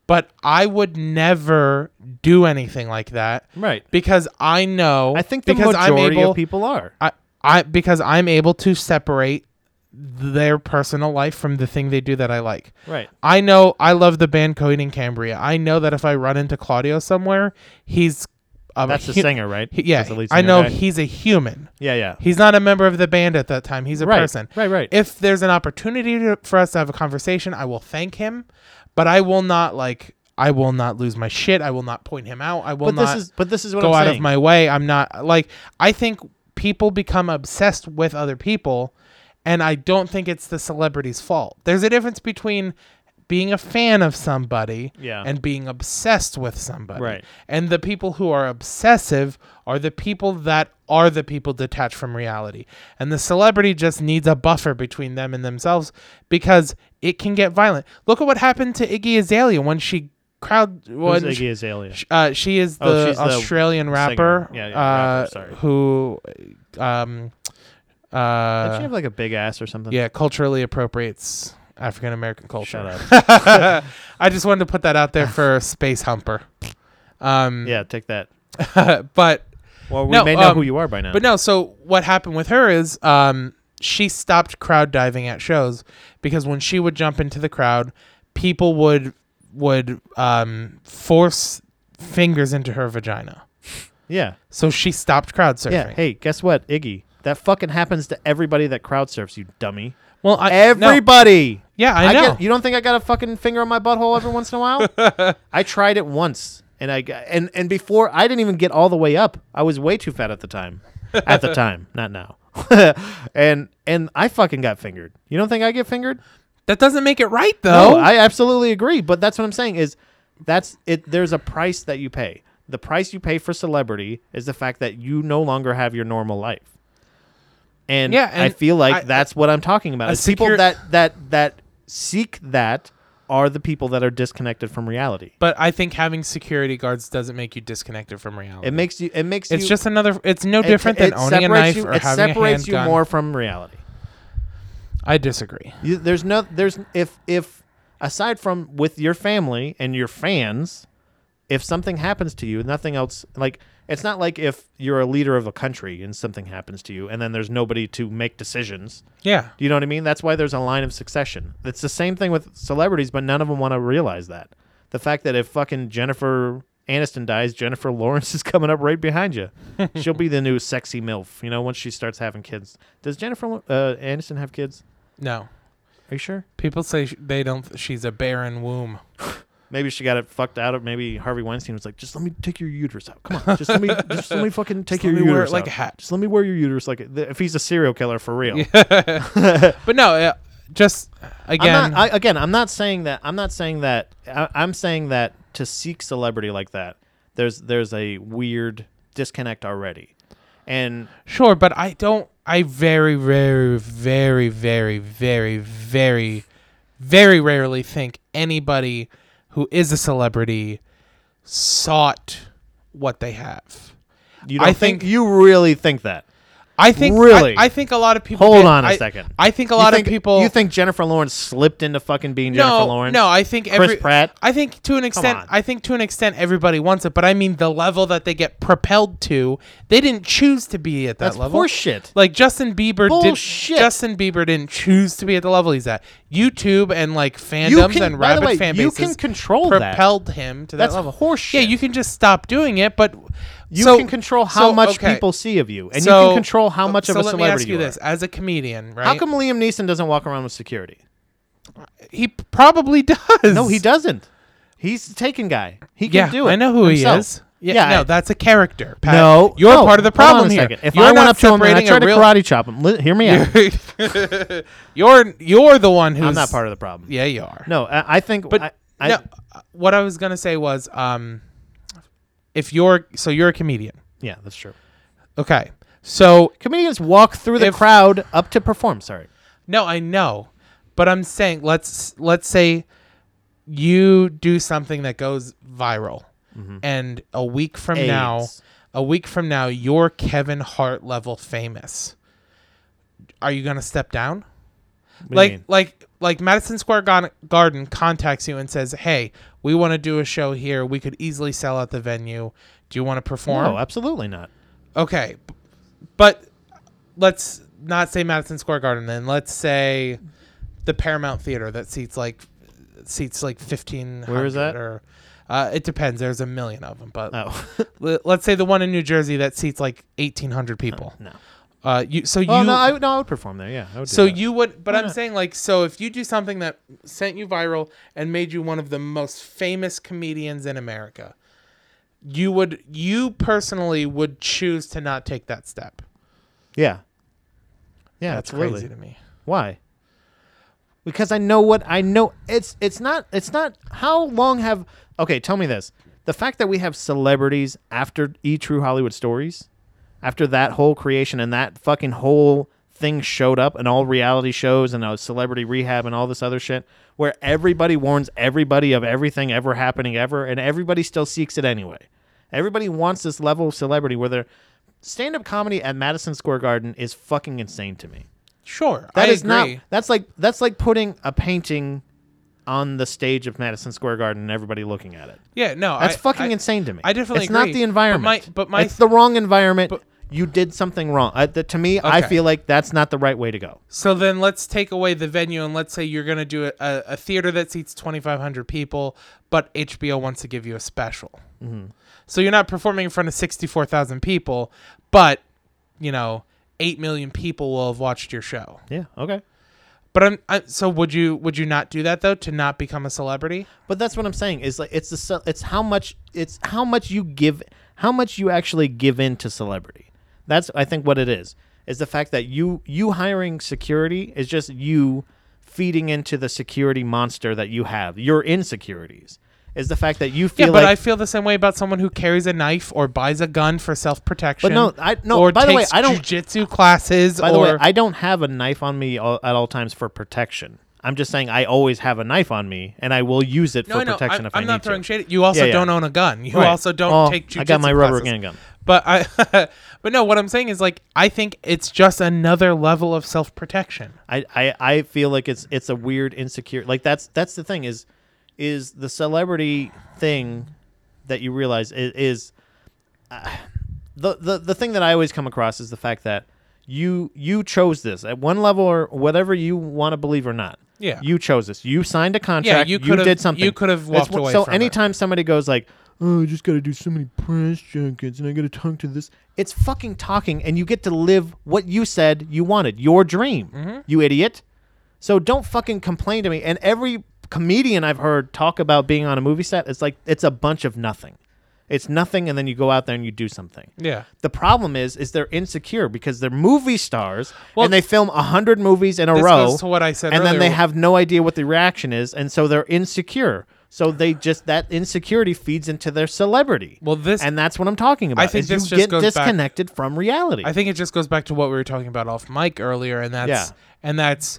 Speaker 1: But I would never do anything like that
Speaker 2: Right.
Speaker 1: because I know
Speaker 2: I think the
Speaker 1: because I'm
Speaker 2: majority
Speaker 1: able,
Speaker 2: of people are.
Speaker 1: I, I because I'm able to separate their personal life from the thing they do that I like.
Speaker 2: Right.
Speaker 1: I know I love the band Coheed and Cambria. I know that if I run into Claudio somewhere, he's a
Speaker 2: That's the
Speaker 1: hu-
Speaker 2: singer, right?
Speaker 1: he- yeah,
Speaker 2: That's the lead
Speaker 1: I
Speaker 2: singer
Speaker 1: know
Speaker 2: guy.
Speaker 1: he's a human.
Speaker 2: yeah, yeah.
Speaker 1: He's not a member of the band at that time. He's a
Speaker 2: right.
Speaker 1: person
Speaker 2: Right, right.
Speaker 1: if there's an opportunity to, for us to have a conversation, I will thank him, but I will not like I will not lose my shit. I will not point him out. I will
Speaker 2: but
Speaker 1: not
Speaker 2: this is but this is what
Speaker 1: go
Speaker 2: I'm
Speaker 1: out
Speaker 2: saying.
Speaker 1: of my way. I'm not like I think people become obsessed with other people and I don't think it's the celebrity's fault. There's a difference between being a fan of somebody
Speaker 2: Yeah.
Speaker 1: and being obsessed with somebody.
Speaker 2: Right.
Speaker 1: And the people who are obsessive are the people that are the people detached from reality. And the celebrity just needs a buffer between them and themselves because it can get violent. Look at what happened to Iggy Azalea when she crowd
Speaker 2: Who's
Speaker 1: when
Speaker 2: Iggy Azalea?
Speaker 1: sh- uh, she is the
Speaker 2: Oh, she's the
Speaker 1: Australian rapper,
Speaker 2: Yeah, yeah, rapper,
Speaker 1: uh,
Speaker 2: sorry.
Speaker 1: who, um, uh,
Speaker 2: Did she have like a big ass or something?
Speaker 1: yeah, culturally appropriates African American
Speaker 2: Shut
Speaker 1: culture.
Speaker 2: up.
Speaker 1: I just wanted to put that out there for Space Humper. Um,
Speaker 2: yeah, take that.
Speaker 1: but
Speaker 2: Well, we
Speaker 1: No,
Speaker 2: may know
Speaker 1: um,
Speaker 2: who you are by now.
Speaker 1: but no, so what happened with her is um, she stopped crowd diving at shows because when she would jump into the crowd, people would would um, force fingers into her vagina.
Speaker 2: yeah,
Speaker 1: So she stopped crowd surfing.
Speaker 2: yeah. Hey, guess what, Iggy? That fucking happens to everybody that crowd surfs. You dummy.
Speaker 1: well, I, no,
Speaker 2: Everybody.
Speaker 1: yeah, I know.
Speaker 2: get- you don't think I got a fucking finger on my butthole every once in a while? I tried it once, and I got- and and before I didn't even get all the way up. I was way too fat at the time. At the time, not now. and and I fucking got fingered. You don't think I get fingered?
Speaker 1: that doesn't make it right, though.
Speaker 2: No, Oh, I absolutely agree. But that's what I'm saying is that's it. There's a price that you pay. The price you pay for celebrity is the fact that you no longer have your normal life. And,
Speaker 1: Yeah,
Speaker 2: I
Speaker 1: and
Speaker 2: feel like
Speaker 1: I-
Speaker 2: that's what I'm talking about.
Speaker 1: a
Speaker 2: Is people
Speaker 1: secure-
Speaker 2: that that that seek that are the people that are disconnected from reality.
Speaker 1: but I think having security guards doesn't make you disconnected from reality.
Speaker 2: It makes you. It makes
Speaker 1: it's
Speaker 2: you.
Speaker 1: just another. It's no
Speaker 2: it-
Speaker 1: different
Speaker 2: it
Speaker 1: than owning a knife
Speaker 2: separates you-
Speaker 1: or
Speaker 2: it
Speaker 1: having a
Speaker 2: separates you
Speaker 1: handgun.
Speaker 2: more from reality.
Speaker 1: I disagree.
Speaker 2: You, there's no there's if if aside from with your family and your fans, if something happens to you, nothing else like it's not like if you're a leader of a country and something happens to you and then there's nobody to make decisions.
Speaker 1: Yeah,
Speaker 2: Do you know what I mean? That's why there's a line of succession. It's the same thing with celebrities, but none of them want to realize that. The fact that if fucking Jennifer Aniston dies, Jennifer Lawrence is coming up right behind you. She'll be the new sexy MILF, you know, once she starts having kids. Does Jennifer uh, Aniston have kids?
Speaker 1: no.
Speaker 2: Are you sure?
Speaker 1: People say sh- they don't. She's a barren womb.
Speaker 2: Maybe she got it fucked out of. Maybe Harvey Weinstein was like, "Just let me take your uterus out. Come on, just let me, just let me fucking take
Speaker 1: let
Speaker 2: your
Speaker 1: me wear it
Speaker 2: uterus
Speaker 1: like
Speaker 2: out.
Speaker 1: a hat."
Speaker 2: Just let me wear your uterus like a, if he's a serial killer for real."
Speaker 1: But no, uh, just
Speaker 2: I'm
Speaker 1: again,
Speaker 2: not, I, again, I'm not saying that. I'm not saying that. I, I'm saying that to seek celebrity like that, there's there's a weird disconnect already, and
Speaker 1: sure, but I don't. I very, very, very, very, very, very, very rarely think anybody who is a celebrity sought what they have.
Speaker 2: you don't
Speaker 1: I
Speaker 2: think,
Speaker 1: think-
Speaker 2: you really think that.
Speaker 1: I think
Speaker 2: Really?
Speaker 1: I, I think a lot of people.
Speaker 2: Hold
Speaker 1: get-
Speaker 2: on a
Speaker 1: I-
Speaker 2: second.
Speaker 1: I think a
Speaker 2: You
Speaker 1: lot
Speaker 2: think-
Speaker 1: of people.
Speaker 2: You think Jennifer Lawrence slipped into fucking being Jennifer
Speaker 1: no,
Speaker 2: Lawrence?
Speaker 1: no. I think
Speaker 2: Chris
Speaker 1: every,
Speaker 2: Pratt?
Speaker 1: I think to an extent.
Speaker 2: on.
Speaker 1: I think to an extent everybody wants it, but I mean the level that they get propelled to. They didn't choose to be at that
Speaker 2: that's
Speaker 1: level.
Speaker 2: horseshit.
Speaker 1: Like Justin Bieber did.
Speaker 2: Bullshit.
Speaker 1: Justin Bieber didn't choose to be at the level he's at. YouTube and like
Speaker 2: You
Speaker 1: fandoms
Speaker 2: can-
Speaker 1: and
Speaker 2: by the
Speaker 1: rabid
Speaker 2: way,
Speaker 1: fan
Speaker 2: you
Speaker 1: bases
Speaker 2: can control that.
Speaker 1: propelled him to
Speaker 2: That's
Speaker 1: that level.
Speaker 2: horseshit.
Speaker 1: Yeah, you can just stop doing it, but
Speaker 2: You
Speaker 1: so-
Speaker 2: can control how
Speaker 1: so,
Speaker 2: much
Speaker 1: okay.
Speaker 2: people see of you, and you
Speaker 1: So- uh,
Speaker 2: can control how much
Speaker 1: so
Speaker 2: of a
Speaker 1: let
Speaker 2: celebrity
Speaker 1: me ask you
Speaker 2: you are.
Speaker 1: this: as a comedian, right?
Speaker 2: How come Liam Neeson doesn't walk around with security?
Speaker 1: he p- probably does?
Speaker 2: No, he doesn't. He's a taken guy. He can
Speaker 1: Yeah,
Speaker 2: do it.
Speaker 1: I know who he
Speaker 2: himself.
Speaker 1: is. Yeah,
Speaker 2: Yeah,
Speaker 1: no,
Speaker 2: I-
Speaker 1: that's a character. Pat.
Speaker 2: no,
Speaker 1: you're
Speaker 2: no,
Speaker 1: part of the
Speaker 2: hold on a
Speaker 1: problem here.
Speaker 2: second. If
Speaker 1: you're
Speaker 2: I
Speaker 1: not
Speaker 2: went up to him and I
Speaker 1: separating
Speaker 2: tried
Speaker 1: a
Speaker 2: to
Speaker 1: real.
Speaker 2: karate chop him, li- hear me out.
Speaker 1: you're you're the one who's
Speaker 2: I'm not part of the problem.
Speaker 1: Yeah, you are.
Speaker 2: No, I, I think.
Speaker 1: But
Speaker 2: I, I,
Speaker 1: no, uh, what I was gonna say was, um, if you're so you're a comedian,
Speaker 2: yeah, that's true.
Speaker 1: okay. So
Speaker 2: Comedians walk through the
Speaker 1: If-
Speaker 2: crowd up to perform. Sorry.
Speaker 1: no, I know, but I'm saying let's let's say you do something that goes viral, and a week from now,
Speaker 2: Mm-hmm. AIDS.
Speaker 1: a week from now, you're Kevin Hart level famous. Are you gonna step down?
Speaker 2: What do you
Speaker 1: like
Speaker 2: mean?
Speaker 1: like like Madison Square Gar- Garden contacts you and says, "Hey, we want to do a show here. We could easily sell out the venue. Do you want to perform?"
Speaker 2: no, Oh, absolutely not.
Speaker 1: Okay, b- but let's not say Madison Square Garden. Then let's say the Paramount Theater that seats like seats like fifteen.
Speaker 2: Where is that?
Speaker 1: Or uh, it depends. There's a million of them, but
Speaker 2: Oh
Speaker 1: l- let's say the one in New Jersey that seats like eighteen hundred people.
Speaker 2: Oh, no.
Speaker 1: Uh, you so
Speaker 2: Oh
Speaker 1: you
Speaker 2: no, I, no, I would perform there. Yeah, I would. do
Speaker 1: so
Speaker 2: that.
Speaker 1: you would, but
Speaker 2: Why
Speaker 1: I'm
Speaker 2: not?
Speaker 1: saying like, so if you do something that sent you viral and made you one of the most famous comedians in America, you would, you personally would choose to not take that step.
Speaker 2: Yeah. Yeah,
Speaker 1: That's
Speaker 2: absolutely.
Speaker 1: crazy to me.
Speaker 2: Why? Because I know what I know. It's it's not it's not how long have okay, tell me this. The fact that we have celebrities after E True Hollywood Stories, after that whole creation and that fucking whole thing showed up and all reality shows and uh, celebrity rehab and all this other shit where everybody warns everybody of everything ever happening ever and everybody still seeks it anyway. Everybody wants this level of celebrity where they're stand-up comedy at Madison Square Garden is fucking insane to me.
Speaker 1: Sure.
Speaker 2: That
Speaker 1: I
Speaker 2: is
Speaker 1: agree.
Speaker 2: not. That's like that's like putting a painting on the stage of Madison Square Garden and everybody looking at it.
Speaker 1: yeah, no,
Speaker 2: That's
Speaker 1: I-
Speaker 2: fucking
Speaker 1: I-
Speaker 2: insane to me.
Speaker 1: I definitely
Speaker 2: It's
Speaker 1: agree.
Speaker 2: not the environment.
Speaker 1: But my- but my-
Speaker 2: it's the wrong environment. you did something wrong. I, the, to me, I
Speaker 1: Okay.
Speaker 2: feel like that's not the right way to go.
Speaker 1: So then let's take away the venue and let's say you're going to do a, a, a theater that seats 2,500 people, but HBO wants to give you a special.
Speaker 2: Mm-hmm.
Speaker 1: So you're not performing in front of 64,000 people, but, you know, 8 million people will have watched your show.
Speaker 2: Yeah. Okay.
Speaker 1: But I'm I, so would you would you not do that though to not become a celebrity?
Speaker 2: But that's what I'm saying. Is like it's the ce- it's how much it's how much you give how much you actually give in to celebrity. That's I think what it is. Is the fact that you you hiring security is just you feeding into the security monster that you have. Your insecurities is the fact that you feel
Speaker 1: Yeah, but
Speaker 2: like
Speaker 1: I feel the same way about someone who carries a knife or buys a gun for self protection.
Speaker 2: no, I- no,
Speaker 1: Or
Speaker 2: by the way,
Speaker 1: takes
Speaker 2: I don't-
Speaker 1: jujitsu classes.
Speaker 2: By
Speaker 1: or,
Speaker 2: the way, I don't have a knife on me all, at all times for protection. I'm just saying I always have a knife on me and I will use it
Speaker 1: no,
Speaker 2: for
Speaker 1: no,
Speaker 2: protection
Speaker 1: I'm,
Speaker 2: if
Speaker 1: I'm
Speaker 2: I
Speaker 1: not
Speaker 2: need
Speaker 1: throwing
Speaker 2: to.
Speaker 1: shade. at- You also
Speaker 2: Yeah, yeah.
Speaker 1: don't own a gun. You
Speaker 2: Right.
Speaker 1: also don't
Speaker 2: Well,
Speaker 1: take. Jujitsu
Speaker 2: I got my rubber
Speaker 1: classes.
Speaker 2: handgun.
Speaker 1: But I, but no, what I'm saying is like I think it's just another level of self protection.
Speaker 2: I, I I feel like it's it's a weird insecure like that's that's the thing is is the celebrity thing that you realize is, is uh, the, the the thing that I always come across is the fact that you you chose this at one level or whatever you want to believe or not.
Speaker 1: Yeah.
Speaker 2: you chose this. You signed a contract.
Speaker 1: you
Speaker 2: you,
Speaker 1: could've-
Speaker 2: did something.
Speaker 1: you could've
Speaker 2: It's
Speaker 1: walked
Speaker 2: what-
Speaker 1: away
Speaker 2: So
Speaker 1: from it.
Speaker 2: anytime somebody goes like, "Oh, I just got to do so many press junkets, and I got to talk to this," it's fucking talking, and you get to live what you said you wanted, your dream.
Speaker 1: Mm-hmm.
Speaker 2: You idiot. So don't fucking complain to me. And every comedian I've heard talk about being on a movie set, it's like it's a bunch of nothing. It's nothing, and then you go out there and you do something.
Speaker 1: Yeah.
Speaker 2: The problem is, is they're insecure because they're movie stars
Speaker 1: Well,
Speaker 2: and they film a hundred movies in a
Speaker 1: this
Speaker 2: row.
Speaker 1: goes to what I said
Speaker 2: and then
Speaker 1: earlier.
Speaker 2: they have no idea what the reaction is, and so they're insecure. So they just that insecurity feeds into their celebrity.
Speaker 1: Well, this-
Speaker 2: and that's what I'm talking about.
Speaker 1: think
Speaker 2: is
Speaker 1: this
Speaker 2: you
Speaker 1: just
Speaker 2: get
Speaker 1: goes back-
Speaker 2: disconnected from reality.
Speaker 1: I think it just goes back to what we were talking about off mic earlier, and that's
Speaker 2: Yeah.
Speaker 1: and that's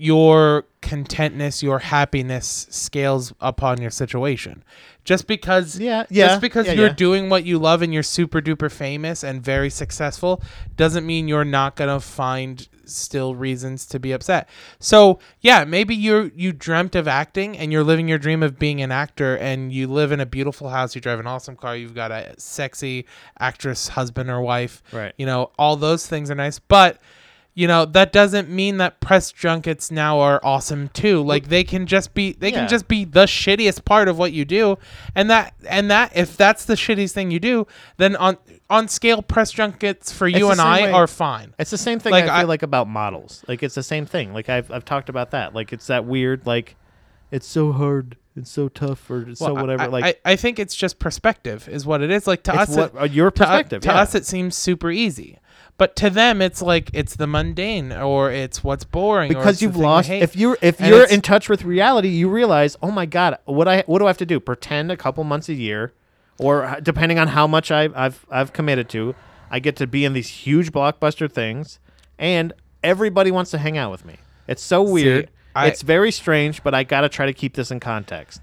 Speaker 1: your contentness, your happiness scales upon your situation. Just because
Speaker 2: Yeah, yeah,
Speaker 1: just because
Speaker 2: yeah,
Speaker 1: you're
Speaker 2: yeah.
Speaker 1: doing what you love and you're super duper famous and very successful doesn't mean you're not gonna find still reasons to be upset. So yeah, maybe you you dreamt of acting and you're living your dream of being an actor and you live in a beautiful house, you drive an awesome car, you've got a sexy actress husband or wife.
Speaker 2: Right.
Speaker 1: You know, all those things are nice. But you know, that doesn't mean that press junkets now are awesome too. Like they can just be they
Speaker 2: Yeah.
Speaker 1: can just be the shittiest part of what you do. And that and that if that's the shittiest thing you do, then on on scale press junkets for you
Speaker 2: the
Speaker 1: and
Speaker 2: same
Speaker 1: I
Speaker 2: way-
Speaker 1: are fine.
Speaker 2: It's the same thing
Speaker 1: Like,
Speaker 2: I feel
Speaker 1: I-
Speaker 2: like about models. Like it's the same thing. Like I've I've talked about that. Like it's that weird like it's so hard, it's so tough, or it's so
Speaker 1: Well, I-
Speaker 2: whatever.
Speaker 1: I,
Speaker 2: like
Speaker 1: I, I think it's just perspective is what it is. Like to
Speaker 2: it's
Speaker 1: us,
Speaker 2: what,
Speaker 1: it,
Speaker 2: uh, your
Speaker 1: to, us,
Speaker 2: perspective.
Speaker 1: to
Speaker 2: yeah.
Speaker 1: us it seems super easy, but to them it's like it's the mundane or it's what's boring or it's
Speaker 2: because
Speaker 1: the
Speaker 2: you've
Speaker 1: thing they
Speaker 2: lost.
Speaker 1: hate.
Speaker 2: If you're if
Speaker 1: And
Speaker 2: you're
Speaker 1: it's-
Speaker 2: in touch with reality, you realize, oh my god, what I what do I have to do? Pretend a couple months a year, or h- depending on how much I, I've I've committed to, I get to be in these huge blockbuster things, and everybody wants to hang out with me. It's so weird.
Speaker 1: I-
Speaker 2: it's very strange, but I gotta try to keep this in context.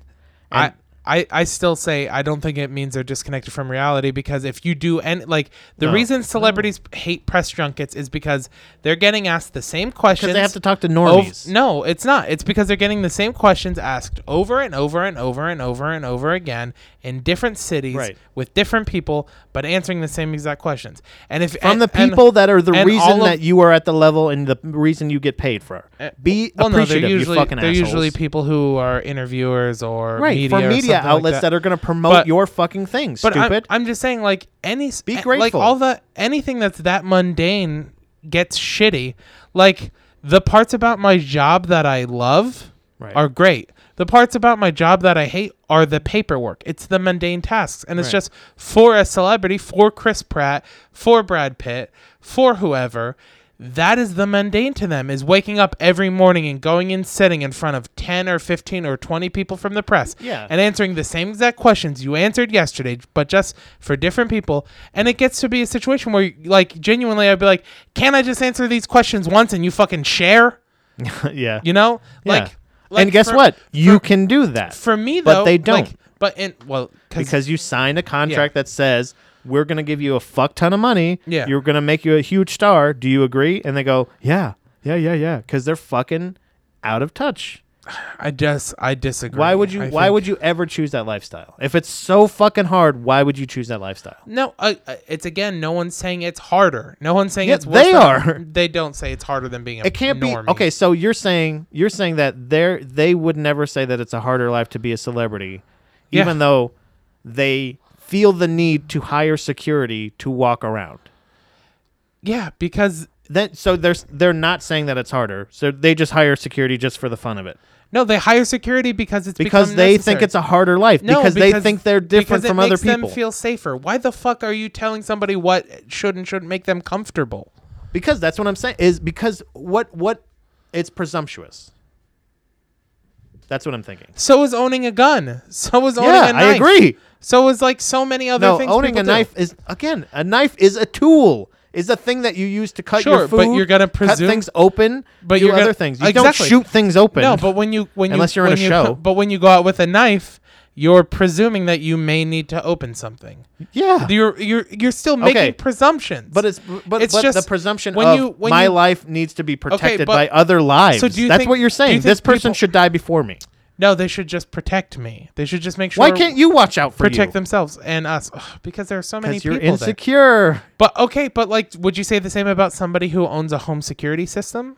Speaker 1: I,
Speaker 2: And-
Speaker 1: I, I still say I don't think it means they're disconnected from reality because if you do and like the
Speaker 2: No.
Speaker 1: reason celebrities hate press junkets is because they're getting asked the same questions.
Speaker 2: because they have to talk to
Speaker 1: ov-
Speaker 2: normies.
Speaker 1: Oh, no, it's not. It's because they're getting the same questions asked over and over and over and over and over again in different cities
Speaker 2: Right.
Speaker 1: with different people, but answering the same exact questions. And if
Speaker 2: from
Speaker 1: and-
Speaker 2: the
Speaker 1: and-
Speaker 2: people that are the
Speaker 1: and
Speaker 2: reason
Speaker 1: all of-
Speaker 2: that you are at the level and the reason you get paid for.
Speaker 1: Uh,
Speaker 2: Be
Speaker 1: well, no,
Speaker 2: appreciative,
Speaker 1: they're usually
Speaker 2: you fucking
Speaker 1: they're
Speaker 2: assholes.
Speaker 1: usually people who are interviewers or
Speaker 2: right
Speaker 1: media
Speaker 2: for
Speaker 1: or
Speaker 2: media
Speaker 1: something like
Speaker 2: outlets
Speaker 1: that.
Speaker 2: that. are going to promote
Speaker 1: But-
Speaker 2: your fucking thing.
Speaker 1: But I'm,
Speaker 2: stupid.
Speaker 1: I'm just saying, like any s-
Speaker 2: Be
Speaker 1: a- like
Speaker 2: grateful.
Speaker 1: all the anything that's that mundane gets shitty. Like the parts about my job that I love
Speaker 2: Right.
Speaker 1: are great. The parts about my job that I hate are the paperwork. It's the mundane tasks, and it's
Speaker 2: Right.
Speaker 1: just for a celebrity, for Chris Pratt, for Brad Pitt, for whoever. That is the mundane to them is waking up every morning and going and sitting in front of 10 or 15 or 20 people from the press
Speaker 2: Yeah.
Speaker 1: and answering the same exact questions you answered yesterday, but just for different people. And it gets to be a situation where, like, genuinely, I'd be like, can I just answer these questions once and you fucking share?
Speaker 2: yeah.
Speaker 1: You know?
Speaker 2: Yeah.
Speaker 1: Like, like
Speaker 2: and guess
Speaker 1: for-
Speaker 2: what? You
Speaker 1: for-
Speaker 2: can do that
Speaker 1: For me,
Speaker 2: But
Speaker 1: though.
Speaker 2: they
Speaker 1: like,
Speaker 2: don't.
Speaker 1: but in, well, because
Speaker 2: because you signed a contract that says we're going to give you a fuck ton of money.
Speaker 1: Yeah.
Speaker 2: You're going to make you a huge star. Do you agree? And they go, yeah, yeah, yeah, yeah, because they're fucking out of touch.
Speaker 1: I just, I disagree.
Speaker 2: Why would you?
Speaker 1: I
Speaker 2: why
Speaker 1: think-
Speaker 2: would you ever choose that lifestyle? If it's so fucking hard, why would you choose that lifestyle?
Speaker 1: No, uh, uh, it's again. No one's saying it's harder. No one's saying
Speaker 2: Yeah,
Speaker 1: it's. worse
Speaker 2: they
Speaker 1: than-
Speaker 2: are.
Speaker 1: They don't say it's harder than being a.
Speaker 2: It can't
Speaker 1: normie.
Speaker 2: be okay. So you're saying you're saying that they they would never say that it's a harder life to be a celebrity,
Speaker 1: Yeah.
Speaker 2: even though they feel the need to hire security to walk around.
Speaker 1: Yeah, because
Speaker 2: Then so they're s- they're not saying that it's harder. So they just hire security just for the fun of it
Speaker 1: no, they hire security because it's
Speaker 2: because
Speaker 1: become
Speaker 2: they
Speaker 1: necessary.
Speaker 2: think it's a harder life
Speaker 1: No,
Speaker 2: because, they think they're different
Speaker 1: because it
Speaker 2: from other
Speaker 1: makes
Speaker 2: people.
Speaker 1: Them feel safer. Why the fuck are you telling somebody what should and shouldn't make them comfortable?
Speaker 2: because that's what I'm saying is because what what it's presumptuous. That's what I'm thinking.
Speaker 1: So is owning a gun. So is owning
Speaker 2: yeah,
Speaker 1: a knife.
Speaker 2: I agree.
Speaker 1: So is like so many other
Speaker 2: No,
Speaker 1: things.
Speaker 2: owning
Speaker 1: people
Speaker 2: a
Speaker 1: do.
Speaker 2: knife is again a knife is a tool. Is a thing that you use to cut
Speaker 1: Sure,
Speaker 2: your food.
Speaker 1: but you're gonna
Speaker 2: cut
Speaker 1: presume-
Speaker 2: things open.
Speaker 1: but
Speaker 2: do
Speaker 1: you're
Speaker 2: other
Speaker 1: gonna-
Speaker 2: things. You
Speaker 1: exactly.
Speaker 2: don't shoot things open.
Speaker 1: No, but when you when
Speaker 2: Unless
Speaker 1: you,
Speaker 2: you're in a
Speaker 1: when you-
Speaker 2: show.
Speaker 1: but when you go out with a knife, you're presuming that you may need to open something.
Speaker 2: yeah,
Speaker 1: You're you're you're still making
Speaker 2: Okay.
Speaker 1: presumptions.
Speaker 2: but it's but,
Speaker 1: It's
Speaker 2: but
Speaker 1: just
Speaker 2: the presumption
Speaker 1: when
Speaker 2: of
Speaker 1: you- when
Speaker 2: my
Speaker 1: you-
Speaker 2: life needs to be protected
Speaker 1: but-
Speaker 2: by other lives.
Speaker 1: So do you
Speaker 2: That's
Speaker 1: think-
Speaker 2: what you're
Speaker 1: do you
Speaker 2: saying.
Speaker 1: think
Speaker 2: this person
Speaker 1: people-
Speaker 2: should die before me.
Speaker 1: no, they should just protect me. They should just make sure
Speaker 2: Why can't you watch out for
Speaker 1: protect
Speaker 2: you?
Speaker 1: themselves and us? Ugh, because there are so many
Speaker 2: Because you're
Speaker 1: people there.
Speaker 2: insecure.
Speaker 1: But okay, but like, would you say the same about somebody who owns a home security system?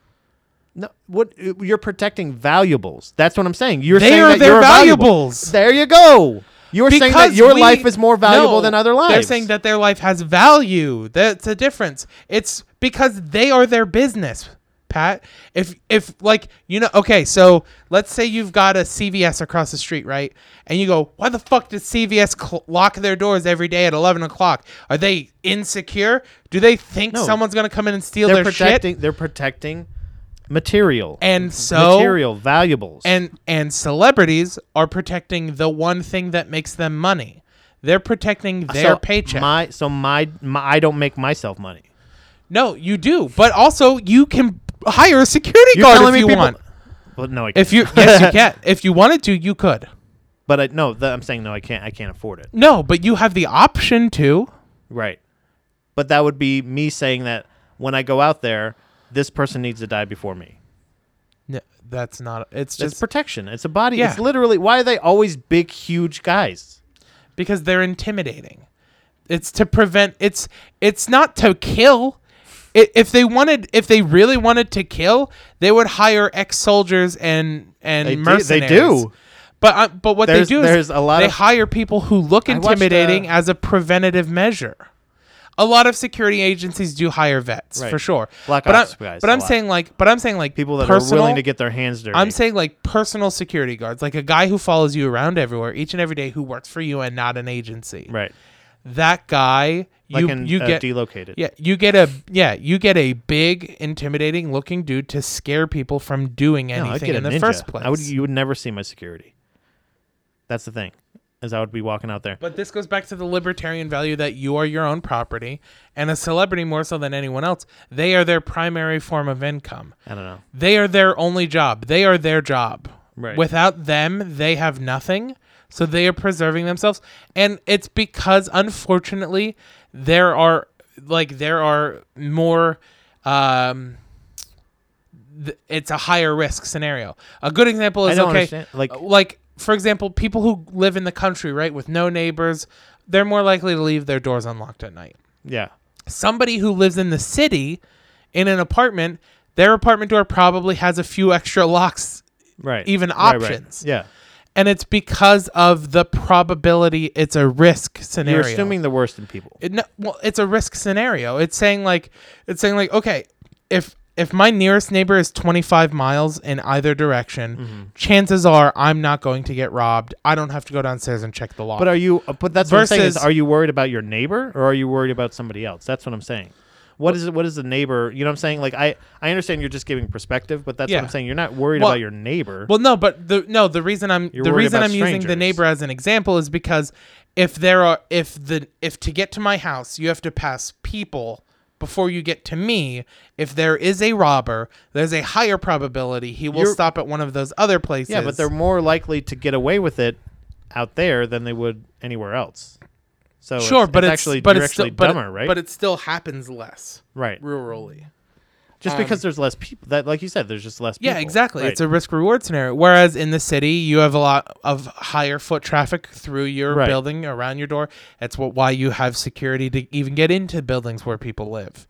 Speaker 2: No, what you're protecting valuables. That's what I'm saying. You're
Speaker 1: They
Speaker 2: saying
Speaker 1: are
Speaker 2: that
Speaker 1: their
Speaker 2: you're valuable.
Speaker 1: valuables.
Speaker 2: There you go. You're saying that your
Speaker 1: we-
Speaker 2: life is more valuable
Speaker 1: No,
Speaker 2: than other lives.
Speaker 1: They're saying that their life has value. That's a difference. It's because they are their business, Pat. If if like you know, okay, so let's say you've got a CVS across the street, right? And you go, why the fuck does CVS cl- lock their doors every day at eleven o'clock? Are they insecure? Do they think
Speaker 2: No.
Speaker 1: someone's gonna come in and steal
Speaker 2: they're
Speaker 1: their shit?
Speaker 2: protecting. They're protecting material
Speaker 1: And so
Speaker 2: material valuables.
Speaker 1: and and celebrities are protecting the one thing that makes them money. They're protecting their
Speaker 2: Uh, so
Speaker 1: paycheck.
Speaker 2: My so my, my I don't make myself money.
Speaker 1: no, you do, but also you can hire a security guard if you want.
Speaker 2: Well, no, I can't.
Speaker 1: If you yes, you can. If you wanted to, you could.
Speaker 2: but I, no, that, I'm saying no. I can't. I can't afford it.
Speaker 1: No, but you have the option to.
Speaker 2: Right. But that would be me saying that when I go out there, this person needs to die before me.
Speaker 1: No, that's not. It's
Speaker 2: It's
Speaker 1: just
Speaker 2: protection. It's a body. It's
Speaker 1: Yeah.
Speaker 2: literally why are they always big, huge guys?
Speaker 1: because they're intimidating. It's to prevent. It's it's not to kill. I if they wanted, if they really wanted to kill, they would hire ex soldiers and and
Speaker 2: They do- they
Speaker 1: mercenaries.
Speaker 2: do.
Speaker 1: But uh, but what
Speaker 2: There's-
Speaker 1: they do is
Speaker 2: there's a lot
Speaker 1: they
Speaker 2: of-
Speaker 1: hire people who look
Speaker 2: watched,
Speaker 1: intimidating
Speaker 2: uh,
Speaker 1: as a preventative measure. a lot of security agencies do hire vets
Speaker 2: Right.
Speaker 1: for sure.
Speaker 2: Black
Speaker 1: but
Speaker 2: Ops
Speaker 1: I'm,
Speaker 2: guys
Speaker 1: but
Speaker 2: a
Speaker 1: I'm
Speaker 2: lot.
Speaker 1: saying like, but I'm saying like
Speaker 2: People that
Speaker 1: personal,
Speaker 2: are willing to get their hands dirty.
Speaker 1: I'm saying like personal security guards, like a guy who follows you around everywhere each and every day who works for you and not an agency.
Speaker 2: right.
Speaker 1: That guy,
Speaker 2: Like
Speaker 1: you
Speaker 2: in,
Speaker 1: you
Speaker 2: uh,
Speaker 1: get
Speaker 2: delocated.
Speaker 1: yeah, you get a yeah, you get a big intimidating looking dude to scare people from doing
Speaker 2: No, I'd
Speaker 1: anything
Speaker 2: get a
Speaker 1: in the
Speaker 2: ninja.
Speaker 1: first place.
Speaker 2: I would. You would never see my security. That's the thing, is I would be walking out there.
Speaker 1: But this goes back to the libertarian value that you are your own property, and a celebrity more so than anyone else, they are their primary form of income.
Speaker 2: I don't know.
Speaker 1: They are their only job. They are their job.
Speaker 2: Right.
Speaker 1: Without them, they have nothing. So they are preserving themselves. And it's because unfortunately there are like there are more um th- it's a higher risk scenario. A good example
Speaker 2: I
Speaker 1: is
Speaker 2: don't
Speaker 1: okay uh,
Speaker 2: understand. Like
Speaker 1: like for example people who live in the country right with no neighbors they're more likely to leave their doors unlocked at night
Speaker 2: yeah,
Speaker 1: somebody who lives in the city in an apartment their apartment door probably has a few extra locks
Speaker 2: right.
Speaker 1: even
Speaker 2: Right, right.
Speaker 1: options.
Speaker 2: Yeah.
Speaker 1: and it's because of the probability it's a risk scenario
Speaker 2: You're assuming the worst in people.
Speaker 1: it, no, well, it's a risk scenario. It's saying like it's saying like okay, if if my nearest neighbor is 25 miles in either direction,
Speaker 2: Mm-hmm.
Speaker 1: chances are I'm not going to get robbed. I don't have to go downstairs and check the law.
Speaker 2: But are you? uh, But that's what I'm saying. Is
Speaker 1: Versus-
Speaker 2: are you worried about your neighbor or are you worried about somebody else? That's what I'm saying. What is it? What is the neighbor? You know what I'm saying? Like I, I understand you're just giving perspective, but that's
Speaker 1: Yeah.
Speaker 2: what I'm saying. You're not worried
Speaker 1: Well-
Speaker 2: about your neighbor.
Speaker 1: well, no, but the no, the reason I'm
Speaker 2: You're
Speaker 1: the
Speaker 2: worried
Speaker 1: reason
Speaker 2: about
Speaker 1: I'm using the
Speaker 2: strangers.
Speaker 1: neighbor as an example is because if there are if the if to get to my house, you have to pass people before you get to me, if there is a robber, there's a higher probability he will
Speaker 2: You're-
Speaker 1: stop at one of those other places.
Speaker 2: yeah, but they're more likely to get away with it out there than they would anywhere else. So
Speaker 1: sure,
Speaker 2: it's,
Speaker 1: but
Speaker 2: it's
Speaker 1: it's
Speaker 2: actually
Speaker 1: but
Speaker 2: you're
Speaker 1: it's still-
Speaker 2: actually
Speaker 1: but it-
Speaker 2: dumber, right?
Speaker 1: But it still happens less
Speaker 2: right.
Speaker 1: rurally.
Speaker 2: Just because there's less people, that like you said, there's just less.
Speaker 1: Um, Yeah,
Speaker 2: people.
Speaker 1: exactly.
Speaker 2: Right.
Speaker 1: It's a risk reward scenario. Whereas in the city, you have a lot of higher foot traffic through your
Speaker 2: Right.
Speaker 1: building, around your door. That's what why you have security to even get into buildings where people live.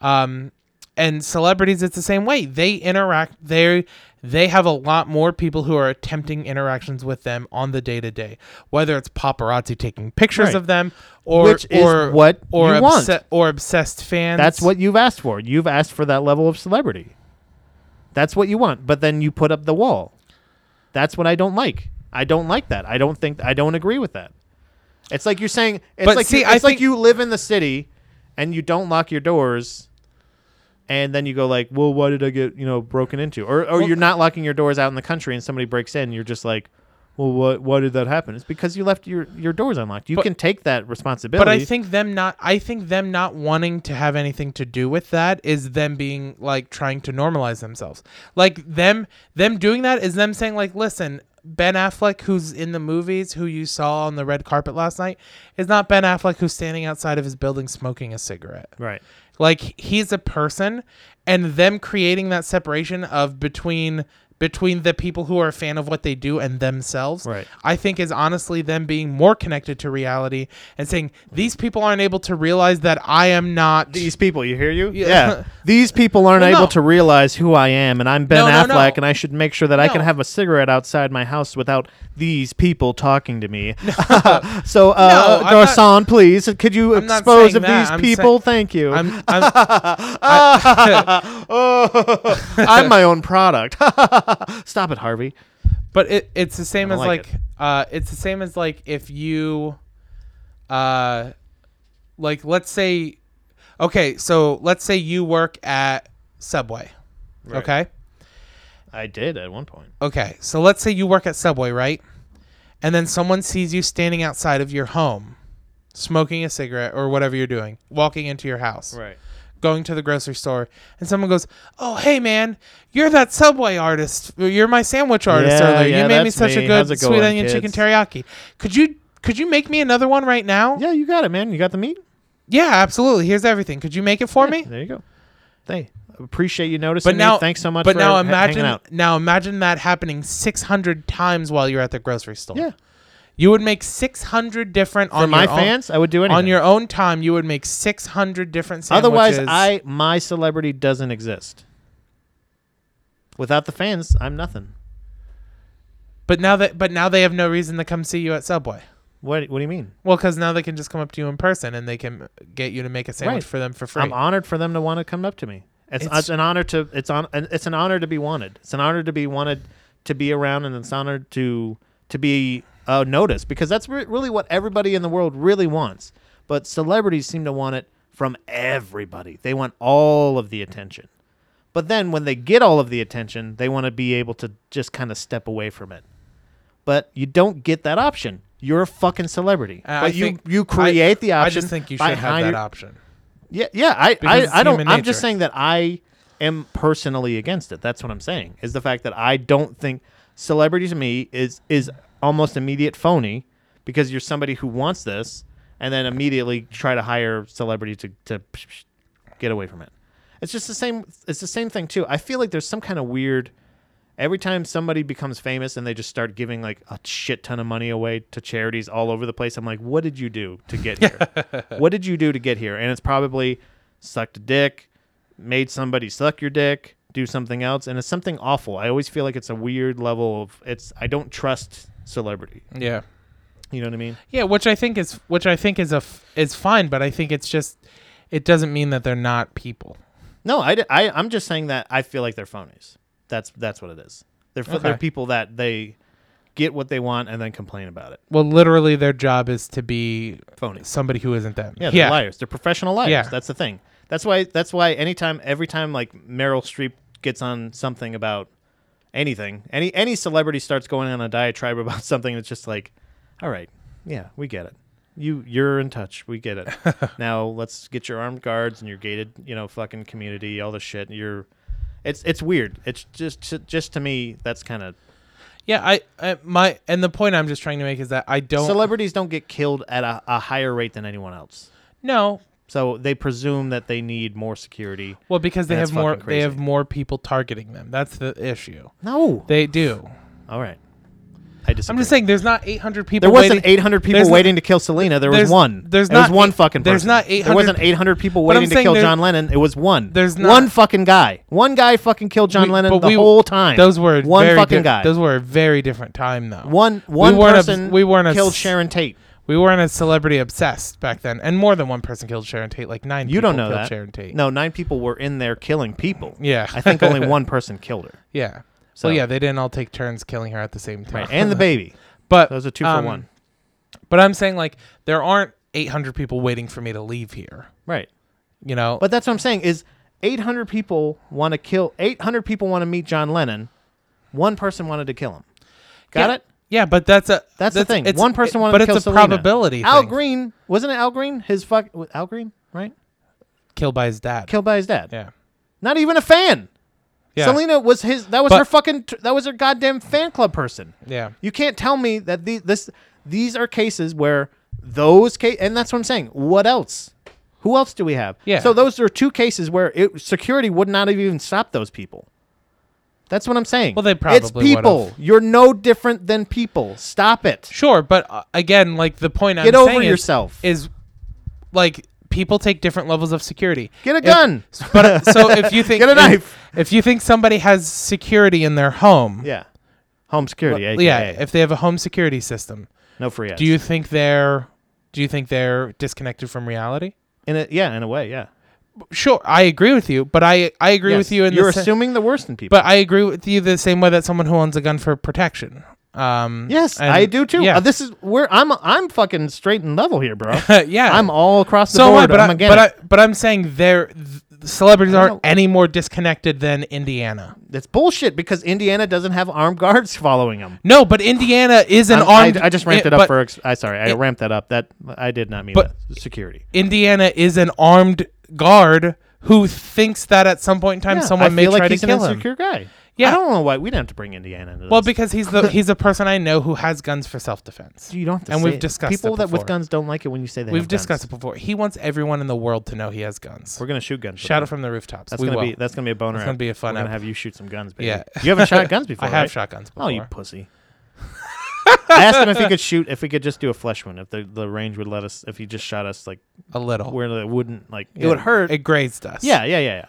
Speaker 1: Um, and celebrities, it's the same way. They interact. They they have a lot more people who are attempting interactions with them on the day to day. Whether it's paparazzi taking pictures
Speaker 2: Right.
Speaker 1: of them, or
Speaker 2: Which is
Speaker 1: or
Speaker 2: what
Speaker 1: or
Speaker 2: you want.
Speaker 1: or obsessed fans.
Speaker 2: That's what you've asked for. You've asked for that level of celebrity. That's what you want, but then you put up the wall. That's what I don't like. I don't like that. I don't think I don't agree with that. It's like you're saying it's
Speaker 1: But
Speaker 2: like
Speaker 1: see,
Speaker 2: you,
Speaker 1: I
Speaker 2: it's like
Speaker 1: think-
Speaker 2: you live in the city and you don't lock your doors and then you go like, "Well, why did I get, you know, broken into?" Or or you're not locking your doors out in the country and somebody breaks in, you're just like, "Well, what why did that happen?" It's because you left your your doors unlocked. You
Speaker 1: But-
Speaker 2: can take that responsibility.
Speaker 1: But I think them not I think them not wanting to have anything to do with that is them being like trying to normalize themselves. Like them them doing that is them saying like listen, Ben Affleck who's in the movies who you saw on the red carpet last night is not Ben Affleck who's standing outside of his building smoking a cigarette.
Speaker 2: right.
Speaker 1: Like he's a person and them creating that separation of between between the people who are a fan of what they do and themselves.
Speaker 2: Right.
Speaker 1: I think is honestly them being more connected to reality and saying these people aren't able to realize that I am not
Speaker 2: these people. You hear you?
Speaker 1: Yeah.
Speaker 2: Yeah. These people aren't
Speaker 1: Well, no.
Speaker 2: able to realize who I am, and I'm Ben
Speaker 1: No, no,
Speaker 2: Affleck,
Speaker 1: no.
Speaker 2: and I should make sure that I can
Speaker 1: No.
Speaker 2: have a cigarette outside my house without these people talking to me. so,
Speaker 1: No,
Speaker 2: uh,
Speaker 1: I'm not-
Speaker 2: Garcon, please, could you
Speaker 1: I'm not
Speaker 2: expose
Speaker 1: saying
Speaker 2: of
Speaker 1: that.
Speaker 2: these
Speaker 1: I'm
Speaker 2: people? Thank you. I'm,
Speaker 1: I'm, I'm
Speaker 2: my own product. Stop it, Harvey.
Speaker 1: but it, it's the same as
Speaker 2: don't
Speaker 1: like,
Speaker 2: like
Speaker 1: uh it's the same as like if you uh like let's say okay, so let's say you work at Subway.
Speaker 2: Right.
Speaker 1: Okay?
Speaker 2: I did at one point.
Speaker 1: Okay, so let's say you work at Subway, right? And then someone sees you standing outside of your home, smoking a cigarette or whatever you're doing, walking into your house,
Speaker 2: Right.
Speaker 1: going to the grocery store, and someone goes, "Oh, hey man, you're that Subway artist. or You're my sandwich artist
Speaker 2: Yeah,
Speaker 1: earlier.
Speaker 2: yeah,
Speaker 1: you made me
Speaker 2: that's
Speaker 1: such a
Speaker 2: me.
Speaker 1: good
Speaker 2: How's it
Speaker 1: sweet
Speaker 2: going,
Speaker 1: onion chicken
Speaker 2: kids?"
Speaker 1: teriyaki. Could you could you make me another one right now?
Speaker 2: Yeah, you got it, man. You got the meat.
Speaker 1: Yeah, absolutely. Here's everything. Could you make it for me?"
Speaker 2: There you go. Hey, appreciate you noticing.
Speaker 1: But now,
Speaker 2: me. thanks so much.
Speaker 1: But
Speaker 2: for
Speaker 1: now
Speaker 2: ha-
Speaker 1: imagine
Speaker 2: hanging out.
Speaker 1: now imagine that happening 600 times while you're at the grocery store.
Speaker 2: Yeah.
Speaker 1: You would make 600 different
Speaker 2: For
Speaker 1: on
Speaker 2: my
Speaker 1: your own-
Speaker 2: fans, I would do anything.
Speaker 1: on your own time. You would make 600 different sandwiches.
Speaker 2: Otherwise, I my celebrity doesn't exist. Without the fans, I'm nothing.
Speaker 1: But now that but now they have no reason to come see you at Subway.
Speaker 2: What What do you mean?
Speaker 1: Well, because now they can just come up to you in person and they can get you to make a sandwich
Speaker 2: Right.
Speaker 1: for them for free.
Speaker 2: I'm honored for them to want to come up to me. It's,
Speaker 1: It's-
Speaker 2: it's an honor to it's on it's an honor to be wanted. It's an honor to be wanted to be around, and it's an honor to to be uh, noticed because that's re- really what everybody in the world really wants. But celebrities seem to want it from everybody. They want all of the attention. But then when they get all of the attention, they want to be able to just kind of step away from it. But you don't get that option. You're a fucking celebrity.
Speaker 1: And I
Speaker 2: but you
Speaker 1: think-
Speaker 2: you create the
Speaker 1: I
Speaker 2: option.
Speaker 1: just think you should
Speaker 2: by
Speaker 1: have
Speaker 2: hire-
Speaker 1: that option.
Speaker 2: yeah, yeah. I,
Speaker 1: Because it's
Speaker 2: I, I don't.
Speaker 1: human
Speaker 2: I'm
Speaker 1: nature.
Speaker 2: just saying that I am personally against it. That's what I'm saying. Is the fact that I don't think celebrity to me is is almost immediate phony because you're somebody who wants this and then immediately try to hire celebrity to to psh, psh, get away from it. It's just the same. It's the same thing too. I feel like there's some kind of weird. Every time somebody becomes famous and they just start giving like a shit ton of money away to charities all over the place, I'm like, what did you do to get here? what did you do to get here? And it's probably sucked a dick, made somebody suck your dick, do something else, and it's something awful. I always feel like it's a weird level of it's. I don't trust celebrity.
Speaker 1: Yeah.
Speaker 2: You know what I mean?
Speaker 1: Yeah, which I think is which I think is a f- is fine, but I think it's just it doesn't mean that they're not people.
Speaker 2: No, I, I am just saying that I feel like they're phonies. That's that's what it is. They're ph- they're
Speaker 1: Okay.
Speaker 2: people that they get what they want and then complain about it.
Speaker 1: Well, literally, their job is to be
Speaker 2: Phonies.
Speaker 1: somebody who isn't them.
Speaker 2: Yeah, they're liars. They're professional liars.
Speaker 1: Yeah.
Speaker 2: That's the thing. That's why that's why anytime every time like Meryl Streep gets on something about anything, any any celebrity starts going on a diatribe about something it's just like, All right, yeah, we get it. You you're in touch. We get it. now let's get your armed guards and your gated, you know, fucking community, all this shit. You're it's it's weird. It's just just to me that's kind of
Speaker 1: Yeah, I, I my and the point I'm just trying to make is that I don't
Speaker 2: celebrities don't get killed at a, a higher rate than anyone else.
Speaker 1: no.
Speaker 2: So they presume that they need more security.
Speaker 1: Well, because they
Speaker 2: That's
Speaker 1: have more
Speaker 2: fucking
Speaker 1: they have
Speaker 2: crazy.
Speaker 1: more people targeting them. That's the issue.
Speaker 2: No.
Speaker 1: They do.
Speaker 2: All right. I disagree.
Speaker 1: I'm just saying, there's not 800 people.
Speaker 2: There wasn't
Speaker 1: waiting-
Speaker 2: 800
Speaker 1: there's
Speaker 2: people
Speaker 1: not-
Speaker 2: waiting to kill Selena. There was
Speaker 1: there's-
Speaker 2: one.
Speaker 1: there's
Speaker 2: it was
Speaker 1: not
Speaker 2: one
Speaker 1: eight-
Speaker 2: fucking.
Speaker 1: there's
Speaker 2: person.
Speaker 1: not
Speaker 2: There
Speaker 1: 800
Speaker 2: wasn't 800 people
Speaker 1: But I'm
Speaker 2: waiting to
Speaker 1: saying
Speaker 2: kill
Speaker 1: there-
Speaker 2: John Lennon. It was one.
Speaker 1: There's not-
Speaker 2: one fucking guy. One guy fucking killed John
Speaker 1: we-
Speaker 2: Lennon
Speaker 1: but
Speaker 2: the
Speaker 1: we-
Speaker 2: whole time.
Speaker 1: Those were
Speaker 2: one
Speaker 1: very
Speaker 2: fucking
Speaker 1: di-
Speaker 2: guy.
Speaker 1: Those were a very different time, though.
Speaker 2: one one
Speaker 1: weren't obs-
Speaker 2: person.
Speaker 1: we weren't
Speaker 2: killed
Speaker 1: obs-
Speaker 2: Sharon Tate.
Speaker 1: We weren't as celebrity obsessed back then, and more than one person killed Sharon Tate. Like nine.
Speaker 2: You
Speaker 1: people
Speaker 2: don't know
Speaker 1: killed
Speaker 2: that.
Speaker 1: Sharon Tate.
Speaker 2: No, nine people were in there killing people.
Speaker 1: Yeah.
Speaker 2: I think only one person killed her.
Speaker 1: Yeah.
Speaker 2: So-
Speaker 1: well, yeah, they didn't all take turns killing her at the same time.
Speaker 2: Right. And the baby.
Speaker 1: but
Speaker 2: Those are two for
Speaker 1: um,
Speaker 2: one.
Speaker 1: But I'm saying like there aren't 800 people waiting for me to leave here.
Speaker 2: Right.
Speaker 1: You know.
Speaker 2: But that's what I'm saying is 800 people want to kill 800 people want to meet John Lennon. One person wanted to kill him. Got
Speaker 1: yeah,
Speaker 2: it?
Speaker 1: Yeah, but that's a
Speaker 2: That's, the thing.
Speaker 1: it's-
Speaker 2: One person
Speaker 1: it-
Speaker 2: wanted
Speaker 1: but
Speaker 2: to kill
Speaker 1: it's a
Speaker 2: Selena.
Speaker 1: probability.
Speaker 2: Al
Speaker 1: thing.
Speaker 2: Green wasn't it Al Green? His fuck was Al Green, right?
Speaker 1: killed by his dad.
Speaker 2: Killed by his dad.
Speaker 1: yeah.
Speaker 2: Not even a fan.
Speaker 1: Yeah.
Speaker 2: Selena was his. That was
Speaker 1: But-
Speaker 2: her fucking. t- That was her goddamn fan club person.
Speaker 1: Yeah.
Speaker 2: You can't tell me that the, this these are cases where those case and that's what I'm saying. What else? Who else do we have?
Speaker 1: Yeah.
Speaker 2: So those are two cases where it, security would not have even stopped those people. That's what I'm saying.
Speaker 1: Well, they
Speaker 2: it's
Speaker 1: probably would've.
Speaker 2: people. You're no different than people. Stop it.
Speaker 1: Sure, but uh, again, like the point I'm
Speaker 2: Get over
Speaker 1: saying is-
Speaker 2: yourself.
Speaker 1: is, like people take different levels of security.
Speaker 2: Get a
Speaker 1: If-
Speaker 2: gun.
Speaker 1: but uh, so if you think
Speaker 2: Get a
Speaker 1: if-
Speaker 2: knife.
Speaker 1: If, you think somebody has security in their home,
Speaker 2: Yeah. Home security.
Speaker 1: yeah,
Speaker 2: AKA.
Speaker 1: if they have a home security system,
Speaker 2: no free ads.
Speaker 1: do you think they're do you think they're disconnected from reality?
Speaker 2: In a, yeah, in a way, yeah.
Speaker 1: Sure, I agree with you, but I I agree with you in
Speaker 2: You're
Speaker 1: the se-
Speaker 2: assuming the worst in people.
Speaker 1: but I agree with you the same way that someone who owns a gun for protection. Um,
Speaker 2: yes,
Speaker 1: and-
Speaker 2: I do too.
Speaker 1: Yeah,
Speaker 2: Uh, this is where I'm. I'm fucking straight and level here, bro.
Speaker 1: yeah.
Speaker 2: I'm all across the
Speaker 1: so am I,
Speaker 2: board.
Speaker 1: but
Speaker 2: I'm
Speaker 1: I,
Speaker 2: again.
Speaker 1: but I, but I'm saying they're th- celebrities
Speaker 2: I
Speaker 1: aren't
Speaker 2: know.
Speaker 1: any more disconnected than Indiana.
Speaker 2: That's bullshit because Indiana doesn't have armed guards following them.
Speaker 1: No, but Indiana is an
Speaker 2: I,
Speaker 1: armed.
Speaker 2: I just ramped
Speaker 1: i-
Speaker 2: it up
Speaker 1: but
Speaker 2: for. Ex- I sorry, I
Speaker 1: it-
Speaker 2: ramped that up. That I did not mean
Speaker 1: But-
Speaker 2: that. security.
Speaker 1: Indiana is an armed guard who thinks that at some point in time
Speaker 2: Yeah,
Speaker 1: someone
Speaker 2: I
Speaker 1: may
Speaker 2: feel
Speaker 1: try
Speaker 2: like
Speaker 1: to
Speaker 2: he's
Speaker 1: kill
Speaker 2: an
Speaker 1: him.
Speaker 2: insecure guy.
Speaker 1: Yeah.
Speaker 2: I don't know why we didn't have to bring Indiana into
Speaker 1: Well,
Speaker 2: this.
Speaker 1: because he's the he's a person I know who has guns for self defense.
Speaker 2: you don't have to.
Speaker 1: and
Speaker 2: say
Speaker 1: we've
Speaker 2: it.
Speaker 1: discussed
Speaker 2: people
Speaker 1: it
Speaker 2: that with
Speaker 1: before.
Speaker 2: guns don't like it when you say that.
Speaker 1: We've discussed it before. He wants everyone in the world to know he has guns.
Speaker 2: We're gonna shoot guns. with
Speaker 1: Shout it
Speaker 2: them.
Speaker 1: from the rooftops.
Speaker 2: That's
Speaker 1: we
Speaker 2: gonna
Speaker 1: will.
Speaker 2: be that's gonna be a boner.
Speaker 1: It's gonna
Speaker 2: app.
Speaker 1: be a fun
Speaker 2: We're
Speaker 1: app.
Speaker 2: gonna have you shoot some guns, baby.
Speaker 1: Yeah.
Speaker 2: you haven't shot guns before.
Speaker 1: I have
Speaker 2: right?
Speaker 1: shot guns before.
Speaker 2: Oh, you pussy. I asked him if he could shoot, if we could just do a flesh one, if the, the range would let us, if he just shot us like
Speaker 1: a little.
Speaker 2: where it wouldn't like,
Speaker 1: Yeah.
Speaker 2: it would hurt.
Speaker 1: It grazed us.
Speaker 2: yeah, yeah, yeah, yeah.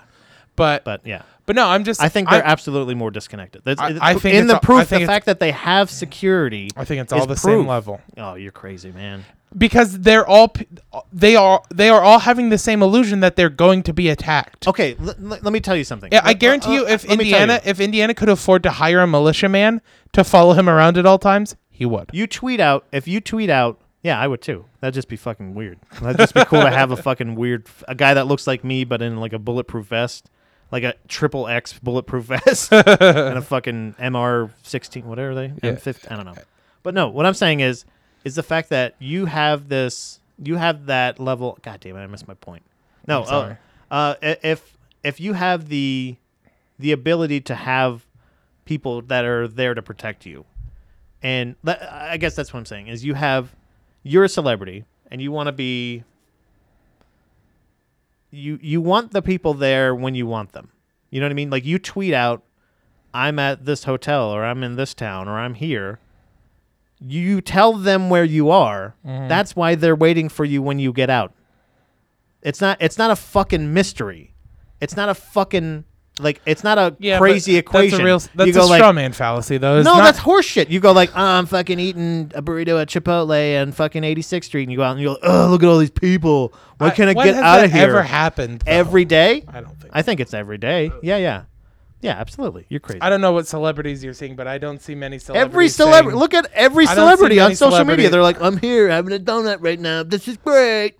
Speaker 1: But but,
Speaker 2: But yeah,
Speaker 1: no, I'm just
Speaker 2: I think
Speaker 1: I,
Speaker 2: they're absolutely more disconnected. That's,
Speaker 1: I- I think
Speaker 2: in
Speaker 1: it's
Speaker 2: the
Speaker 1: all- I
Speaker 2: proof,
Speaker 1: think
Speaker 2: the
Speaker 1: it's-
Speaker 2: fact that they have security.
Speaker 1: I think it's
Speaker 2: is
Speaker 1: all the
Speaker 2: proof.
Speaker 1: same level
Speaker 2: Oh, you're crazy, man.
Speaker 1: because they're all p- they are they are all having the same illusion that they're going to be attacked.
Speaker 2: Okay, l- l- let me tell you something.
Speaker 1: Yeah, I
Speaker 2: Let-
Speaker 1: guarantee you,
Speaker 2: uh, uh,
Speaker 1: if
Speaker 2: let me tell
Speaker 1: Indiana if Indiana could afford to hire a militiaman to follow him around at all times, he would.
Speaker 2: you tweet out if you tweet out yeah i would too that'd just be fucking weird that'd just be cool to have a fucking weird a guy that looks like me but in like a bulletproof vest like a triple x bulletproof vest and a fucking mr16 whatever they
Speaker 1: Yeah.
Speaker 2: m50 i don't know but no what i'm saying is is the fact that you have this you have that level god damn it i missed my point no
Speaker 1: I'm sorry.
Speaker 2: Uh, uh i- if if you have the the ability to have people that are there to protect you and tha- I guess that's what I'm saying is you have you're a celebrity and you want to be you you want the people there when you want them. You know what I mean? Like you tweet out I'm at this hotel or I'm in this town or I'm here. You tell them where you are.
Speaker 1: Mm-hmm.
Speaker 2: That's why they're waiting for you when you get out. It's not it's not a fucking mystery. It's not a fucking like it's not a
Speaker 1: Yeah, but
Speaker 2: crazy equation.
Speaker 1: That's a real that's
Speaker 2: you
Speaker 1: a
Speaker 2: go like,
Speaker 1: straw man fallacy though. It's
Speaker 2: no,
Speaker 1: not-
Speaker 2: that's horseshit. You go like, oh, I'm fucking eating a burrito at Chipotle and fucking 86th Street, and you go out and you go, oh, look at all these people. Why
Speaker 1: I-
Speaker 2: can't I,
Speaker 1: when
Speaker 2: get
Speaker 1: has
Speaker 2: out
Speaker 1: that
Speaker 2: of here?
Speaker 1: Ever happened? though?
Speaker 2: every day?
Speaker 1: I don't think.
Speaker 2: I think it's every day. Yeah, yeah, yeah. Absolutely, you're crazy.
Speaker 1: I don't know what celebrities you're seeing, but I don't see many celebrities.
Speaker 2: Every
Speaker 1: saying-
Speaker 2: celebrity, look at every
Speaker 1: I don't see
Speaker 2: celebrity on
Speaker 1: many
Speaker 2: social media.
Speaker 1: celebrities-
Speaker 2: They're like, I'm here having a donut right now. This is great.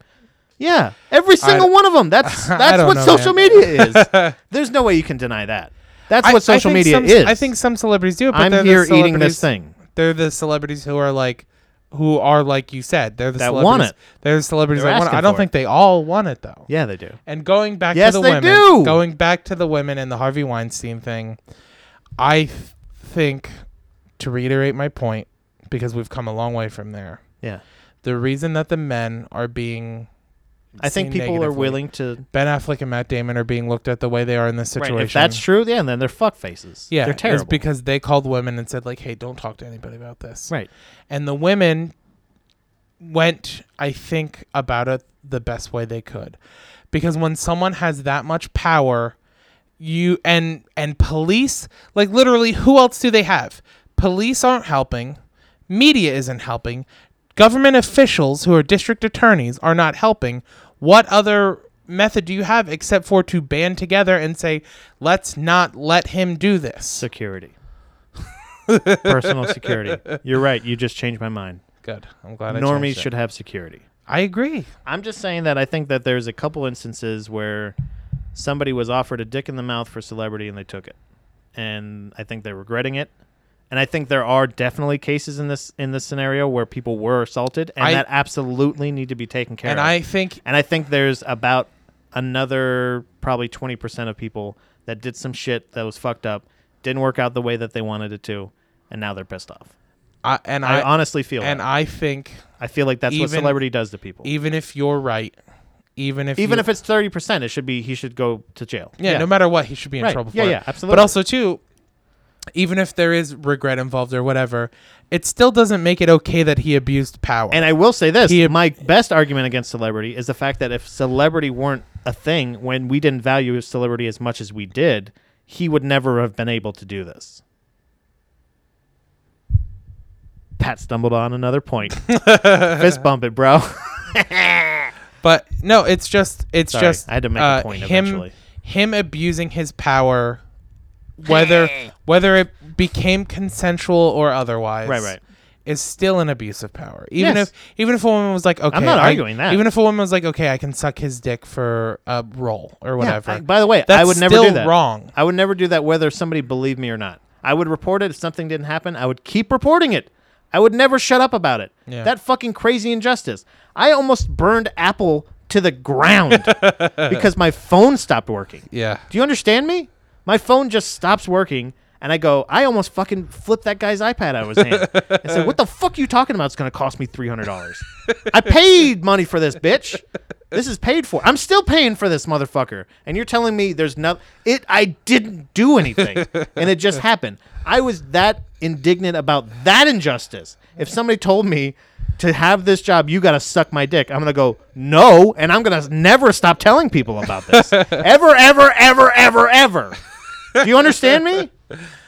Speaker 2: Yeah, every single
Speaker 1: d-
Speaker 2: one of them. That's
Speaker 1: I
Speaker 2: that's
Speaker 1: don't
Speaker 2: what
Speaker 1: know,
Speaker 2: social
Speaker 1: man.
Speaker 2: media is. There's no way you can deny that. That's
Speaker 1: I-
Speaker 2: what
Speaker 1: I
Speaker 2: social
Speaker 1: think
Speaker 2: media
Speaker 1: some-
Speaker 2: is.
Speaker 1: I think some celebrities do. it, But they're
Speaker 2: I'm
Speaker 1: the
Speaker 2: here eating
Speaker 1: celebrities-
Speaker 2: this thing.
Speaker 1: They're the celebrities who are like, who are like you said. They're the
Speaker 2: That
Speaker 1: celebrities.
Speaker 2: want it.
Speaker 1: They're the celebrities
Speaker 2: They're
Speaker 1: that want it.
Speaker 2: asking
Speaker 1: I don't
Speaker 2: for
Speaker 1: think they all want it though.
Speaker 2: Yeah, they do.
Speaker 1: And going back
Speaker 2: Yes,
Speaker 1: to the
Speaker 2: they
Speaker 1: women,
Speaker 2: do.
Speaker 1: going back to the women and the Harvey Weinstein thing, I th- think to reiterate my point because we've come a long way from there.
Speaker 2: Yeah.
Speaker 1: The reason that the men are being
Speaker 2: I think
Speaker 1: seen
Speaker 2: people are
Speaker 1: negatively-
Speaker 2: willing to.
Speaker 1: Ben Affleck and Matt Damon are being looked at the way they are in this situation.
Speaker 2: Right, if that's true, yeah, then they're fuck faces.
Speaker 1: yeah,
Speaker 2: they're terrible.
Speaker 1: It's because they called women and said like, "Hey, don't talk to anybody about this."
Speaker 2: right.
Speaker 1: And the women went, I think, about it the best way they could, because when someone has that much power, you and and police, like literally, who else do they have? Police aren't helping. Media isn't helping. Government officials who are district attorneys are not helping. What other method do you have except for to band together and say, let's not let him do this?
Speaker 2: Security. Personal security. You're right. You just changed my mind.
Speaker 1: Good. I'm glad I
Speaker 2: Normies
Speaker 1: changed it.
Speaker 2: should have security.
Speaker 1: I agree.
Speaker 2: I'm just saying that I think that there's a couple instances where somebody was offered a dick in the mouth for celebrity and they took it. And I think they're regretting it. And I think there are definitely cases in this in this scenario where people were assaulted and
Speaker 1: I-
Speaker 2: that absolutely need to be taken care
Speaker 1: And
Speaker 2: of.
Speaker 1: I think
Speaker 2: And I think there's about another probably 20% of people that did some shit that was fucked up, didn't work out the way that they wanted it to, and now they're pissed off.
Speaker 1: I and
Speaker 2: I,
Speaker 1: I,
Speaker 2: honestly feel
Speaker 1: and
Speaker 2: that.
Speaker 1: I think
Speaker 2: I feel like that's what
Speaker 1: even-
Speaker 2: celebrity does to people.
Speaker 1: even if you're right, even if you-
Speaker 2: Even if it's 30%, it should be he should go to jail.
Speaker 1: yeah, no matter what, he should be in
Speaker 2: Right.
Speaker 1: trouble.
Speaker 2: Yeah,
Speaker 1: for
Speaker 2: yeah,
Speaker 1: it. But
Speaker 2: absolutely.
Speaker 1: also too, even if there is regret involved or whatever, it still doesn't make it okay that he abused power.
Speaker 2: And I will say this:
Speaker 1: He-
Speaker 2: my best argument against celebrity is the fact that if celebrity weren't a thing, when we didn't value celebrity as much as we did, he would never have been able to do this. Pat stumbled on another point. Fist bump it, bro.
Speaker 1: but no, it's just it's
Speaker 2: Sorry,
Speaker 1: just
Speaker 2: I had to make a
Speaker 1: uh,
Speaker 2: point
Speaker 1: him
Speaker 2: eventually.
Speaker 1: him abusing his power, whether whether it became consensual or otherwise.
Speaker 2: Right, right.
Speaker 1: Is still an abuse of power. Even
Speaker 2: Yes.
Speaker 1: if even if a woman was like, okay,
Speaker 2: not
Speaker 1: I-
Speaker 2: arguing that.
Speaker 1: Even if a woman was like, okay, I can suck his dick for a roll or whatever.
Speaker 2: I- by the way, I
Speaker 1: That's
Speaker 2: would never
Speaker 1: still
Speaker 2: do that.
Speaker 1: wrong.
Speaker 2: I would never do that whether somebody believed me or not. I would report it if something didn't happen. I would keep reporting it. I would never shut up about it.
Speaker 1: Yeah.
Speaker 2: That fucking crazy injustice. I almost burned Apple to the ground because my phone stopped working.
Speaker 1: yeah.
Speaker 2: Do you understand me? My phone just stops working, and I go, I almost fucking flipped that guy's iPad out of his hand. and said, What the fuck you talking about? It's going to cost me $300. I paid money for this, bitch. This is paid for. I'm still paying for this motherfucker. And you're telling me there's no it I didn't do anything. and it just happened. I was that indignant about that injustice. If somebody told me to have this job, you got to suck my dick. I'm going to go, no. And I'm going to never stop telling people about this. ever, ever, ever, ever, ever. Do you understand me?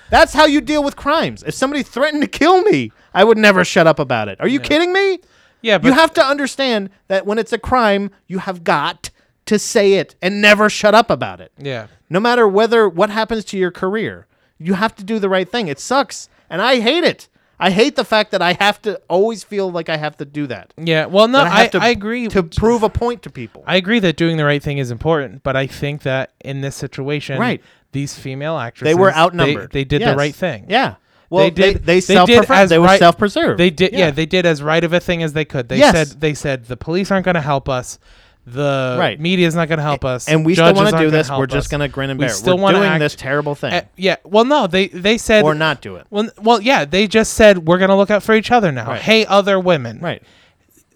Speaker 2: That's how you deal with crimes. If somebody threatened to kill me, I would never shut up about it. Are you kidding me?
Speaker 1: Yeah, but
Speaker 2: you have to understand that when it's a crime, you have got to say it and never shut up about it.
Speaker 1: yeah,
Speaker 2: No matter whether what happens to your career, you have to do the right thing. It sucks, and I hate it. I hate the fact that I have to always feel like I have to do that.
Speaker 1: yeah. Well, no,
Speaker 2: That
Speaker 1: I, I,
Speaker 2: have to,
Speaker 1: agree.
Speaker 2: to prove a point to people.
Speaker 1: I agree that doing the right thing is important, but I think that in this situation,
Speaker 2: Right.
Speaker 1: these female actresses
Speaker 2: they were outnumbered.
Speaker 1: They, did
Speaker 2: Yes.
Speaker 1: the right thing.
Speaker 2: Yeah. Well, they
Speaker 1: did-
Speaker 2: They,
Speaker 1: they
Speaker 2: self
Speaker 1: did as
Speaker 2: They were
Speaker 1: right-
Speaker 2: self preserved.
Speaker 1: They did. Yeah. they did as right of a thing as they could. They
Speaker 2: Yes.
Speaker 1: said they said the police aren't going to help us. The
Speaker 2: Right.
Speaker 1: media is not going to help us,
Speaker 2: and we still
Speaker 1: judges
Speaker 2: want to
Speaker 1: aren't
Speaker 2: do
Speaker 1: gonna
Speaker 2: this. We're
Speaker 1: help
Speaker 2: just
Speaker 1: us.
Speaker 2: going to grin and
Speaker 1: We
Speaker 2: bear.
Speaker 1: still
Speaker 2: we're
Speaker 1: wanna
Speaker 2: doing
Speaker 1: act-
Speaker 2: this terrible thing,
Speaker 1: Uh, yeah. Well, no, they they said
Speaker 2: or not do it.
Speaker 1: Well, n- well, yeah, they just said we're going to look out for each other now.
Speaker 2: Right.
Speaker 1: Hey, other women.
Speaker 2: Right.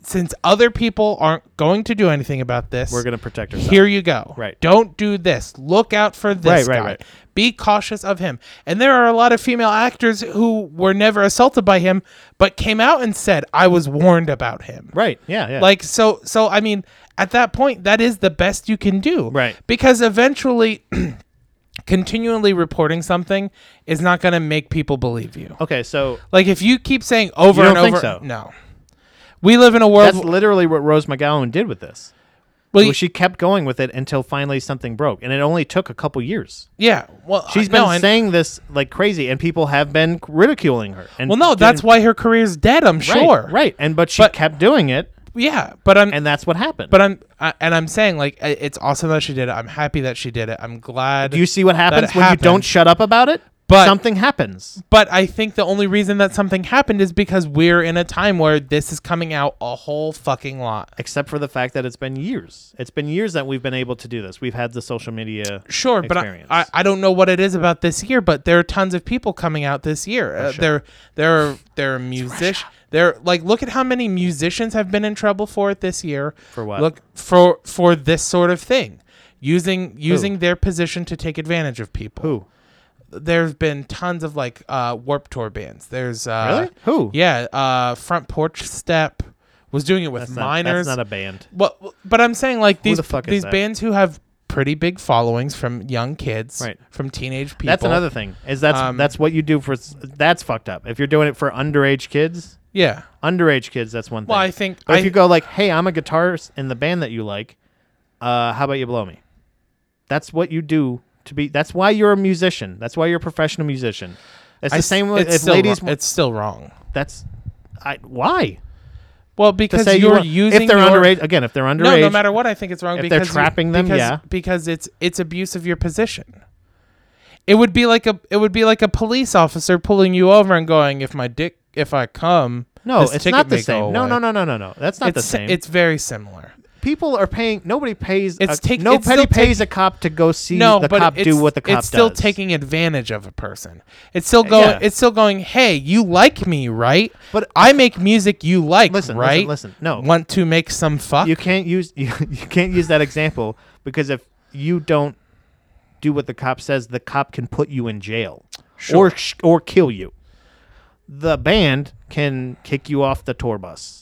Speaker 1: Since other people aren't going to do anything about this,
Speaker 2: We're going to protect ourselves.
Speaker 1: here you go.
Speaker 2: Right.
Speaker 1: Don't do this. Look out for this
Speaker 2: Right, right,
Speaker 1: guy.
Speaker 2: right.
Speaker 1: Be cautious of him. And there are a lot of female actors who were never assaulted by him, but came out and said, "I was warned about him."
Speaker 2: Right. Yeah. Yeah.
Speaker 1: Like so, so I mean, at that point, that is the best you can do.
Speaker 2: Right.
Speaker 1: Because eventually, continually reporting something is not going to make people believe you.
Speaker 2: okay, so
Speaker 1: Like if you keep saying over
Speaker 2: You
Speaker 1: and
Speaker 2: don't
Speaker 1: over,
Speaker 2: think so?
Speaker 1: no. We live in a world.
Speaker 2: that's literally what Rose McGowan did with this.
Speaker 1: well,
Speaker 2: Well, she kept going with it until finally something broke, and it only took a couple years.
Speaker 1: yeah. Well,
Speaker 2: She's been
Speaker 1: Uh, no, and-
Speaker 2: saying this like crazy, and people have been ridiculing her. And
Speaker 1: Well, no, that's why her career's dead. I'm
Speaker 2: right,
Speaker 1: sure.
Speaker 2: right. And but she
Speaker 1: But-
Speaker 2: kept doing it,
Speaker 1: Yeah, but I'm.
Speaker 2: and that's what happened.
Speaker 1: but I'm. I, and I'm saying like i- it's awesome that she did it. I'm happy that she did it. I'm glad.
Speaker 2: do you see what
Speaker 1: that
Speaker 2: happens
Speaker 1: it
Speaker 2: when you don't
Speaker 1: happened.
Speaker 2: shut up about it?
Speaker 1: But-
Speaker 2: something happens.
Speaker 1: But I think the only reason that something happened is because we're in a time where this is coming out a whole fucking lot.
Speaker 2: Except for the fact that it's been years. It's been years that we've been able to do this. We've had the social media.
Speaker 1: Sure, but I,
Speaker 2: Experience.
Speaker 1: I, I don't know what it is about this year, but there are tons of people coming out this year. Uh, There there are there are musicians. There like look at how many musicians have been in trouble for it this year.
Speaker 2: For what?
Speaker 1: Look for for this sort of thing. Using using their position to take advantage of people.
Speaker 2: Who?
Speaker 1: There've been tons of like uh warp tour bands. There's uh
Speaker 2: Really? Who?
Speaker 1: Yeah, uh front porch step was doing it with
Speaker 2: That's not-
Speaker 1: minors.
Speaker 2: that's not a band.
Speaker 1: Well, but I'm saying like these
Speaker 2: the fuck is
Speaker 1: these
Speaker 2: that?
Speaker 1: bands who have pretty big followings from young kids,
Speaker 2: Right.
Speaker 1: From teenage people.
Speaker 2: That's another thing. Is that's
Speaker 1: Um,
Speaker 2: that's what you do for? s- That's fucked up. If you're doing it for underage kids,
Speaker 1: Yeah.
Speaker 2: underage kids, that's one thing.
Speaker 1: Well, I think
Speaker 2: But
Speaker 1: I,
Speaker 2: if you go like, "Hey, I'm a guitarist in the band that you like. Uh, how about you blow me?" That's what you do to be. That's why you're a musician. That's why you're a professional musician. It's the
Speaker 1: I s-
Speaker 2: same with
Speaker 1: it's
Speaker 2: if
Speaker 1: still
Speaker 2: ladies.
Speaker 1: wrong- it's still wrong.
Speaker 2: that's I why
Speaker 1: Well,
Speaker 2: to
Speaker 1: because
Speaker 2: say you
Speaker 1: you're
Speaker 2: want-
Speaker 1: using
Speaker 2: if they're
Speaker 1: your-
Speaker 2: underage again. If they're underage,
Speaker 1: No, no matter what, I think it's wrong
Speaker 2: If they're
Speaker 1: because you-
Speaker 2: trapping them,
Speaker 1: because-
Speaker 2: yeah.
Speaker 1: because it's it's abuse of your position. It would be like a it would be like a police officer pulling you over and going, "If my dick, if I come,
Speaker 2: No,
Speaker 1: this
Speaker 2: it's
Speaker 1: ticket
Speaker 2: not the
Speaker 1: may go
Speaker 2: same. No,
Speaker 1: away."
Speaker 2: no, no, no, no, no. That's not
Speaker 1: it's
Speaker 2: the same.
Speaker 1: It's very similar.
Speaker 2: people are paying. Nobody pays.
Speaker 1: It's
Speaker 2: a,
Speaker 1: take- it's
Speaker 2: nobody
Speaker 1: still
Speaker 2: pays a cop to go see
Speaker 1: no,
Speaker 2: the
Speaker 1: but
Speaker 2: cop
Speaker 1: it's,
Speaker 2: do what the cop
Speaker 1: it's still
Speaker 2: does.
Speaker 1: taking advantage of a person. It's still going.
Speaker 2: Yeah.
Speaker 1: It's still going. Hey, you like me, right?
Speaker 2: But-
Speaker 1: I make music you like,
Speaker 2: Listen, listen,
Speaker 1: right?
Speaker 2: listen. No.
Speaker 1: want to make some fuck?
Speaker 2: you can't use you, you can't use that example because if you don't do what the cop says, the cop can put you in jail
Speaker 1: Sure.
Speaker 2: or sh- or kill you. The band can kick you off the tour bus.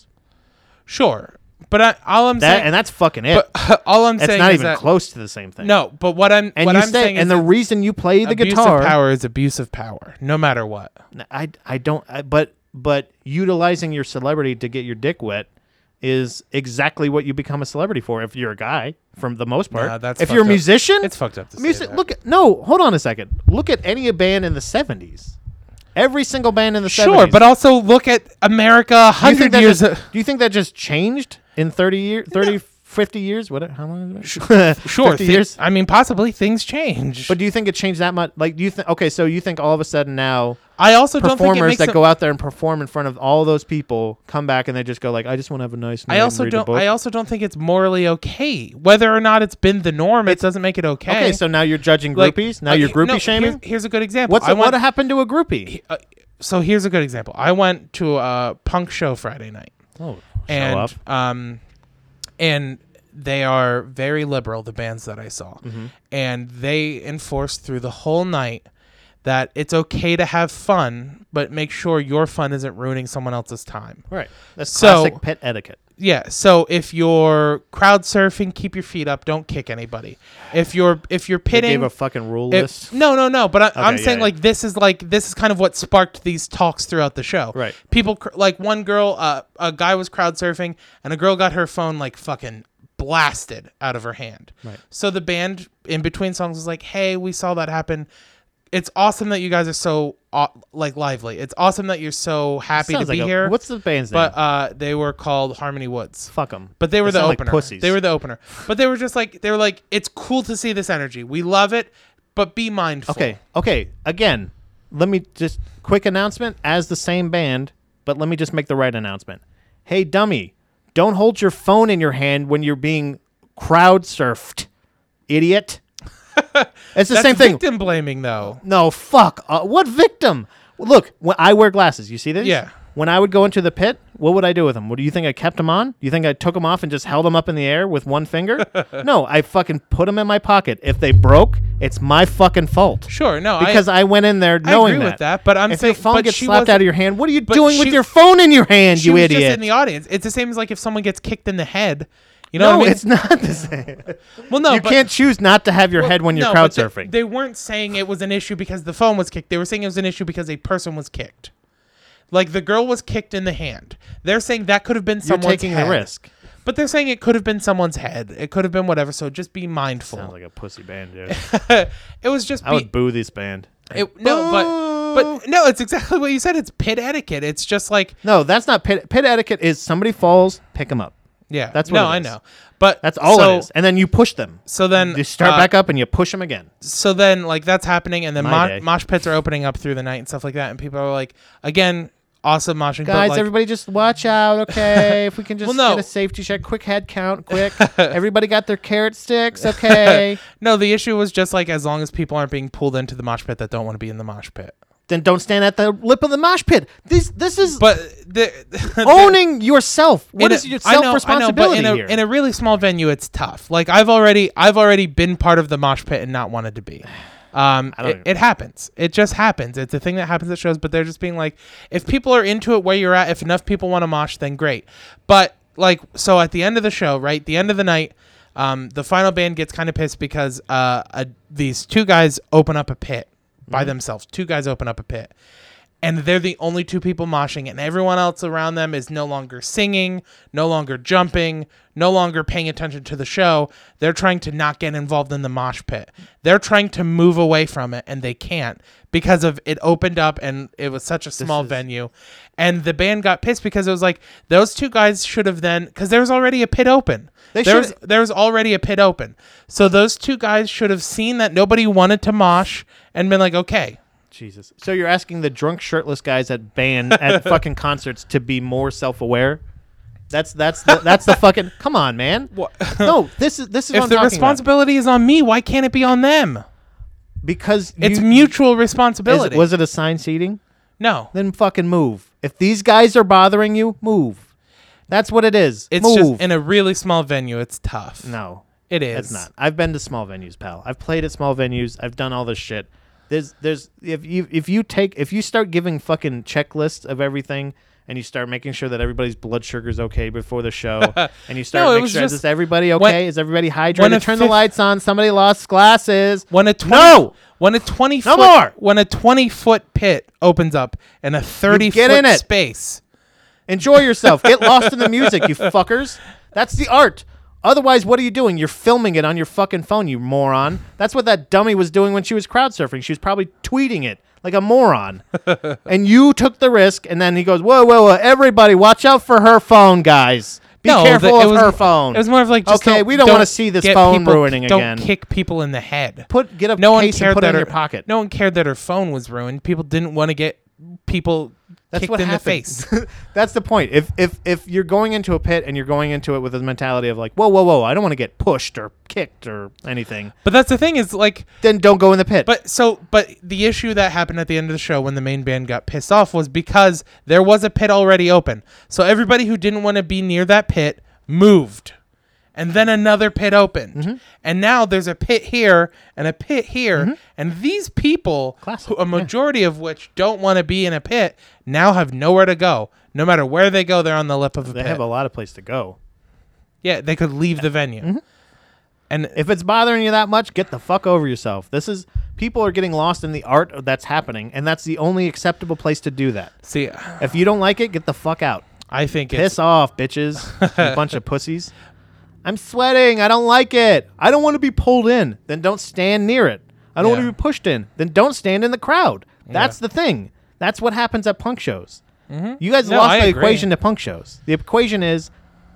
Speaker 1: sure, but I, all I'm
Speaker 2: That
Speaker 1: saying,
Speaker 2: and that's fucking it.
Speaker 1: but all I'm
Speaker 2: That's
Speaker 1: saying
Speaker 2: not
Speaker 1: is
Speaker 2: even
Speaker 1: that
Speaker 2: close to the same thing.
Speaker 1: no. But what I'm
Speaker 2: and
Speaker 1: what
Speaker 2: you
Speaker 1: I'm
Speaker 2: say
Speaker 1: saying
Speaker 2: and
Speaker 1: is
Speaker 2: the
Speaker 1: that
Speaker 2: reason you play the
Speaker 1: abuse
Speaker 2: guitar.
Speaker 1: of power is abuse of power, no matter what.
Speaker 2: I I don't. I, but but utilizing your celebrity to get your dick wet is exactly what you become a celebrity for. If you're a guy, from the most part,
Speaker 1: Nah, that's
Speaker 2: if you're a
Speaker 1: fucked up.
Speaker 2: musician,
Speaker 1: It's fucked up to say
Speaker 2: music.
Speaker 1: that.
Speaker 2: Look at no. Hold on a second. Look at any band in the '70s. Every single band in the
Speaker 1: Sure,
Speaker 2: '70s.
Speaker 1: but also look at America,
Speaker 2: Do you think
Speaker 1: hundred
Speaker 2: that
Speaker 1: years. a-
Speaker 2: just- do you think that just changed in 30 years, 30, 50 years? What? How long? Is it?
Speaker 1: sure,
Speaker 2: 50
Speaker 1: thi-
Speaker 2: years.
Speaker 1: I mean, possibly things change.
Speaker 2: But do you think it changed that much? Like, do you think? Okay, so you think all of a sudden now
Speaker 1: I also don't think it
Speaker 2: performers
Speaker 1: makes
Speaker 2: that
Speaker 1: them-
Speaker 2: go out there and perform in front of all those people come back and they just go like, I just want to have a nice night.
Speaker 1: I
Speaker 2: and
Speaker 1: also
Speaker 2: read a
Speaker 1: don't.
Speaker 2: book."
Speaker 1: I also don't think it's morally okay. Whether or not it's been the norm, it doesn't make it okay.
Speaker 2: okay, so now you're judging
Speaker 1: Like,
Speaker 2: groupies. Now
Speaker 1: uh,
Speaker 2: you're
Speaker 1: he-
Speaker 2: groupie
Speaker 1: no,
Speaker 2: shaming.
Speaker 1: Here's, here's a good example.
Speaker 2: What's
Speaker 1: I went-
Speaker 2: what happened to a groupie?
Speaker 1: uh, so here's a good example. I went to a punk show Friday night,
Speaker 2: Oh,
Speaker 1: and um, and they are
Speaker 2: Mm-hmm.
Speaker 1: very liberal. The bands that I saw, and they enforced through the whole night that it's okay to have fun, but make sure your fun isn't ruining someone else's time.
Speaker 2: Right. That's
Speaker 1: So-
Speaker 2: classic pet etiquette.
Speaker 1: Yeah, so if you're crowd surfing, keep your feet up, don't kick anybody. If you're if you're
Speaker 2: They
Speaker 1: pitting
Speaker 2: gave a fucking rule
Speaker 1: it-
Speaker 2: list.
Speaker 1: no, no, no. But I, I'm
Speaker 2: yeah,
Speaker 1: saying
Speaker 2: yeah.
Speaker 1: like this is like this is kind of what sparked these talks throughout the show.
Speaker 2: Right.
Speaker 1: People cr- like one girl, uh, a guy was crowd surfing, and a girl got her phone like fucking blasted out of her hand.
Speaker 2: Right.
Speaker 1: So the band in between songs was like, "Hey, we saw that happen. It's awesome that you guys are so uh, like lively. It's awesome that you're so happy
Speaker 2: Sounds
Speaker 1: to be
Speaker 2: like a-
Speaker 1: here."
Speaker 2: What's the band's
Speaker 1: but
Speaker 2: name?
Speaker 1: uh, they were called Harmony Woods.
Speaker 2: Fuck them.
Speaker 1: But they were the
Speaker 2: sound like
Speaker 1: opener.
Speaker 2: pussies.
Speaker 1: They were the opener. But they were just like they were like, it's cool to see this energy. We love it, but be mindful.
Speaker 2: Okay. Okay. Again, let me just quick announcement as the same band, but let me just make the right announcement. Hey, dummy, don't hold your phone in your hand when you're being crowd surfed, idiot. it's the
Speaker 1: That's
Speaker 2: same thing.
Speaker 1: Victim blaming though.
Speaker 2: No, fuck. Uh, what victim? Look, when I wear glasses, you see this?
Speaker 1: Yeah.
Speaker 2: When I would go into the pit, what would I do with them? What do you think I kept them on? You think I took them off and just held them up in the air with one finger? no, I fucking put them in my pocket. If they broke, it's my fucking fault.
Speaker 1: Sure. No.
Speaker 2: Because
Speaker 1: I,
Speaker 2: I, went in there knowing
Speaker 1: agree
Speaker 2: that.
Speaker 1: with that, but I'm
Speaker 2: if
Speaker 1: saying-
Speaker 2: your phone
Speaker 1: but
Speaker 2: gets
Speaker 1: she
Speaker 2: slapped
Speaker 1: wasn't-
Speaker 2: out of your hand, what are you
Speaker 1: but
Speaker 2: doing
Speaker 1: she-
Speaker 2: with your phone in your hand,
Speaker 1: she
Speaker 2: you
Speaker 1: was
Speaker 2: idiot?
Speaker 1: just in the audience. It's the same as like if someone gets kicked in the head. You know
Speaker 2: no,
Speaker 1: what I mean?
Speaker 2: it's not the same.
Speaker 1: well, no.
Speaker 2: you
Speaker 1: but-
Speaker 2: can't choose not to have your head when you're
Speaker 1: no, but
Speaker 2: crowd
Speaker 1: they-
Speaker 2: surfing.
Speaker 1: They, weren't saying it was an issue because the phone was kicked. They were saying it was an issue because a person was kicked. Like the girl was kicked in the hand. They're saying that could have been
Speaker 2: you're
Speaker 1: someone's
Speaker 2: taking
Speaker 1: head.
Speaker 2: a risk.
Speaker 1: But they're saying it could have been someone's head. It could have been whatever. So just be mindful.
Speaker 2: Sounds like a pussy band, dude.
Speaker 1: it was just
Speaker 2: I
Speaker 1: be-
Speaker 2: would boo this band.
Speaker 1: It, no, but but no, it's exactly what you said. It's pit etiquette. It's just like
Speaker 2: No, that's not pit. Pit etiquette is somebody falls, pick them up.
Speaker 1: yeah.
Speaker 2: That's
Speaker 1: no,
Speaker 2: what it
Speaker 1: I
Speaker 2: is.
Speaker 1: know. But
Speaker 2: That's all
Speaker 1: so,
Speaker 2: it is. And then you push them.
Speaker 1: So then
Speaker 2: You start
Speaker 1: uh,
Speaker 2: back up and you push them again.
Speaker 1: So then like that's happening, and then
Speaker 2: My
Speaker 1: mo-
Speaker 2: day.
Speaker 1: mosh pits are opening up through the night and stuff like that, and people are like, again, awesome moshing. but,
Speaker 2: Guys,
Speaker 1: like,
Speaker 2: everybody just watch out, okay? if we can just
Speaker 1: Well, no.
Speaker 2: get a safety check, quick head count, quick. everybody got their carrot sticks, okay?
Speaker 1: no, the issue was just like as long as people aren't being pulled into the mosh pit that don't want to be in the mosh pit.
Speaker 2: then don't stand at the lip of the mosh pit. This this is
Speaker 1: But the,
Speaker 2: owning yourself. What
Speaker 1: in
Speaker 2: is
Speaker 1: a-
Speaker 2: your
Speaker 1: I know-
Speaker 2: self responsibility
Speaker 1: I know, but in a,
Speaker 2: here?
Speaker 1: In a really small venue, it's tough. Like I've already, I've already been part of the mosh pit and not wanted to be. Um,
Speaker 2: don't
Speaker 1: it,
Speaker 2: even-
Speaker 1: it happens. It just happens. It's a thing that happens at shows. But they're just being like, if people are into it where you're at, if enough people want to mosh, then great. But like, so at the end of the show, right, the end of the night, um, the final band gets kind of pissed because uh, uh these two guys open up a pit
Speaker 2: Mm-hmm.
Speaker 1: by themselves. Two guys open up a pit and they're the only two people moshing and everyone else around them is no longer singing no longer jumping no longer paying attention to the show they're trying to not get involved in the mosh pit they're trying to move away from it and they can't because of it opened up and it was such a small
Speaker 2: is-
Speaker 1: venue and the band got pissed because it was like those two guys should have then because there was already a pit open
Speaker 2: They
Speaker 1: there was,
Speaker 2: should-
Speaker 1: there was already a pit open so those two guys should have seen that nobody wanted to mosh and been like okay
Speaker 2: Jesus. So you're asking the drunk shirtless guys at band at fucking concerts to be more self-aware? That's that's the, that's the fucking Come on, man.
Speaker 1: What-
Speaker 2: No, this is this is what
Speaker 1: if
Speaker 2: I'm
Speaker 1: the
Speaker 2: talking
Speaker 1: responsibility is on me, why can't it be on them?
Speaker 2: about. because
Speaker 1: It's
Speaker 2: you-
Speaker 1: mutual
Speaker 2: is
Speaker 1: responsibility.
Speaker 2: it, was it assigned seating?
Speaker 1: no,
Speaker 2: Then fucking move. If these guys are bothering you, move. That's what it is.
Speaker 1: it's
Speaker 2: move.
Speaker 1: just in a really small venue. It's tough.
Speaker 2: no.
Speaker 1: it is.
Speaker 2: It's not. I've been to small venues, pal. I've played at small venues. I've done all this shit. There's there's if you if you take if you start giving fucking checklists of everything and you start making sure that everybody's blood sugar's okay before the show and you start
Speaker 1: No, it
Speaker 2: making
Speaker 1: was
Speaker 2: sure
Speaker 1: just-
Speaker 2: is everybody okay?
Speaker 1: when-
Speaker 2: is everybody
Speaker 1: when a
Speaker 2: hydrated? Turn the
Speaker 1: fif-
Speaker 2: lights on. Somebody lost glasses.
Speaker 1: When a 20,
Speaker 2: No!
Speaker 1: when a twenty
Speaker 2: No
Speaker 1: foot,
Speaker 2: more!
Speaker 1: when a twenty foot pit opens up and a thirty
Speaker 2: You get
Speaker 1: foot
Speaker 2: in it.
Speaker 1: space.
Speaker 2: Enjoy yourself. Get lost in the music, you fuckers. That's the art. Otherwise, what are you doing? You're filming it on your fucking phone, you moron. That's what that dummy was doing when she was crowd surfing. She was probably tweeting it like a moron. and you took the risk, and then he goes, Whoa, whoa, whoa, everybody, watch out for her phone, guys. Be
Speaker 1: no,
Speaker 2: careful
Speaker 1: the, it
Speaker 2: of
Speaker 1: was,
Speaker 2: her phone.
Speaker 1: It was more of like just
Speaker 2: Okay,
Speaker 1: don't,
Speaker 2: we don't wanna see this
Speaker 1: get
Speaker 2: phone
Speaker 1: people-
Speaker 2: ruining again.
Speaker 1: Don't kick people in the head.
Speaker 2: put get a
Speaker 1: no one
Speaker 2: case
Speaker 1: cared
Speaker 2: and put it
Speaker 1: that
Speaker 2: in
Speaker 1: her,
Speaker 2: your pocket.
Speaker 1: No one cared that her phone was ruined. People didn't want to get people
Speaker 2: That's
Speaker 1: kicked
Speaker 2: what
Speaker 1: in
Speaker 2: happened.
Speaker 1: the face.
Speaker 2: That's the point. If if if you're going into a pit and you're going into it with a mentality of like, whoa, whoa, whoa, I don't want to get pushed or kicked or anything,
Speaker 1: But that's the thing is like
Speaker 2: then don't go in the pit.
Speaker 1: But so, but the issue that happened at the end of the show when the main band got pissed off was because there was a pit already open. So everybody who didn't want to be near that pit moved, and then another pit opened.
Speaker 2: Mm-hmm.
Speaker 1: And now there's a pit here and a pit here. And these people,
Speaker 2: Classic,
Speaker 1: who, a
Speaker 2: yeah.
Speaker 1: majority of which don't want to be in a pit, now have nowhere to go. No matter where they go, they're on the lip of a
Speaker 2: They
Speaker 1: pit.
Speaker 2: have a lot of place to go.
Speaker 1: yeah, they could leave the venue.
Speaker 2: Mm-hmm.
Speaker 1: And
Speaker 2: If it's bothering you that much, get the fuck over yourself. This is people are getting lost in the art that's happening, and that's the only acceptable place to do that.
Speaker 1: see,
Speaker 2: If you don't like it, get the fuck out.
Speaker 1: I think it's
Speaker 2: Piss off, bitches. you bunch of pussies. I'm sweating. I don't like it. I don't want to be pulled in. Then don't stand near it. I don't
Speaker 1: Yeah.
Speaker 2: want to be pushed in. Then don't stand in the crowd. That's the thing. That's what happens at punk shows. You guys
Speaker 1: Mm-hmm. No,
Speaker 2: lost
Speaker 1: I
Speaker 2: the
Speaker 1: agree.
Speaker 2: equation to punk shows. The equation is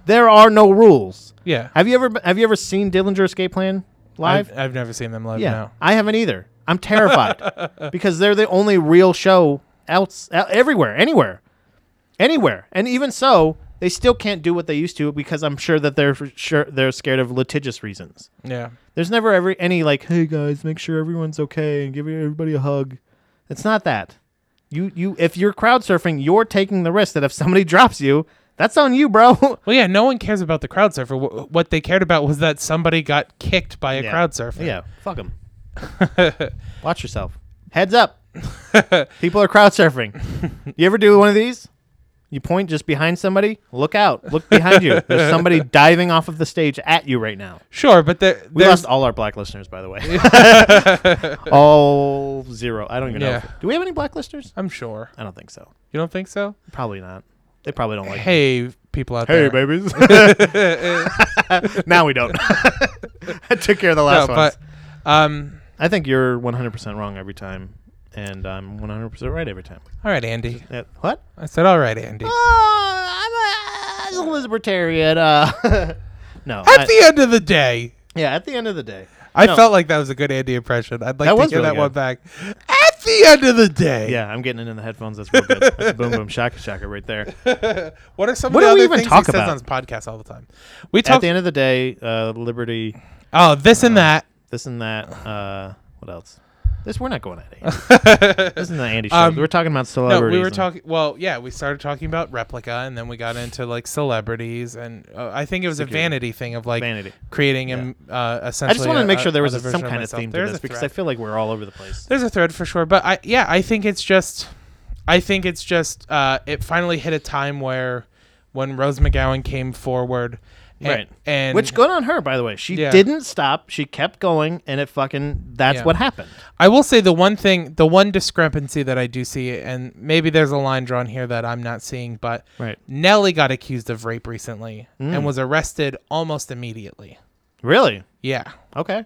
Speaker 2: there are no rules.
Speaker 1: yeah.
Speaker 2: Have you ever have you ever seen Dillinger Escape Plan live?
Speaker 1: I've, I've never seen them live
Speaker 2: yeah,
Speaker 1: now.
Speaker 2: I haven't either. I'm terrified because they're the only real show else e- everywhere, anywhere, anywhere. And even so, they still can't do what they used to because I'm sure that they're for sure they're scared of litigious reasons.
Speaker 1: Yeah.
Speaker 2: There's never every any like, hey guys, make sure everyone's okay and give everybody a hug. It's not that. You you if you're crowd surfing, you're taking the risk that if somebody drops you, that's on you, bro.
Speaker 1: Well, yeah, no one cares about the crowd surfer. Wh- What they cared about was that somebody got kicked by a
Speaker 2: Yeah.
Speaker 1: crowd surfer.
Speaker 2: Yeah, fuck them. Watch yourself. Heads up. People are crowd surfing. You ever do one of these? You point just behind somebody. Look out. Look behind you. There's somebody diving off of the stage at you right now.
Speaker 1: Sure, but there,
Speaker 2: We
Speaker 1: there's,
Speaker 2: lost all our black listeners, by the way. all zero. I don't even know.
Speaker 1: Yeah.
Speaker 2: if- Do we have any black listeners?
Speaker 1: I'm sure.
Speaker 2: I don't think so.
Speaker 1: You don't think so?
Speaker 2: Probably not. They probably don't like.
Speaker 1: Hey, people out there.
Speaker 2: babies. now we don't. I took care of the
Speaker 1: No,
Speaker 2: last one.
Speaker 1: but um,
Speaker 2: I think you're 100% wrong every time, and I'm 100% right every time.
Speaker 1: all right, Andy.
Speaker 2: Uh, what?
Speaker 1: I said, all right,
Speaker 2: Uh,
Speaker 1: Andy.
Speaker 2: Oh, I'm a libertarian. Uh, no.
Speaker 1: At
Speaker 2: I-
Speaker 1: the end of the day,
Speaker 2: yeah, at the end of the day.
Speaker 1: I
Speaker 2: No.
Speaker 1: felt like that was a good Andy impression. I'd like
Speaker 2: That
Speaker 1: to
Speaker 2: was
Speaker 1: hear
Speaker 2: really
Speaker 1: that
Speaker 2: good.
Speaker 1: one back. At the end of the day,
Speaker 2: Yeah, I'm getting it in the headphones. That's real good. That's boom, boom, shaka, shaka right there.
Speaker 1: What are some
Speaker 2: What
Speaker 1: of the
Speaker 2: do we
Speaker 1: other
Speaker 2: even
Speaker 1: things
Speaker 2: talk
Speaker 1: he says
Speaker 2: about?
Speaker 1: on his podcast all the time? We
Speaker 2: At
Speaker 1: talk.
Speaker 2: the end Uh. of the day, uh, liberty,
Speaker 1: oh, this and that.
Speaker 2: this and that. Uh, what else? This we're not going at it. this is not Andy show.
Speaker 1: Um,
Speaker 2: we're talking about
Speaker 1: No,
Speaker 2: celebrities.
Speaker 1: we were
Speaker 2: and-
Speaker 1: talking. Well, yeah, we started talking about replica, and then we got into like celebrities, and uh, I think it was a
Speaker 2: Security.
Speaker 1: vanity thing of like
Speaker 2: Vanity.
Speaker 1: creating and uh, essentially.
Speaker 2: I just wanted to make sure there was
Speaker 1: a,
Speaker 2: a, some kind of theme to
Speaker 1: There's
Speaker 2: this
Speaker 1: a
Speaker 2: because I
Speaker 1: thread.
Speaker 2: feel like we're all over the place.
Speaker 1: there's a thread for sure, but I yeah, I think it's just, I think it's just, uh, it finally hit a time where, when Rose McGowan came forward, a-
Speaker 2: Right.
Speaker 1: and
Speaker 2: Which good on her, by the way. She
Speaker 1: Yeah.
Speaker 2: didn't stop. She kept going, and it fucking that's
Speaker 1: Yeah.
Speaker 2: what happened.
Speaker 1: I will say the one thing, the one discrepancy that I do see, and maybe there's a line drawn here that I'm not seeing, but
Speaker 2: Right. Mm.
Speaker 1: Nelly got accused of rape recently and was arrested almost immediately.
Speaker 2: Really?
Speaker 1: Yeah.
Speaker 2: Okay.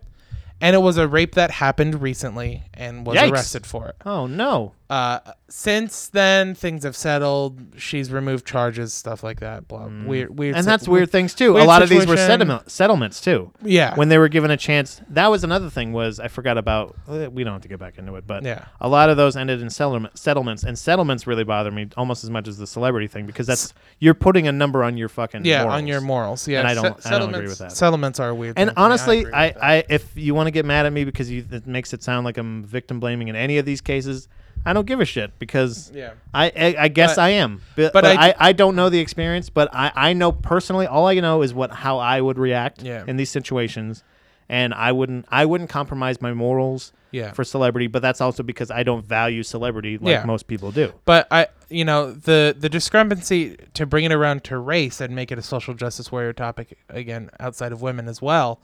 Speaker 1: And it was a rape that happened recently and was
Speaker 2: Yikes.
Speaker 1: arrested for it.
Speaker 2: Oh no.
Speaker 1: Uh, since then, things have settled. She's removed charges, stuff like that. Blah. Weird, weird.
Speaker 2: Mm. And
Speaker 1: si-
Speaker 2: that's weird things too. A
Speaker 1: weird
Speaker 2: lot of these were
Speaker 1: situation.
Speaker 2: settlement, settlements too.
Speaker 1: Yeah.
Speaker 2: When they were given a chance, that was another thing. Was I forgot about? uh, We don't have to get back into it, but
Speaker 1: Yeah.
Speaker 2: a lot of those ended in settlement, settlements, and settlements really bother me almost as much as the celebrity thing because that's you're putting a number on your fucking
Speaker 1: yeah,
Speaker 2: morals.
Speaker 1: on your morals. Yeah.
Speaker 2: And I don't- I don't agree
Speaker 1: settlements-
Speaker 2: with that.
Speaker 1: Settlements are a weird.
Speaker 2: And
Speaker 1: thing to me. I
Speaker 2: honestly,
Speaker 1: agree
Speaker 2: I,
Speaker 1: with that.
Speaker 2: I, if you want to get mad at me because you, it makes it sound like I'm victim blaming in any of these cases, I don't give a shit because
Speaker 1: Yeah.
Speaker 2: I, I, I guess
Speaker 1: But-
Speaker 2: I am. But,
Speaker 1: but
Speaker 2: but
Speaker 1: I-
Speaker 2: I, I, don't know the experience, but I, I know personally, all I know is what how I would react
Speaker 1: Yeah.
Speaker 2: in these situations. And I wouldn't I wouldn't compromise my morals
Speaker 1: Yeah.
Speaker 2: for celebrity, but that's also because I don't value celebrity like
Speaker 1: Yeah.
Speaker 2: most people do.
Speaker 1: But I, you know, the the discrepancy to bring it around to race and make it a social justice warrior topic again outside of women as well.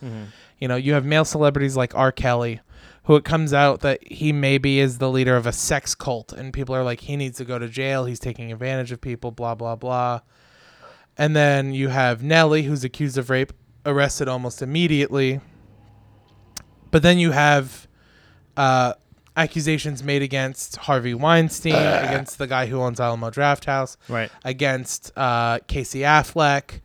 Speaker 1: You know, you have male celebrities like R. Kelly, who it comes out that he maybe is the leader of a sex cult, and people are like, he needs to go to jail. He's taking advantage of people. Blah blah blah. And then you have Nelly, who's accused of rape, arrested almost immediately. But then you have uh, accusations made against Harvey Weinstein,
Speaker 2: Uh.
Speaker 1: against the guy who owns Alamo Draft House,
Speaker 2: Right.
Speaker 1: against uh, Casey Affleck.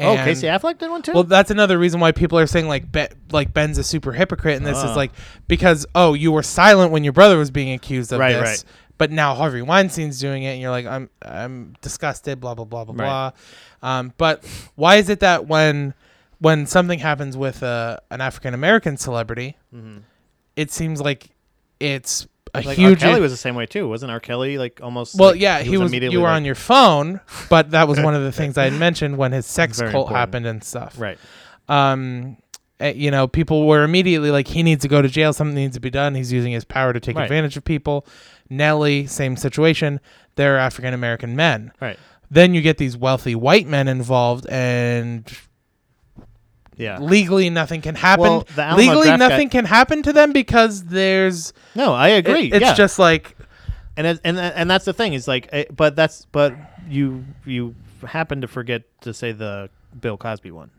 Speaker 2: Oh,
Speaker 1: and-
Speaker 2: Casey Affleck did one too?
Speaker 1: Well, that's another reason why people are saying like Be- like Ben's a super hypocrite, and this is
Speaker 2: Ah.
Speaker 1: like because oh you were silent when your brother was being accused of
Speaker 2: Right,
Speaker 1: this,
Speaker 2: right.
Speaker 1: but now Harvey Weinstein's doing it, and you're like I'm I'm disgusted, blah blah blah blah
Speaker 2: Right.
Speaker 1: blah. Um, but why is it that when when something happens with uh, an African American celebrity, it seems like it's a
Speaker 2: Mm-hmm. like
Speaker 1: huge
Speaker 2: R. Kelly was the same way too. Wasn't R. Kelly like almost
Speaker 1: well,
Speaker 2: like,
Speaker 1: yeah, he, was.
Speaker 2: immediately
Speaker 1: you were
Speaker 2: like-
Speaker 1: on your phone, but that was one of the things I had mentioned when his sex
Speaker 2: Very
Speaker 1: cult
Speaker 2: important.
Speaker 1: happened and stuff.
Speaker 2: Right.
Speaker 1: um, eh, you know, people were immediately like, he needs to go to jail. Something needs to be done. He's using his power to take
Speaker 2: Right.
Speaker 1: advantage of people. Nelly, same situation. They're African American men.
Speaker 2: Right.
Speaker 1: Then you get these wealthy white men involved, and
Speaker 2: Yeah.
Speaker 1: legally nothing can happen.
Speaker 2: Well, the Alamo
Speaker 1: legally
Speaker 2: draft guy-
Speaker 1: nothing can happen to them because there's
Speaker 2: No, I
Speaker 1: it-
Speaker 2: agree.
Speaker 1: it's
Speaker 2: yeah.
Speaker 1: just like
Speaker 2: and it, and and that's the thing is like eh, but that's but you you happen to forget to say the Bill Cosby one.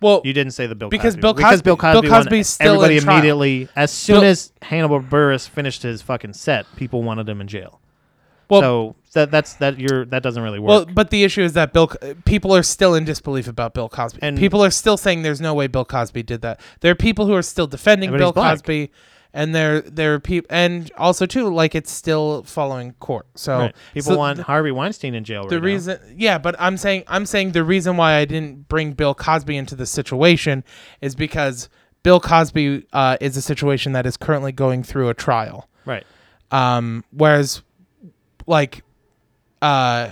Speaker 1: well
Speaker 2: You didn't say the Bill
Speaker 1: Because
Speaker 2: Cosby
Speaker 1: Bill
Speaker 2: one. because
Speaker 1: Cosby-
Speaker 2: Bill
Speaker 1: Bill
Speaker 2: Cosby one,
Speaker 1: Cosby's still
Speaker 2: everybody
Speaker 1: in trial.
Speaker 2: immediately as soon
Speaker 1: Bill-
Speaker 2: as Hannibal Burris finished his fucking set, people wanted him in jail.
Speaker 1: well
Speaker 2: so that that's that you're that doesn't really work.
Speaker 1: well but the issue is that Bill C- people are still in disbelief about Bill Cosby.
Speaker 2: And-
Speaker 1: people are still saying there's no way Bill Cosby did that. There are people who are still defending
Speaker 2: Everybody's
Speaker 1: Bill
Speaker 2: black.
Speaker 1: Cosby and there there are people and also too like it's still following court. So
Speaker 2: Right. People
Speaker 1: so
Speaker 2: want
Speaker 1: th-
Speaker 2: Harvey Weinstein in jail.
Speaker 1: the
Speaker 2: right now.
Speaker 1: reason yeah, but I'm saying I'm saying the reason why I didn't bring Bill Cosby into the situation is because Bill Cosby uh, is a situation that is currently going through a trial.
Speaker 2: right?
Speaker 1: Um, whereas, like, uh,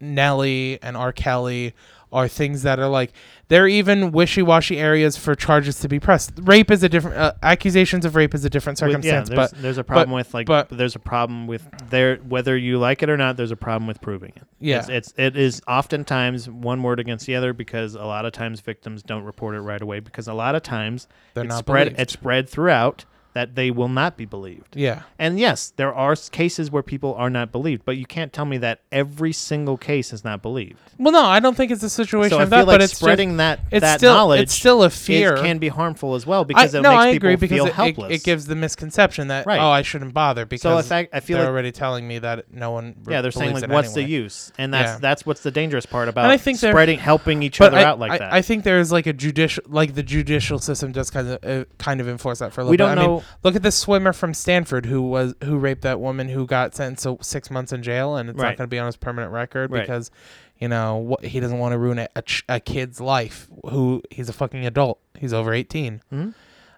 Speaker 1: Nelly and R. Kelly are things that are like they're even wishy-washy areas for charges to be pressed. Rape is a different uh, accusations of rape is a different
Speaker 2: Well,
Speaker 1: circumstance,
Speaker 2: yeah,
Speaker 1: but
Speaker 2: there's, there's a problem with like
Speaker 1: but-
Speaker 2: there's a problem with there whether you like it or not. There's a problem with proving it.
Speaker 1: Yeah.
Speaker 2: it's, it's it is oftentimes one word against the other because a lot of times victims don't report it right away because a lot of times
Speaker 1: They're
Speaker 2: it's
Speaker 1: not
Speaker 2: spread
Speaker 1: believed.
Speaker 2: it's spread throughout that they will not be believed.
Speaker 1: yeah,
Speaker 2: And yes, there are s- cases where people are not believed, but you can't tell me that every single case is not believed.
Speaker 1: well, no, I don't think it's a situation
Speaker 2: So I
Speaker 1: of
Speaker 2: feel
Speaker 1: that,
Speaker 2: like
Speaker 1: but it's
Speaker 2: spreading
Speaker 1: just,
Speaker 2: that
Speaker 1: it's
Speaker 2: that
Speaker 1: still
Speaker 2: knowledge
Speaker 1: it's still a
Speaker 2: is-
Speaker 1: fear.
Speaker 2: can be harmful as well
Speaker 1: I-
Speaker 2: because it
Speaker 1: no,
Speaker 2: makes
Speaker 1: I
Speaker 2: people
Speaker 1: agree because
Speaker 2: feel
Speaker 1: it- it,
Speaker 2: helpless.
Speaker 1: it, gives the misconception that
Speaker 2: Right.
Speaker 1: oh I shouldn't bother
Speaker 2: so
Speaker 1: because
Speaker 2: if I, I feel
Speaker 1: they're
Speaker 2: like
Speaker 1: already telling me that no one re-
Speaker 2: yeah, they're saying
Speaker 1: believes
Speaker 2: like,
Speaker 1: it
Speaker 2: what's
Speaker 1: anyway.
Speaker 2: the use? And that's
Speaker 1: Yeah.
Speaker 2: that's what's the dangerous part about
Speaker 1: And I think they're-
Speaker 2: spreading, helping each
Speaker 1: But
Speaker 2: other
Speaker 1: I,
Speaker 2: out like
Speaker 1: I,
Speaker 2: that.
Speaker 1: I think there is like a judicial, like the judicial system does kind of uh, kind of enforce that for a little
Speaker 2: We
Speaker 1: bit.
Speaker 2: don't
Speaker 1: I mean,
Speaker 2: know-
Speaker 1: look at the swimmer from Stanford who was who raped that woman who got sentenced to six months in jail, and it's
Speaker 2: Right.
Speaker 1: not going to be on his permanent record
Speaker 2: Right.
Speaker 1: because, you know, wh- he doesn't want to ruin a, a, ch- a kid's life. Who he's a fucking adult. He's over 18
Speaker 2: Mhm.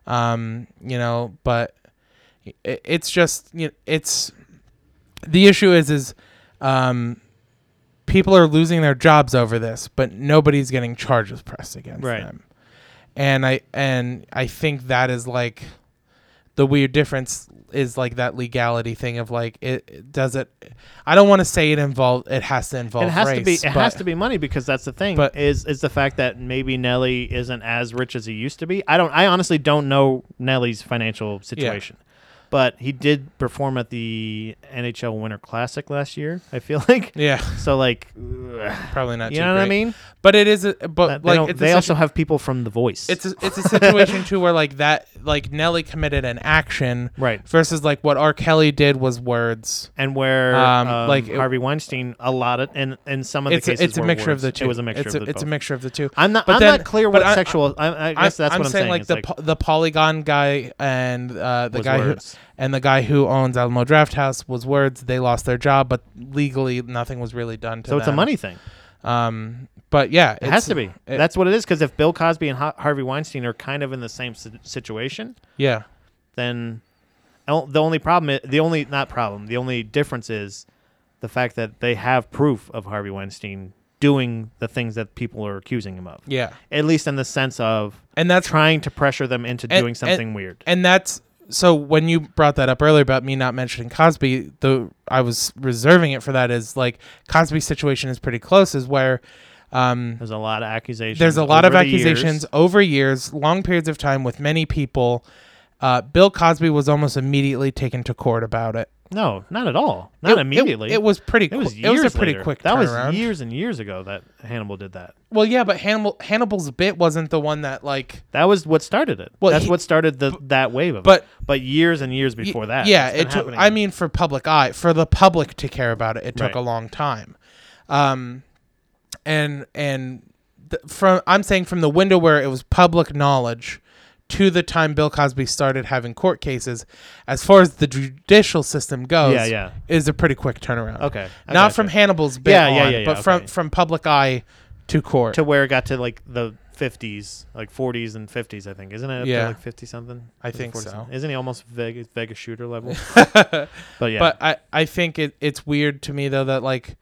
Speaker 1: Um, you know, but it, it's just you know, it's the issue is is um people are losing their jobs over this but nobody's getting charges pressed against
Speaker 2: Right.
Speaker 1: them and i and i think that is like the weird difference is like that legality thing of like it, it- does it i don't want to say it involve it has to involve
Speaker 2: it has to be
Speaker 1: race,
Speaker 2: it
Speaker 1: but-
Speaker 2: has to be money because that's the thing
Speaker 1: but-
Speaker 2: is is the fact that maybe Nelly isn't as rich as he used to be. I don't. I honestly don't know Nelly's financial situation. But he did perform at the NHL Winter Classic last year. I feel like
Speaker 1: yeah
Speaker 2: so, like, ugh, you know
Speaker 1: probably not
Speaker 2: what
Speaker 1: too
Speaker 2: I
Speaker 1: great.
Speaker 2: mean?
Speaker 1: but it is a, but
Speaker 2: That- they
Speaker 1: like
Speaker 2: don't-
Speaker 1: it's a
Speaker 2: they
Speaker 1: situ-
Speaker 2: also have people from The Voice.
Speaker 1: it's a, it's a situation too where like that like Nelly committed an action
Speaker 2: right.
Speaker 1: versus like what R. Kelly did was words.
Speaker 2: and where
Speaker 1: Um,
Speaker 2: um,
Speaker 1: like
Speaker 2: like
Speaker 1: it-
Speaker 2: Harvey Weinstein a lot of and in some of the
Speaker 1: It's
Speaker 2: cases
Speaker 1: a, it's a
Speaker 2: were
Speaker 1: mixture of
Speaker 2: words.
Speaker 1: the two.
Speaker 2: It was a mixture
Speaker 1: It's
Speaker 2: of
Speaker 1: a,
Speaker 2: the
Speaker 1: it's a
Speaker 2: both.
Speaker 1: mixture of the two.
Speaker 2: I'm not.
Speaker 1: But
Speaker 2: I'm
Speaker 1: then-
Speaker 2: not clear
Speaker 1: but
Speaker 2: what
Speaker 1: I-
Speaker 2: sexual. I, I, guess that's
Speaker 1: I'm
Speaker 2: what I'm
Speaker 1: saying,
Speaker 2: saying.
Speaker 1: like
Speaker 2: is,
Speaker 1: the po- the Polygon guy and uh, the
Speaker 2: was
Speaker 1: guy who,
Speaker 2: words.
Speaker 1: and the guy who owns Alamo Draft House was words. They lost their job, but legally nothing was really done to
Speaker 2: so it's a
Speaker 1: them.
Speaker 2: money thing.
Speaker 1: Um, but yeah,
Speaker 2: It has to be. that's what it is. Because if Bill Cosby and Ho- Harvey Weinstein are kind of in the same si- situation,
Speaker 1: yeah.
Speaker 2: then el- the only problem, i- the only not problem, the only difference is the fact that they have proof of Harvey Weinstein doing the things that people are accusing him of.
Speaker 1: Yeah,
Speaker 2: At least in the sense of
Speaker 1: and that's
Speaker 2: trying to pressure them into
Speaker 1: And-
Speaker 2: doing
Speaker 1: and-
Speaker 2: something weird.
Speaker 1: and that's so when you brought that up earlier about me not mentioning Cosby, the I was reserving it for that is like Cosby's situation is pretty close, is where um,
Speaker 2: There's a lot of accusations.
Speaker 1: There's a lot of
Speaker 2: over the years.
Speaker 1: accusations over years, long periods of time with many people. Uh, Bill Cosby was almost immediately taken to court about it.
Speaker 2: No, not at all. Not
Speaker 1: It- it-
Speaker 2: immediately.
Speaker 1: It, was pretty.
Speaker 2: It was
Speaker 1: qui-
Speaker 2: years
Speaker 1: It was a pretty
Speaker 2: later.
Speaker 1: quick
Speaker 2: That
Speaker 1: turnaround.
Speaker 2: was years and years ago that Hannibal did that.
Speaker 1: Well, yeah, but Hannibal Hannibal's bit wasn't the one that like.
Speaker 2: That was what started it.
Speaker 1: Well,
Speaker 2: That's
Speaker 1: he-
Speaker 2: what started the that wave of
Speaker 1: but-
Speaker 2: it. But years and years
Speaker 1: y-
Speaker 2: before that.
Speaker 1: yeah,
Speaker 2: it's been
Speaker 1: it took.
Speaker 2: happening.
Speaker 1: I mean, for public eye, for the public to care about it, it took
Speaker 2: Right.
Speaker 1: a long time. Um, and and th- from I'm saying from the window where it was public knowledge to the time Bill Cosby started having court cases, as far as the judicial system goes,
Speaker 2: Yeah, yeah.
Speaker 1: is a pretty quick turnaround.
Speaker 2: Okay. I
Speaker 1: not
Speaker 2: gotcha.
Speaker 1: from Hannibal's bit
Speaker 2: Yeah, yeah,
Speaker 1: on,
Speaker 2: yeah, yeah,
Speaker 1: but from
Speaker 2: okay.
Speaker 1: from public eye to court.
Speaker 2: to where it got to like the 50s, like 40s and 50s, I think. Isn't it up
Speaker 1: Yeah.
Speaker 2: to like 50 something?
Speaker 1: I
Speaker 2: Is it
Speaker 1: think
Speaker 2: 40
Speaker 1: so.
Speaker 2: something? Isn't he almost Vegas, Vegas shooter level? but yeah.
Speaker 1: But I I think it it's weird to me though that like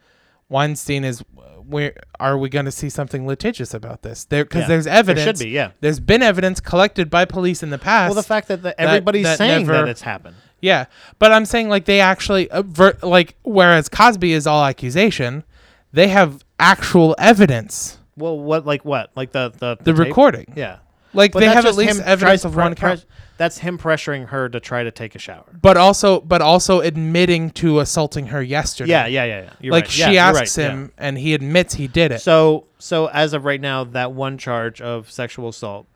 Speaker 1: Weinstein is where are we going to see something litigious about this? There because
Speaker 2: Yeah.
Speaker 1: there's
Speaker 2: There
Speaker 1: evidence.
Speaker 2: should be, yeah.
Speaker 1: There's been evidence collected by police in the past.
Speaker 2: Well, the fact that the, everybody's
Speaker 1: that
Speaker 2: saying
Speaker 1: never-
Speaker 2: that it's happened.
Speaker 1: Yeah, but I'm saying like they actually uh, ver- like whereas Cosby is all accusation, they have actual evidence,
Speaker 2: Well, what like what like the the
Speaker 1: the
Speaker 2: tape?
Speaker 1: recording.
Speaker 2: Yeah,
Speaker 1: Like
Speaker 2: But
Speaker 1: they
Speaker 2: that's
Speaker 1: have at
Speaker 2: just
Speaker 1: least
Speaker 2: him
Speaker 1: evidence
Speaker 2: tries-
Speaker 1: of one
Speaker 2: pre-
Speaker 1: count.
Speaker 2: pres- That's him pressuring her to try to take a shower.
Speaker 1: But also, but also admitting to assaulting her yesterday.
Speaker 2: Yeah, yeah, yeah. yeah. You're
Speaker 1: like
Speaker 2: right.
Speaker 1: she
Speaker 2: Yeah, you're
Speaker 1: asks
Speaker 2: right, yeah.
Speaker 1: him, and he admits he did it.
Speaker 2: So so as of right now, that one charge of sexual assault,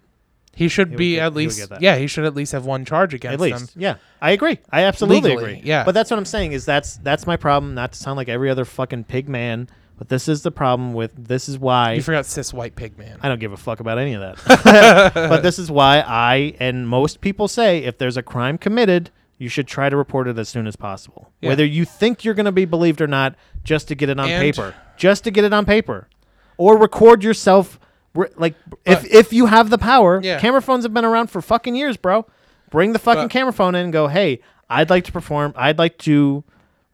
Speaker 1: he should
Speaker 2: he would
Speaker 1: be
Speaker 2: get- he
Speaker 1: at
Speaker 2: would
Speaker 1: least.
Speaker 2: get that.
Speaker 1: Yeah, he should at least have one charge against
Speaker 2: at least.
Speaker 1: him.
Speaker 2: Yeah, I agree. I absolutely
Speaker 1: Legally,
Speaker 2: agree.
Speaker 1: yeah.
Speaker 2: but that's what I'm saying is that's that's my problem. Not to sound like every other fucking pig man, but this is the problem with this is why
Speaker 1: You forgot cis white pig man.
Speaker 2: I don't give a fuck about any of that. but this is why I and most people say if there's a crime committed, you should try to report it as soon as possible.
Speaker 1: Yeah.
Speaker 2: Whether you think you're going to be believed or not, just to get it on
Speaker 1: And-
Speaker 2: paper. Just to get it on paper. Or record yourself re- like if if you have the power.
Speaker 1: Yeah.
Speaker 2: Camera phones have been around for fucking years, bro. Bring the fucking
Speaker 1: But-
Speaker 2: camera phone in and go, "Hey, I'd like to perform. I'd like to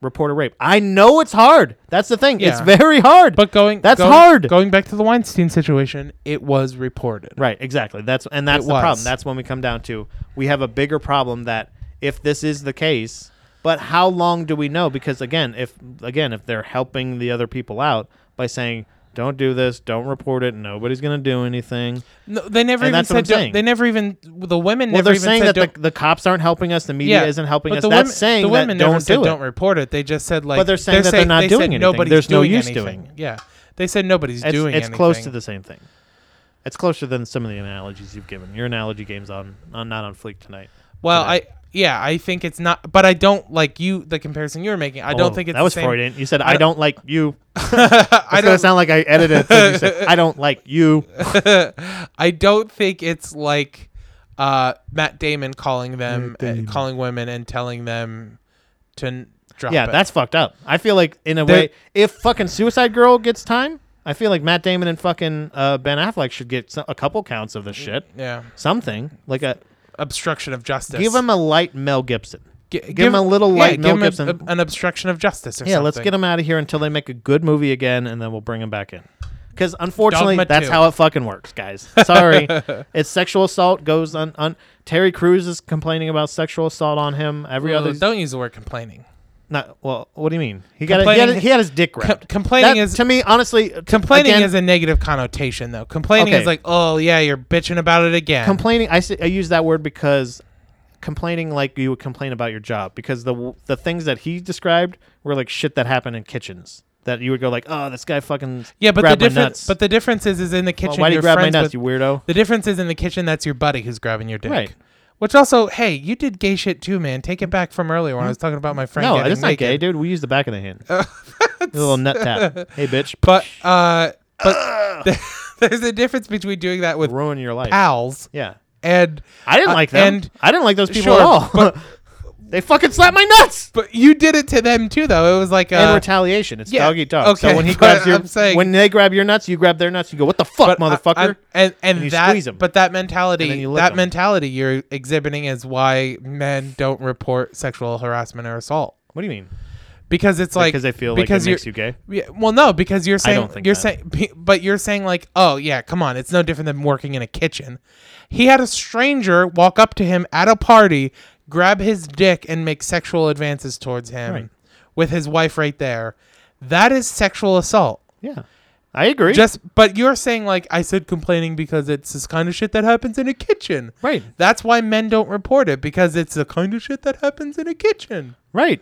Speaker 2: report a rape." I know it's hard. That's the thing. It's
Speaker 1: Yeah.
Speaker 2: very hard.
Speaker 1: But going
Speaker 2: That's
Speaker 1: going-
Speaker 2: hard.
Speaker 1: Going back to the Weinstein situation, it was reported.
Speaker 2: Right, exactly. That's and that's
Speaker 1: It
Speaker 2: the
Speaker 1: was.
Speaker 2: problem. That's when we come down to we have a bigger problem that if this is the case, but how long do we know? Because again, if again, if they're helping the other people out by saying, Don't do this, don't report it, nobody's gonna do anything.
Speaker 1: No, they never
Speaker 2: And
Speaker 1: even
Speaker 2: that's
Speaker 1: said.
Speaker 2: what I'm
Speaker 1: don't-
Speaker 2: saying.
Speaker 1: They never even. The women
Speaker 2: Well
Speaker 1: never
Speaker 2: they're
Speaker 1: even
Speaker 2: saying
Speaker 1: said
Speaker 2: that
Speaker 1: don't,
Speaker 2: the, the cops aren't helping us, the media isn't helping
Speaker 1: but
Speaker 2: us.
Speaker 1: The
Speaker 2: That's
Speaker 1: women,
Speaker 2: saying
Speaker 1: the women
Speaker 2: that
Speaker 1: never
Speaker 2: don't
Speaker 1: said
Speaker 2: do it.
Speaker 1: don't report it. They just said like.
Speaker 2: But they're saying that they're not
Speaker 1: they
Speaker 2: doing
Speaker 1: said
Speaker 2: anything.
Speaker 1: Nobody's
Speaker 2: There's no
Speaker 1: doing
Speaker 2: use
Speaker 1: anything.
Speaker 2: doing.
Speaker 1: Yeah, they said nobody's
Speaker 2: it's,
Speaker 1: doing.
Speaker 2: it's close to
Speaker 1: anything.
Speaker 2: the same thing. It's closer than some of the analogies you've given. Your analogy game's on, on not on fleek tonight.
Speaker 1: Well, I yeah, I think it's not. But I don't like you. The comparison you're making, I
Speaker 2: Oh,
Speaker 1: don't think it's
Speaker 2: that was
Speaker 1: the same.
Speaker 2: Freudian. You said
Speaker 1: I
Speaker 2: I,
Speaker 1: don't-
Speaker 2: don't like you.
Speaker 1: I
Speaker 2: I don't
Speaker 1: don't.
Speaker 2: sound like I edited. it, so you said, I don't like you.
Speaker 1: I don't think it's like uh, Matt Damon calling them, uh, calling women, and telling them to n- drop.
Speaker 2: Yeah,
Speaker 1: it.
Speaker 2: that's fucked up. I feel like in a
Speaker 1: There-
Speaker 2: way, if fucking Suicide Girl gets time, I feel like Matt Damon and fucking uh, Ben Affleck should get so- a couple counts of this shit.
Speaker 1: yeah
Speaker 2: Something like a
Speaker 1: obstruction of justice.
Speaker 2: give him a light Mel Gibson.
Speaker 1: G-
Speaker 2: give him a little
Speaker 1: yeah,
Speaker 2: light
Speaker 1: give
Speaker 2: Mel
Speaker 1: him a-
Speaker 2: Gibson.
Speaker 1: a- an obstruction of justice. Or
Speaker 2: yeah, let's
Speaker 1: something.
Speaker 2: get him out of here until they make a good movie again, and then we'll bring him back in. Because unfortunately,
Speaker 1: Dogma
Speaker 2: that's
Speaker 1: 2.
Speaker 2: how it fucking works, guys. Sorry, it's sexual assault goes on. on Terry Crews is complaining about sexual assault on him. Every
Speaker 1: Well,
Speaker 2: other
Speaker 1: don't use the word complaining.
Speaker 2: Not well. What do you mean? He got. He had,
Speaker 1: Complaining-
Speaker 2: he had his dick wrapped.
Speaker 1: Com- complaining
Speaker 2: That,
Speaker 1: is-
Speaker 2: to me honestly. t-
Speaker 1: Complaining
Speaker 2: again,
Speaker 1: is a negative connotation, though. Complaining
Speaker 2: Okay.
Speaker 1: is like, oh yeah, you're bitching about it again.
Speaker 2: complaining. I, s- I use that word because complaining like you would complain about your job because the w- the things that he described were like shit that happened in kitchens that you would go like oh this guy fucking
Speaker 1: yeah, but the
Speaker 2: grabbed my
Speaker 1: difference,
Speaker 2: nuts.
Speaker 1: but the difference is, is in the
Speaker 2: Well,
Speaker 1: kitchen.
Speaker 2: why do you
Speaker 1: you're
Speaker 2: grab my
Speaker 1: friends
Speaker 2: nuts
Speaker 1: with-
Speaker 2: you weirdo
Speaker 1: the difference is in the kitchen. That's your buddy who's grabbing your dick.
Speaker 2: Right.
Speaker 1: Which also, hey, you did gay shit too, man. Take it back from earlier when I was talking about my friend.
Speaker 2: no
Speaker 1: getting
Speaker 2: that's not gay
Speaker 1: naked.
Speaker 2: dude we use the back of the hand a little nut tap hey bitch
Speaker 1: But uh, but there's a difference between doing that with
Speaker 2: ruin your life
Speaker 1: pals
Speaker 2: yeah
Speaker 1: and
Speaker 2: I didn't
Speaker 1: uh,
Speaker 2: like them
Speaker 1: and
Speaker 2: I didn't like those people
Speaker 1: Sure,
Speaker 2: at all
Speaker 1: but-
Speaker 2: they fucking slapped my nuts
Speaker 1: but you did it to them too, though. It was like
Speaker 2: and
Speaker 1: uh,
Speaker 2: retaliation. It's
Speaker 1: yeah,
Speaker 2: dog eat dog.
Speaker 1: okay,
Speaker 2: so when he
Speaker 1: but
Speaker 2: grabs your,
Speaker 1: I'm saying-
Speaker 2: when they grab your nuts, you grab their nuts. You go, what the fuck,
Speaker 1: I-
Speaker 2: motherfucker?
Speaker 1: I- and and,
Speaker 2: And you
Speaker 1: that,
Speaker 2: squeeze 'em.
Speaker 1: but that
Speaker 2: And then
Speaker 1: mentality,
Speaker 2: you lick
Speaker 1: that
Speaker 2: 'em.
Speaker 1: mentality you're exhibiting is why men don't report sexual harassment or assault
Speaker 2: what do you mean?
Speaker 1: because it's like
Speaker 2: because they feel
Speaker 1: because
Speaker 2: like it
Speaker 1: you're-
Speaker 2: makes you gay.
Speaker 1: Yeah, well, no, because you're saying
Speaker 2: don't think
Speaker 1: you're
Speaker 2: that.
Speaker 1: saying, be- but you're saying like, oh yeah, come on, it's no different than working in a kitchen. He had a stranger walk up to him at a party, grab his dick, and make sexual advances towards him
Speaker 2: Right.
Speaker 1: with his wife right there. That is sexual assault.
Speaker 2: Yeah, I agree.
Speaker 1: Just, but you're saying like I said, complaining because it's this kind of shit that happens in a kitchen.
Speaker 2: Right.
Speaker 1: That's why men don't report it because it's the kind of shit that happens in a kitchen.
Speaker 2: right.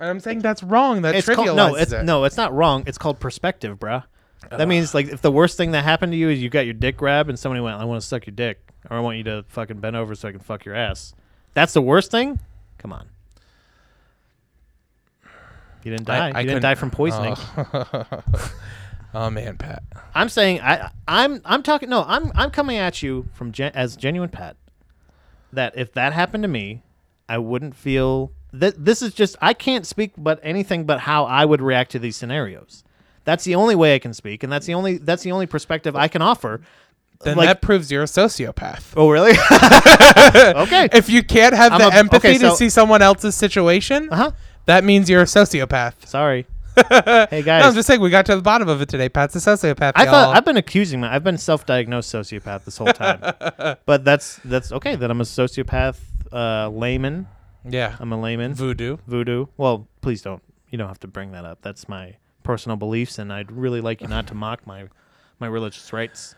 Speaker 1: And I'm saying that's wrong. That
Speaker 2: It's
Speaker 1: trivializes
Speaker 2: called no. It's
Speaker 1: it.
Speaker 2: no. It's not wrong. It's called perspective, bruh. That means like if the worst thing that happened to you is you got your dick grabbed and somebody went, I want to suck your dick, or I want you to fucking bend over so I can fuck your ass. That's the worst thing. Come on. You didn't
Speaker 1: I-
Speaker 2: die.
Speaker 1: I
Speaker 2: you didn't
Speaker 1: couldn't-
Speaker 2: die from poisoning.
Speaker 1: Oh man, Pat.
Speaker 2: I'm saying I I'm I'm talking no I'm I'm coming at you from gen, as genuine Pat that if that happened to me I wouldn't feel that this is just I can't speak but anything but how I would react to these scenarios. That's the only way I can speak and that's the only that's the only perspective I can offer.
Speaker 1: Then
Speaker 2: Like-
Speaker 1: that proves you're a sociopath.
Speaker 2: Oh really? okay.
Speaker 1: If you can't have
Speaker 2: I'm
Speaker 1: the
Speaker 2: a-
Speaker 1: empathy
Speaker 2: okay,
Speaker 1: to
Speaker 2: so-
Speaker 1: see someone else's situation,
Speaker 2: Uh-huh.
Speaker 1: that means you're a sociopath.
Speaker 2: Sorry. Hey
Speaker 1: No,
Speaker 2: guys,
Speaker 1: I'm just saying we got to the bottom of it today. Pat's a sociopath.
Speaker 2: I
Speaker 1: y'all.
Speaker 2: thought I've been accusing my I've been self-diagnosed sociopath this whole time. but that's that's okay that I'm a sociopath uh, layman.
Speaker 1: yeah.
Speaker 2: I'm a layman.
Speaker 1: Voodoo.
Speaker 2: Voodoo. Well, please don't. You don't have to bring that up. That's my personal beliefs and I'd really like you not to mock my my religious rights.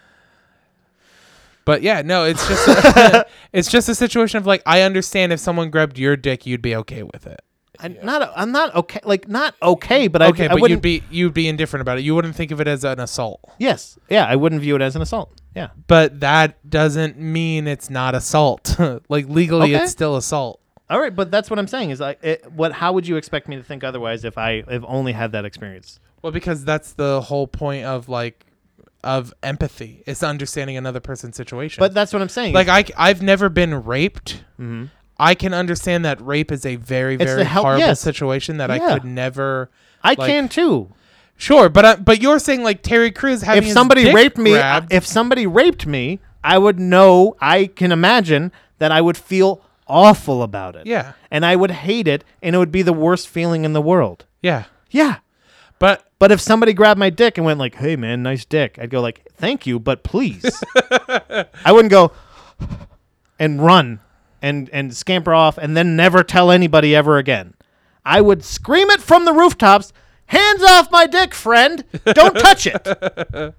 Speaker 1: But yeah, no, it's just it's just a situation of like I understand if someone grabbed your dick, you'd be okay with it.
Speaker 2: I, not I'm not okay like not okay, but I
Speaker 1: Okay,
Speaker 2: I
Speaker 1: but
Speaker 2: wouldn't
Speaker 1: you'd be you'd be indifferent about it. You wouldn't think of it as an assault.
Speaker 2: Yes. Yeah, I wouldn't view it as an assault. Yeah.
Speaker 1: But that doesn't mean it's not assault. like legally,
Speaker 2: Okay.
Speaker 1: it's still assault.
Speaker 2: All right, but that's what I'm saying is like it, what how would you expect me to think otherwise if I have only had that experience?
Speaker 1: Well, because that's the whole point of like of empathy. It's understanding another person's situation.
Speaker 2: But that's what I'm saying.
Speaker 1: like I, I've never been raped. I can understand that rape is a very,
Speaker 2: Mm-hmm. It's
Speaker 1: very
Speaker 2: the hel-
Speaker 1: horrible
Speaker 2: yes.
Speaker 1: situation that
Speaker 2: Yeah.
Speaker 1: I could never.
Speaker 2: I
Speaker 1: like-
Speaker 2: can too.
Speaker 1: Sure, but I, but you're saying like Terry Crews having
Speaker 2: if
Speaker 1: his
Speaker 2: somebody
Speaker 1: dick
Speaker 2: raped me,
Speaker 1: grabbed,
Speaker 2: if somebody raped me, I would know. I can imagine that I would feel awful about it.
Speaker 1: Yeah.
Speaker 2: and I would hate it, and it would be the worst feeling in the world.
Speaker 1: yeah,
Speaker 2: Yeah,
Speaker 1: but
Speaker 2: but if somebody grabbed my dick and went like, "Hey, man, nice dick," I'd go like, "Thank you, but please," I wouldn't go and run and and scamper off and then never tell anybody ever again. I would scream it from the rooftops. Hands off my dick, friend! Don't touch it.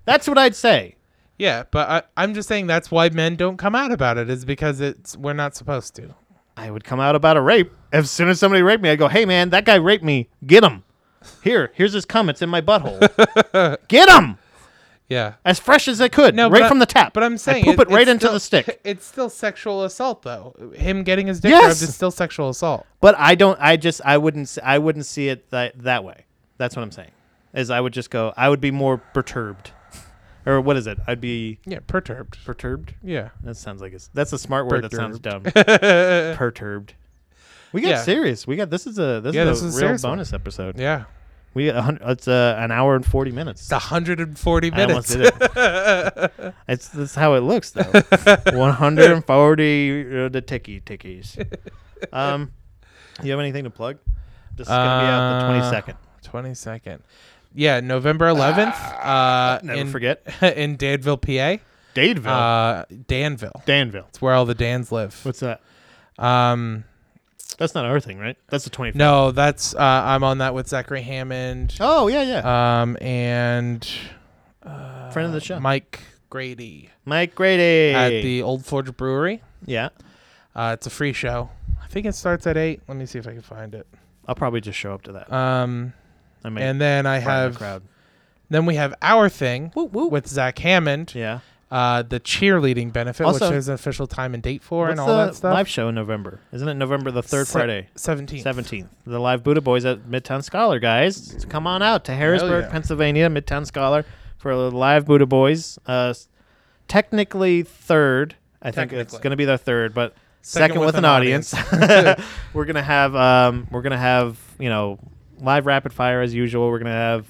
Speaker 2: That's what I'd say.
Speaker 1: yeah, but I, I'm just saying that's why men don't come out about it is because it's we're not supposed to.
Speaker 2: I would come out about a rape. As soon as somebody raped me, I'd go, hey, man, that guy raped me. Get him. Here, here's his cum. It's in my butthole. Get him.
Speaker 1: Yeah,
Speaker 2: As fresh as I could.
Speaker 1: no,
Speaker 2: right
Speaker 1: but I-
Speaker 2: from the tap.
Speaker 1: But I'm saying
Speaker 2: I poop it,
Speaker 1: it's
Speaker 2: right into
Speaker 1: still-
Speaker 2: the stick.
Speaker 1: It's still sexual assault though. Him getting his dick
Speaker 2: Yes.
Speaker 1: grabbed is still sexual assault.
Speaker 2: But I don't, I just, I wouldn't, s- I wouldn't see it that, that way. That's what I'm saying. Is I would just go, I would be more perturbed. Or what is it? I'd be
Speaker 1: Yeah, perturbed.
Speaker 2: perturbed.
Speaker 1: Yeah.
Speaker 2: That sounds like it's, that's a smart word that sounds dumb. perturbed. We got
Speaker 1: Yeah.
Speaker 2: serious. We got this is a this
Speaker 1: Yeah, this
Speaker 2: is a
Speaker 1: is a
Speaker 2: real
Speaker 1: serious one.
Speaker 2: bonus episode.
Speaker 1: Yeah.
Speaker 2: We a hun- it's uh, an hour and forty minutes.
Speaker 1: It's 140
Speaker 2: I almost
Speaker 1: minutes.
Speaker 2: did it. it's that's how it looks though. One hundred and forty uh, the ticky tickies. Um, you have anything to plug? This is gonna be out the twenty
Speaker 1: Uh,
Speaker 2: second.
Speaker 1: 22nd. Yeah, November 11th. Uh,
Speaker 2: Ah, Never
Speaker 1: in,
Speaker 2: forget Oh.
Speaker 1: in Danville, PA.
Speaker 2: Dadeville,
Speaker 1: Uh, Danville.
Speaker 2: Danville.
Speaker 1: It's where all the Dans live.
Speaker 2: What's that?
Speaker 1: Um,
Speaker 2: That's not our thing, right? That's the twenty fifth.
Speaker 1: no, that's uh, I'm on that with Zachary Hammond.
Speaker 2: Oh yeah, yeah.
Speaker 1: Um, and
Speaker 2: Friend of the show,
Speaker 1: Uh, Mike Grady
Speaker 2: Mike Grady.
Speaker 1: at the Old Forge Brewery.
Speaker 2: yeah,
Speaker 1: Uh, it's a free show. I think it starts at eight. Let me see if I can find it.
Speaker 2: I'll probably just show up to that.
Speaker 1: Um,
Speaker 2: I may
Speaker 1: and then I
Speaker 2: find the
Speaker 1: have
Speaker 2: crowd.
Speaker 1: then we have our thing
Speaker 2: Woo, woo.
Speaker 1: with Zach Hammond.
Speaker 2: Yeah.
Speaker 1: uh, the cheerleading benefit,
Speaker 2: Also-
Speaker 1: which there's an official time and date for,
Speaker 2: What's
Speaker 1: and all
Speaker 2: the
Speaker 1: that stuff.
Speaker 2: live show in November? Isn't it November the third Friday?
Speaker 1: seventeenth.
Speaker 2: 17th. The live Buddha Boys at Midtown Scholar, guys. So come on out to Harrisburg,
Speaker 1: yeah.
Speaker 2: Pennsylvania, Midtown Scholar for the live Buddha Boys. Uh, s- technically third. I think it's
Speaker 1: Technically.
Speaker 2: going to be their third, but second, with, an, audience. we're gonna have um, we're gonna have you know live rapid fire as usual. We're gonna have.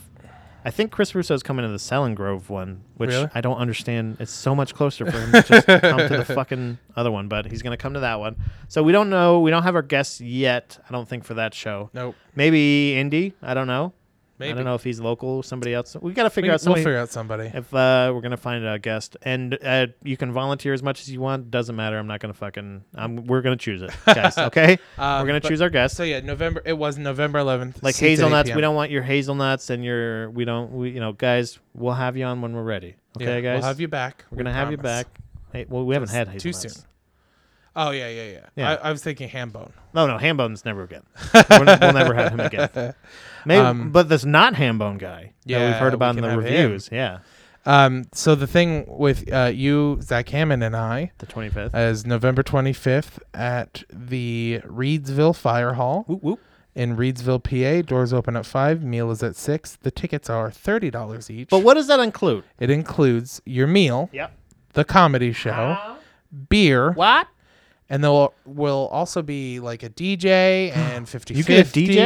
Speaker 2: I think Chris Russo's coming to the Selling Grove one, which
Speaker 1: Really?
Speaker 2: I don't understand. It's so much closer for him to just come to the fucking other one, but he's gonna come to that one. So we don't know. We don't have our guests yet. I don't think for that show.
Speaker 1: Nope.
Speaker 2: Maybe Indy. I don't know. I
Speaker 1: Maybe.
Speaker 2: don't know if he's local. Somebody else. We gotta
Speaker 1: We,
Speaker 2: figure
Speaker 1: will
Speaker 2: out somebody
Speaker 1: figure out somebody.
Speaker 2: if uh, we're gonna find a guest, and uh, you can volunteer as much as you want, doesn't matter. I'm not gonna fucking. I'm, we're gonna choose it, guys. Okay,
Speaker 1: Um,
Speaker 2: we're gonna
Speaker 1: but-
Speaker 2: choose our guest.
Speaker 1: So yeah, November. It was November 11th.
Speaker 2: like
Speaker 1: 6 to 8
Speaker 2: hazelnuts,
Speaker 1: PM.
Speaker 2: we don't want your hazelnuts, and your we don't. We you know, guys, we'll have you on when we're ready. Okay,
Speaker 1: Yeah,
Speaker 2: guys,
Speaker 1: We'll have you back.
Speaker 2: We're gonna have you back. Hey, well, we haven't had
Speaker 1: Too
Speaker 2: hazelnuts
Speaker 1: soon. Oh yeah, yeah, yeah.
Speaker 2: Yeah.
Speaker 1: I, I was thinking ham bone.
Speaker 2: No, no, Hambone's never again. we're, n- we'll never have him again. Maybe,
Speaker 1: Um,
Speaker 2: but this not Hambone guy that we've
Speaker 1: Yeah,
Speaker 2: heard
Speaker 1: we
Speaker 2: about
Speaker 1: can
Speaker 2: in the
Speaker 1: have him.
Speaker 2: reviews. Yeah,
Speaker 1: Um, so the thing with uh, you, Zach Hammond, and I
Speaker 2: the 25th.
Speaker 1: is November 25th at the Reedsville Fire Hall.
Speaker 2: whoop whoop.
Speaker 1: in Reedsville, PA. Doors open at five. Meal is at six. The tickets are thirty dollars each.
Speaker 2: But what does that include?
Speaker 1: it includes your meal,
Speaker 2: Yep.
Speaker 1: the comedy show, beer,
Speaker 2: What?
Speaker 1: and there will, will also be like a DJ and fifty.
Speaker 2: You get a
Speaker 1: 50
Speaker 2: DJ?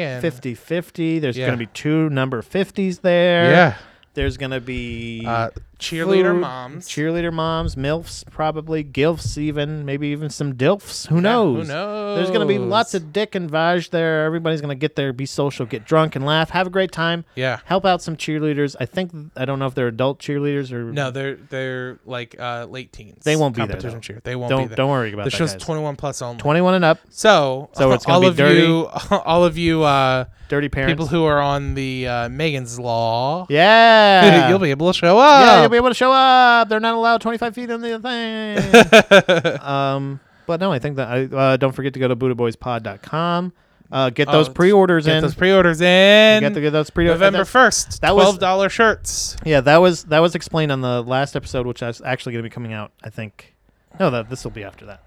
Speaker 1: and
Speaker 2: 50 50. There's
Speaker 1: Yeah.
Speaker 2: going to be two number 50s there.
Speaker 1: Yeah,
Speaker 2: There's going to be
Speaker 1: uh, Cheerleader
Speaker 2: food,
Speaker 1: moms.
Speaker 2: cheerleader moms, milfs probably, gilfs even, maybe even some dilfs. Who
Speaker 1: Yeah,
Speaker 2: knows?
Speaker 1: Who knows?
Speaker 2: There's gonna be lots of dick and vaj there. Everybody's gonna get there, be social, get drunk, and laugh, have a great time.
Speaker 1: Yeah.
Speaker 2: Help out some cheerleaders. I think I don't know if they're adult cheerleaders or
Speaker 1: No, they're they're like uh, late teens.
Speaker 2: They won't be there,
Speaker 1: competition
Speaker 2: though.
Speaker 1: cheer. They won't
Speaker 2: Don't
Speaker 1: be there.
Speaker 2: don't worry about
Speaker 1: The
Speaker 2: that.
Speaker 1: show's
Speaker 2: guys.
Speaker 1: twenty one plus only.
Speaker 2: 21 and up.
Speaker 1: So,
Speaker 2: So it's gonna
Speaker 1: all
Speaker 2: be
Speaker 1: of you, all of you uh,
Speaker 2: Dirty parents.
Speaker 1: people who are on the uh, Megan's Law,
Speaker 2: yeah.
Speaker 1: you'll be able to show
Speaker 2: Yeah, you'll
Speaker 1: up.
Speaker 2: be able to show up. They're not allowed 25 feet on the thing. um, but no, I think that I uh, don't forget to go to BuddhaBoysPod.com. Uh, get
Speaker 1: Oh,
Speaker 2: those
Speaker 1: t-
Speaker 2: pre-orders
Speaker 1: Get
Speaker 2: in.
Speaker 1: those pre-orders in.
Speaker 2: you got to get those pre-orders.
Speaker 1: November first.
Speaker 2: that was-
Speaker 1: Twelve dollar shirts.
Speaker 2: Yeah, that was that was explained on the last episode, which is actually going to be coming out. I think. No, that this will be after that.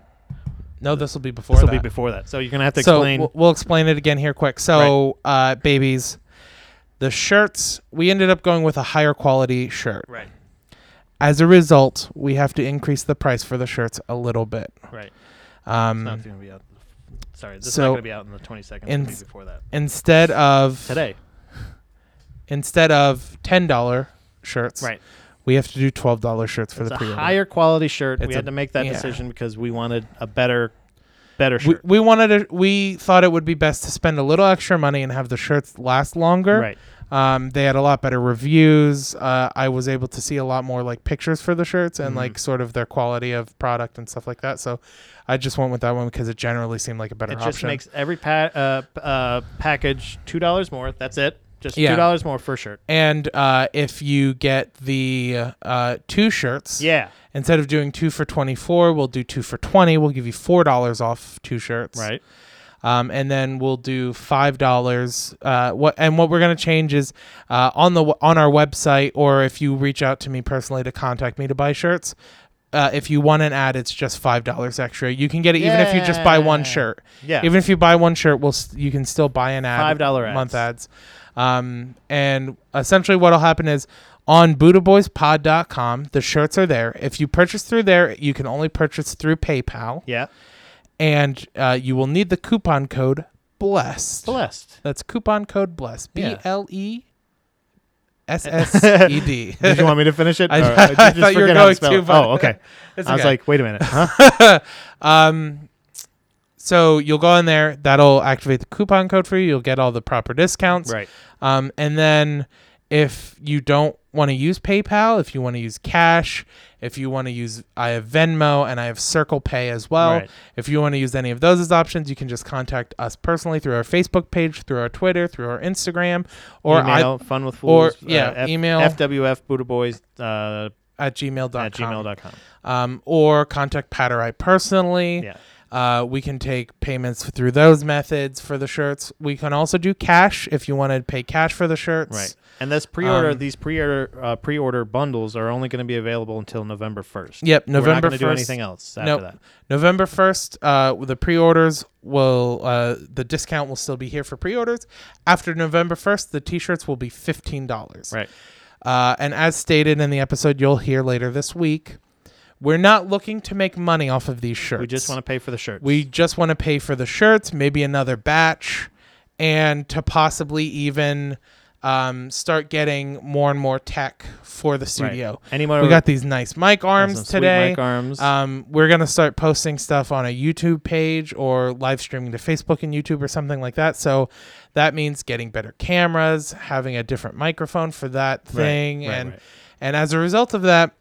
Speaker 1: No, this will be before.
Speaker 2: This will
Speaker 1: that.
Speaker 2: be before that. So you're going to have to
Speaker 1: so
Speaker 2: explain.
Speaker 1: we'll, we'll explain it again here quick. So, uh, babies, the shirts we ended up going with a higher quality shirt.
Speaker 2: right.
Speaker 1: As a result, we have to increase the price for the shirts a little bit.
Speaker 2: Right. It's not
Speaker 1: Um,
Speaker 2: going to be out. Sorry, this
Speaker 1: so-
Speaker 2: is not going to be out in the 22nd. It's going
Speaker 1: in-
Speaker 2: to be before that.
Speaker 1: instead of
Speaker 2: Today.
Speaker 1: instead of ten dollar shirts,
Speaker 2: Right.
Speaker 1: We have to do twelve dollar shirts for
Speaker 2: it's
Speaker 1: the
Speaker 2: a
Speaker 1: pre-order.
Speaker 2: higher quality shirt.
Speaker 1: It's
Speaker 2: we
Speaker 1: a-
Speaker 2: had to make that
Speaker 1: yeah.
Speaker 2: decision because we wanted a better, better
Speaker 1: we,
Speaker 2: shirt.
Speaker 1: we wanted to, we thought it would be best to spend a little extra money and have the shirts last longer.
Speaker 2: Right.
Speaker 1: Um, they had a lot better reviews. Uh, I was able to see a lot more like pictures for the shirts and
Speaker 2: Mhm.
Speaker 1: like sort of their quality of product and stuff like that. So I just went with that one because it generally seemed like a better
Speaker 2: It
Speaker 1: option.
Speaker 2: just makes every pa- uh, p- uh, package two dollars more. That's it. Just
Speaker 1: Yeah.
Speaker 2: two dollars more for a shirt.
Speaker 1: and uh, if you get the uh, two shirts,
Speaker 2: Yeah.
Speaker 1: instead of doing two for 24, we'll do two for 20. We'll give you $4 off two shirts.
Speaker 2: Right.
Speaker 1: um, and then we'll do five dollars. Uh, what and what we're gonna change is uh, on the on our website, or if you reach out to me personally to contact me to buy shirts. Uh, if you want an ad, it's just five dollars extra. You can get it even if you just buy one
Speaker 2: Yeah.
Speaker 1: shirt.
Speaker 2: Yeah.
Speaker 1: Even if you buy one shirt, we'll s- you can still buy an ad.
Speaker 2: $5 ads.
Speaker 1: month ads. Um, and essentially, what'll happen is on BuddhaBoysPod.com, the shirts are there. If you purchase through there, you can only purchase through PayPal
Speaker 2: yeah.
Speaker 1: and uh, you will need the coupon code blessed.
Speaker 2: Blessed.
Speaker 1: That's coupon code blessed. B
Speaker 2: Yeah.
Speaker 1: L E S S E D.
Speaker 2: Did you want me to finish it?
Speaker 1: I-
Speaker 2: Or
Speaker 1: I
Speaker 2: did
Speaker 1: thought
Speaker 2: just
Speaker 1: you were
Speaker 2: forget how
Speaker 1: going
Speaker 2: spell
Speaker 1: too
Speaker 2: it?
Speaker 1: far.
Speaker 2: Oh, okay.
Speaker 1: It's
Speaker 2: I was
Speaker 1: okay.
Speaker 2: like, wait a minute. Huh?
Speaker 1: um, so you'll go in there. That'll activate the coupon code for you. You'll get all the proper discounts.
Speaker 2: right.
Speaker 1: Um, and then if you don't want to use PayPal, if you want to use cash, if you want to use, I have Venmo and I have Circle Pay as well.
Speaker 2: Right.
Speaker 1: If you want to use any of those as options, you can just contact us personally through our Facebook page, through our Twitter, through our Instagram, or
Speaker 2: email fun with
Speaker 1: or-
Speaker 2: fools.
Speaker 1: yeah,
Speaker 2: uh, F-
Speaker 1: email.
Speaker 2: FWF Buddha Boys uh,
Speaker 1: I at gmail.com.
Speaker 2: at gmail.com.
Speaker 1: Um, or contact Pat or I personally.
Speaker 2: Yeah.
Speaker 1: Uh, we can take payments through those methods for the shirts. We can also do cash if you want to pay cash for the shirts.
Speaker 2: Right. And this pre-order,
Speaker 1: Um,
Speaker 2: these pre-order, uh, pre-order bundles are only going to be available until November first.
Speaker 1: Yep.
Speaker 2: We're not
Speaker 1: November
Speaker 2: going to do
Speaker 1: 1st.
Speaker 2: anything else after
Speaker 1: Nope.
Speaker 2: that.
Speaker 1: November 1st, uh, the pre orders will, uh, the discount will still be here for pre orders. After November 1st, the t shirts will be $15.
Speaker 2: Right.
Speaker 1: Uh, and as stated in the episode you'll hear later this week, we're not looking to make money off of these shirts.
Speaker 2: We just want to pay for the shirts.
Speaker 1: We just want to pay for the shirts, maybe another batch, and to possibly even um, start getting more and more tech for the
Speaker 2: Right.
Speaker 1: studio.
Speaker 2: Any more
Speaker 1: We got these nice mic
Speaker 2: some
Speaker 1: arms
Speaker 2: sweet
Speaker 1: today.
Speaker 2: mic arms.
Speaker 1: Um, we're gonna start posting stuff on a YouTube page or live streaming to Facebook and YouTube or something like that. So that means getting better cameras, having a different microphone for that thing,
Speaker 2: right,
Speaker 1: and
Speaker 2: right.
Speaker 1: and as a result of that,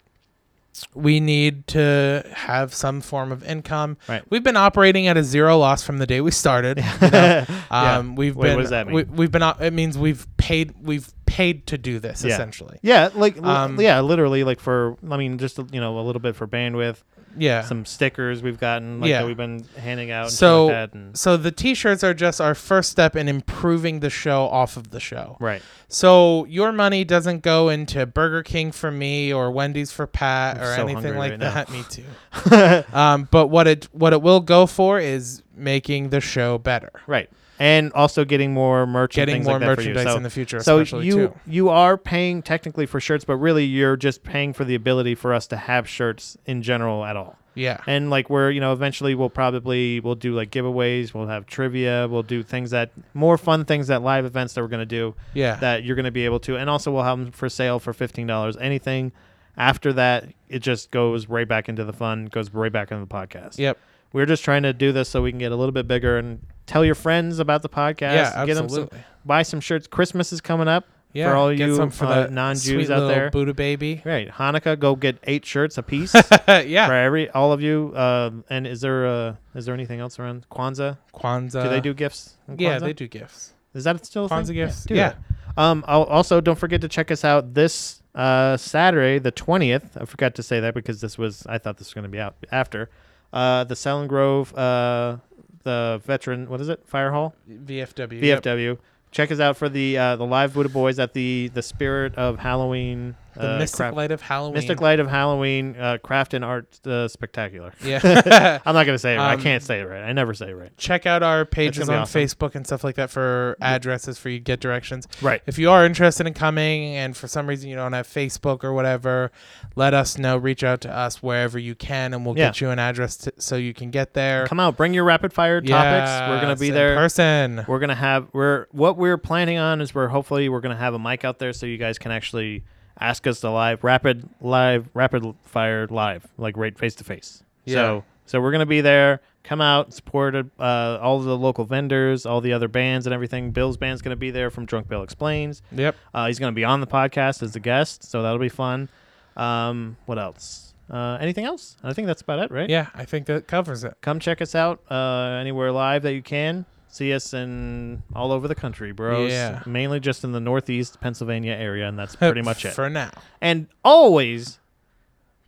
Speaker 1: we need to have some form of income.
Speaker 2: Right.
Speaker 1: We've been operating at a zero loss from the day we started. you know? um, We've
Speaker 2: Wait,
Speaker 1: been.
Speaker 2: what does that
Speaker 1: We, we've been. op- It means we've paid. We've paid to do this
Speaker 2: Yeah.
Speaker 1: essentially.
Speaker 2: yeah, like l-
Speaker 1: um,
Speaker 2: yeah, literally like for I mean just you know a little bit for bandwidth,
Speaker 1: Yeah.
Speaker 2: some stickers we've gotten like
Speaker 1: Yeah.
Speaker 2: that we've been handing out. And
Speaker 1: So-
Speaker 2: shit like that and,
Speaker 1: So the t-shirts are just our first step in improving the show off of the show.
Speaker 2: right,
Speaker 1: So your money doesn't go into Burger King for me or Wendy's for Pat
Speaker 2: I'm
Speaker 1: or
Speaker 2: so
Speaker 1: anything
Speaker 2: hungry
Speaker 1: like
Speaker 2: right now.
Speaker 1: that. me too. um, but what it what it will go for is making the show better,
Speaker 2: right, and also getting more merch, and
Speaker 1: getting
Speaker 2: things
Speaker 1: more
Speaker 2: like that for you.
Speaker 1: merchandise
Speaker 2: So-
Speaker 1: in the future,
Speaker 2: So
Speaker 1: especially
Speaker 2: you
Speaker 1: too.
Speaker 2: you are paying technically for shirts, but really you're just paying for the ability for us to have shirts in general at all.
Speaker 1: Yeah,
Speaker 2: and like we're you know eventually we'll probably we'll do like giveaways we'll have trivia we'll do things that more fun things that live events that we're going to do
Speaker 1: yeah,
Speaker 2: that you're going to be able to and also we'll have them for sale for $15 anything After that, it just goes right back into the fun, goes right back into the podcast.
Speaker 1: Yep.
Speaker 2: We're just trying to do this so we can get a little bit bigger and tell your friends about the podcast.
Speaker 1: yeah,
Speaker 2: get 'em some-
Speaker 1: absolutely.
Speaker 2: buy some shirts. Christmas is coming up.
Speaker 1: yeah,
Speaker 2: for all
Speaker 1: get
Speaker 2: you,
Speaker 1: some for
Speaker 2: uh,
Speaker 1: that
Speaker 2: non-Jews
Speaker 1: sweet
Speaker 2: out
Speaker 1: little
Speaker 2: there.
Speaker 1: Buddha baby.
Speaker 2: Right. Hanukkah, go get eight shirts a piece for
Speaker 1: yeah,
Speaker 2: every all of you. Um, and is there uh, is there anything else around Kwanzaa?
Speaker 1: Kwanzaa.
Speaker 2: Do they do gifts? in
Speaker 1: Uh, Yeah,
Speaker 2: Kwanzaa?
Speaker 1: they do gifts.
Speaker 2: Is that still a thing?
Speaker 1: Kwanzaa gifts.
Speaker 2: do
Speaker 1: Yeah,
Speaker 2: that. Um, I'll, also, don't forget to check us out this uh, Saturday, the 20th. I forgot to say that because this was, I thought this was going to be out after. Uh, the Selling Grove, uh, the veteran, what is it? Fire Hall?
Speaker 1: VFW. yep.
Speaker 2: VFW. Check us out for the uh, the live Buddha Boys at the the Spirit of Halloween.
Speaker 1: The
Speaker 2: uh,
Speaker 1: Mystic
Speaker 2: craft-
Speaker 1: Light of Halloween.
Speaker 2: Mystic Light of Halloween uh, Craft and Art uh, Spectacular.
Speaker 1: Yeah.
Speaker 2: I'm not going to say it right.
Speaker 1: Um,
Speaker 2: I can't say it right. I never say it right.
Speaker 1: Check out our pages
Speaker 2: gonna be
Speaker 1: on
Speaker 2: awesome.
Speaker 1: Facebook and stuff like that for addresses for you to get directions.
Speaker 2: Right.
Speaker 1: If you are interested in coming and for some reason you don't have Facebook or whatever, let us know. Reach out to us wherever you can and we'll
Speaker 2: Yeah.
Speaker 1: get you an address to, so you can get there.
Speaker 2: Come out. Bring your rapid fire topics. We're going
Speaker 1: Yes,
Speaker 2: to be
Speaker 1: in
Speaker 2: there.
Speaker 1: person.
Speaker 2: We're gonna have we're what we're planning on is we're hopefully we're gonna have a mic out there so you guys can actually ask us the live rapid live rapid fire live like right face to face.
Speaker 1: Yeah.
Speaker 2: So so we're gonna be there. Come out, support uh, all the local vendors, all the other bands and everything. Bill's band's gonna be there from Drunk Bill Explains.
Speaker 1: Yep.
Speaker 2: Uh, he's gonna be on the podcast as a guest, so that'll be fun. Um, what else? Uh, anything else? I think that's about it, right?
Speaker 1: Yeah, I think that covers it.
Speaker 2: come check us out uh, anywhere live that you can. See us in all over the country, bros.
Speaker 1: Yeah.
Speaker 2: Mainly just in the Northeast Pennsylvania area, and that's pretty much it.
Speaker 1: For now.
Speaker 2: And always,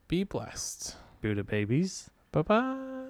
Speaker 1: Be blessed.
Speaker 2: Buddha babies.
Speaker 1: Bye bye.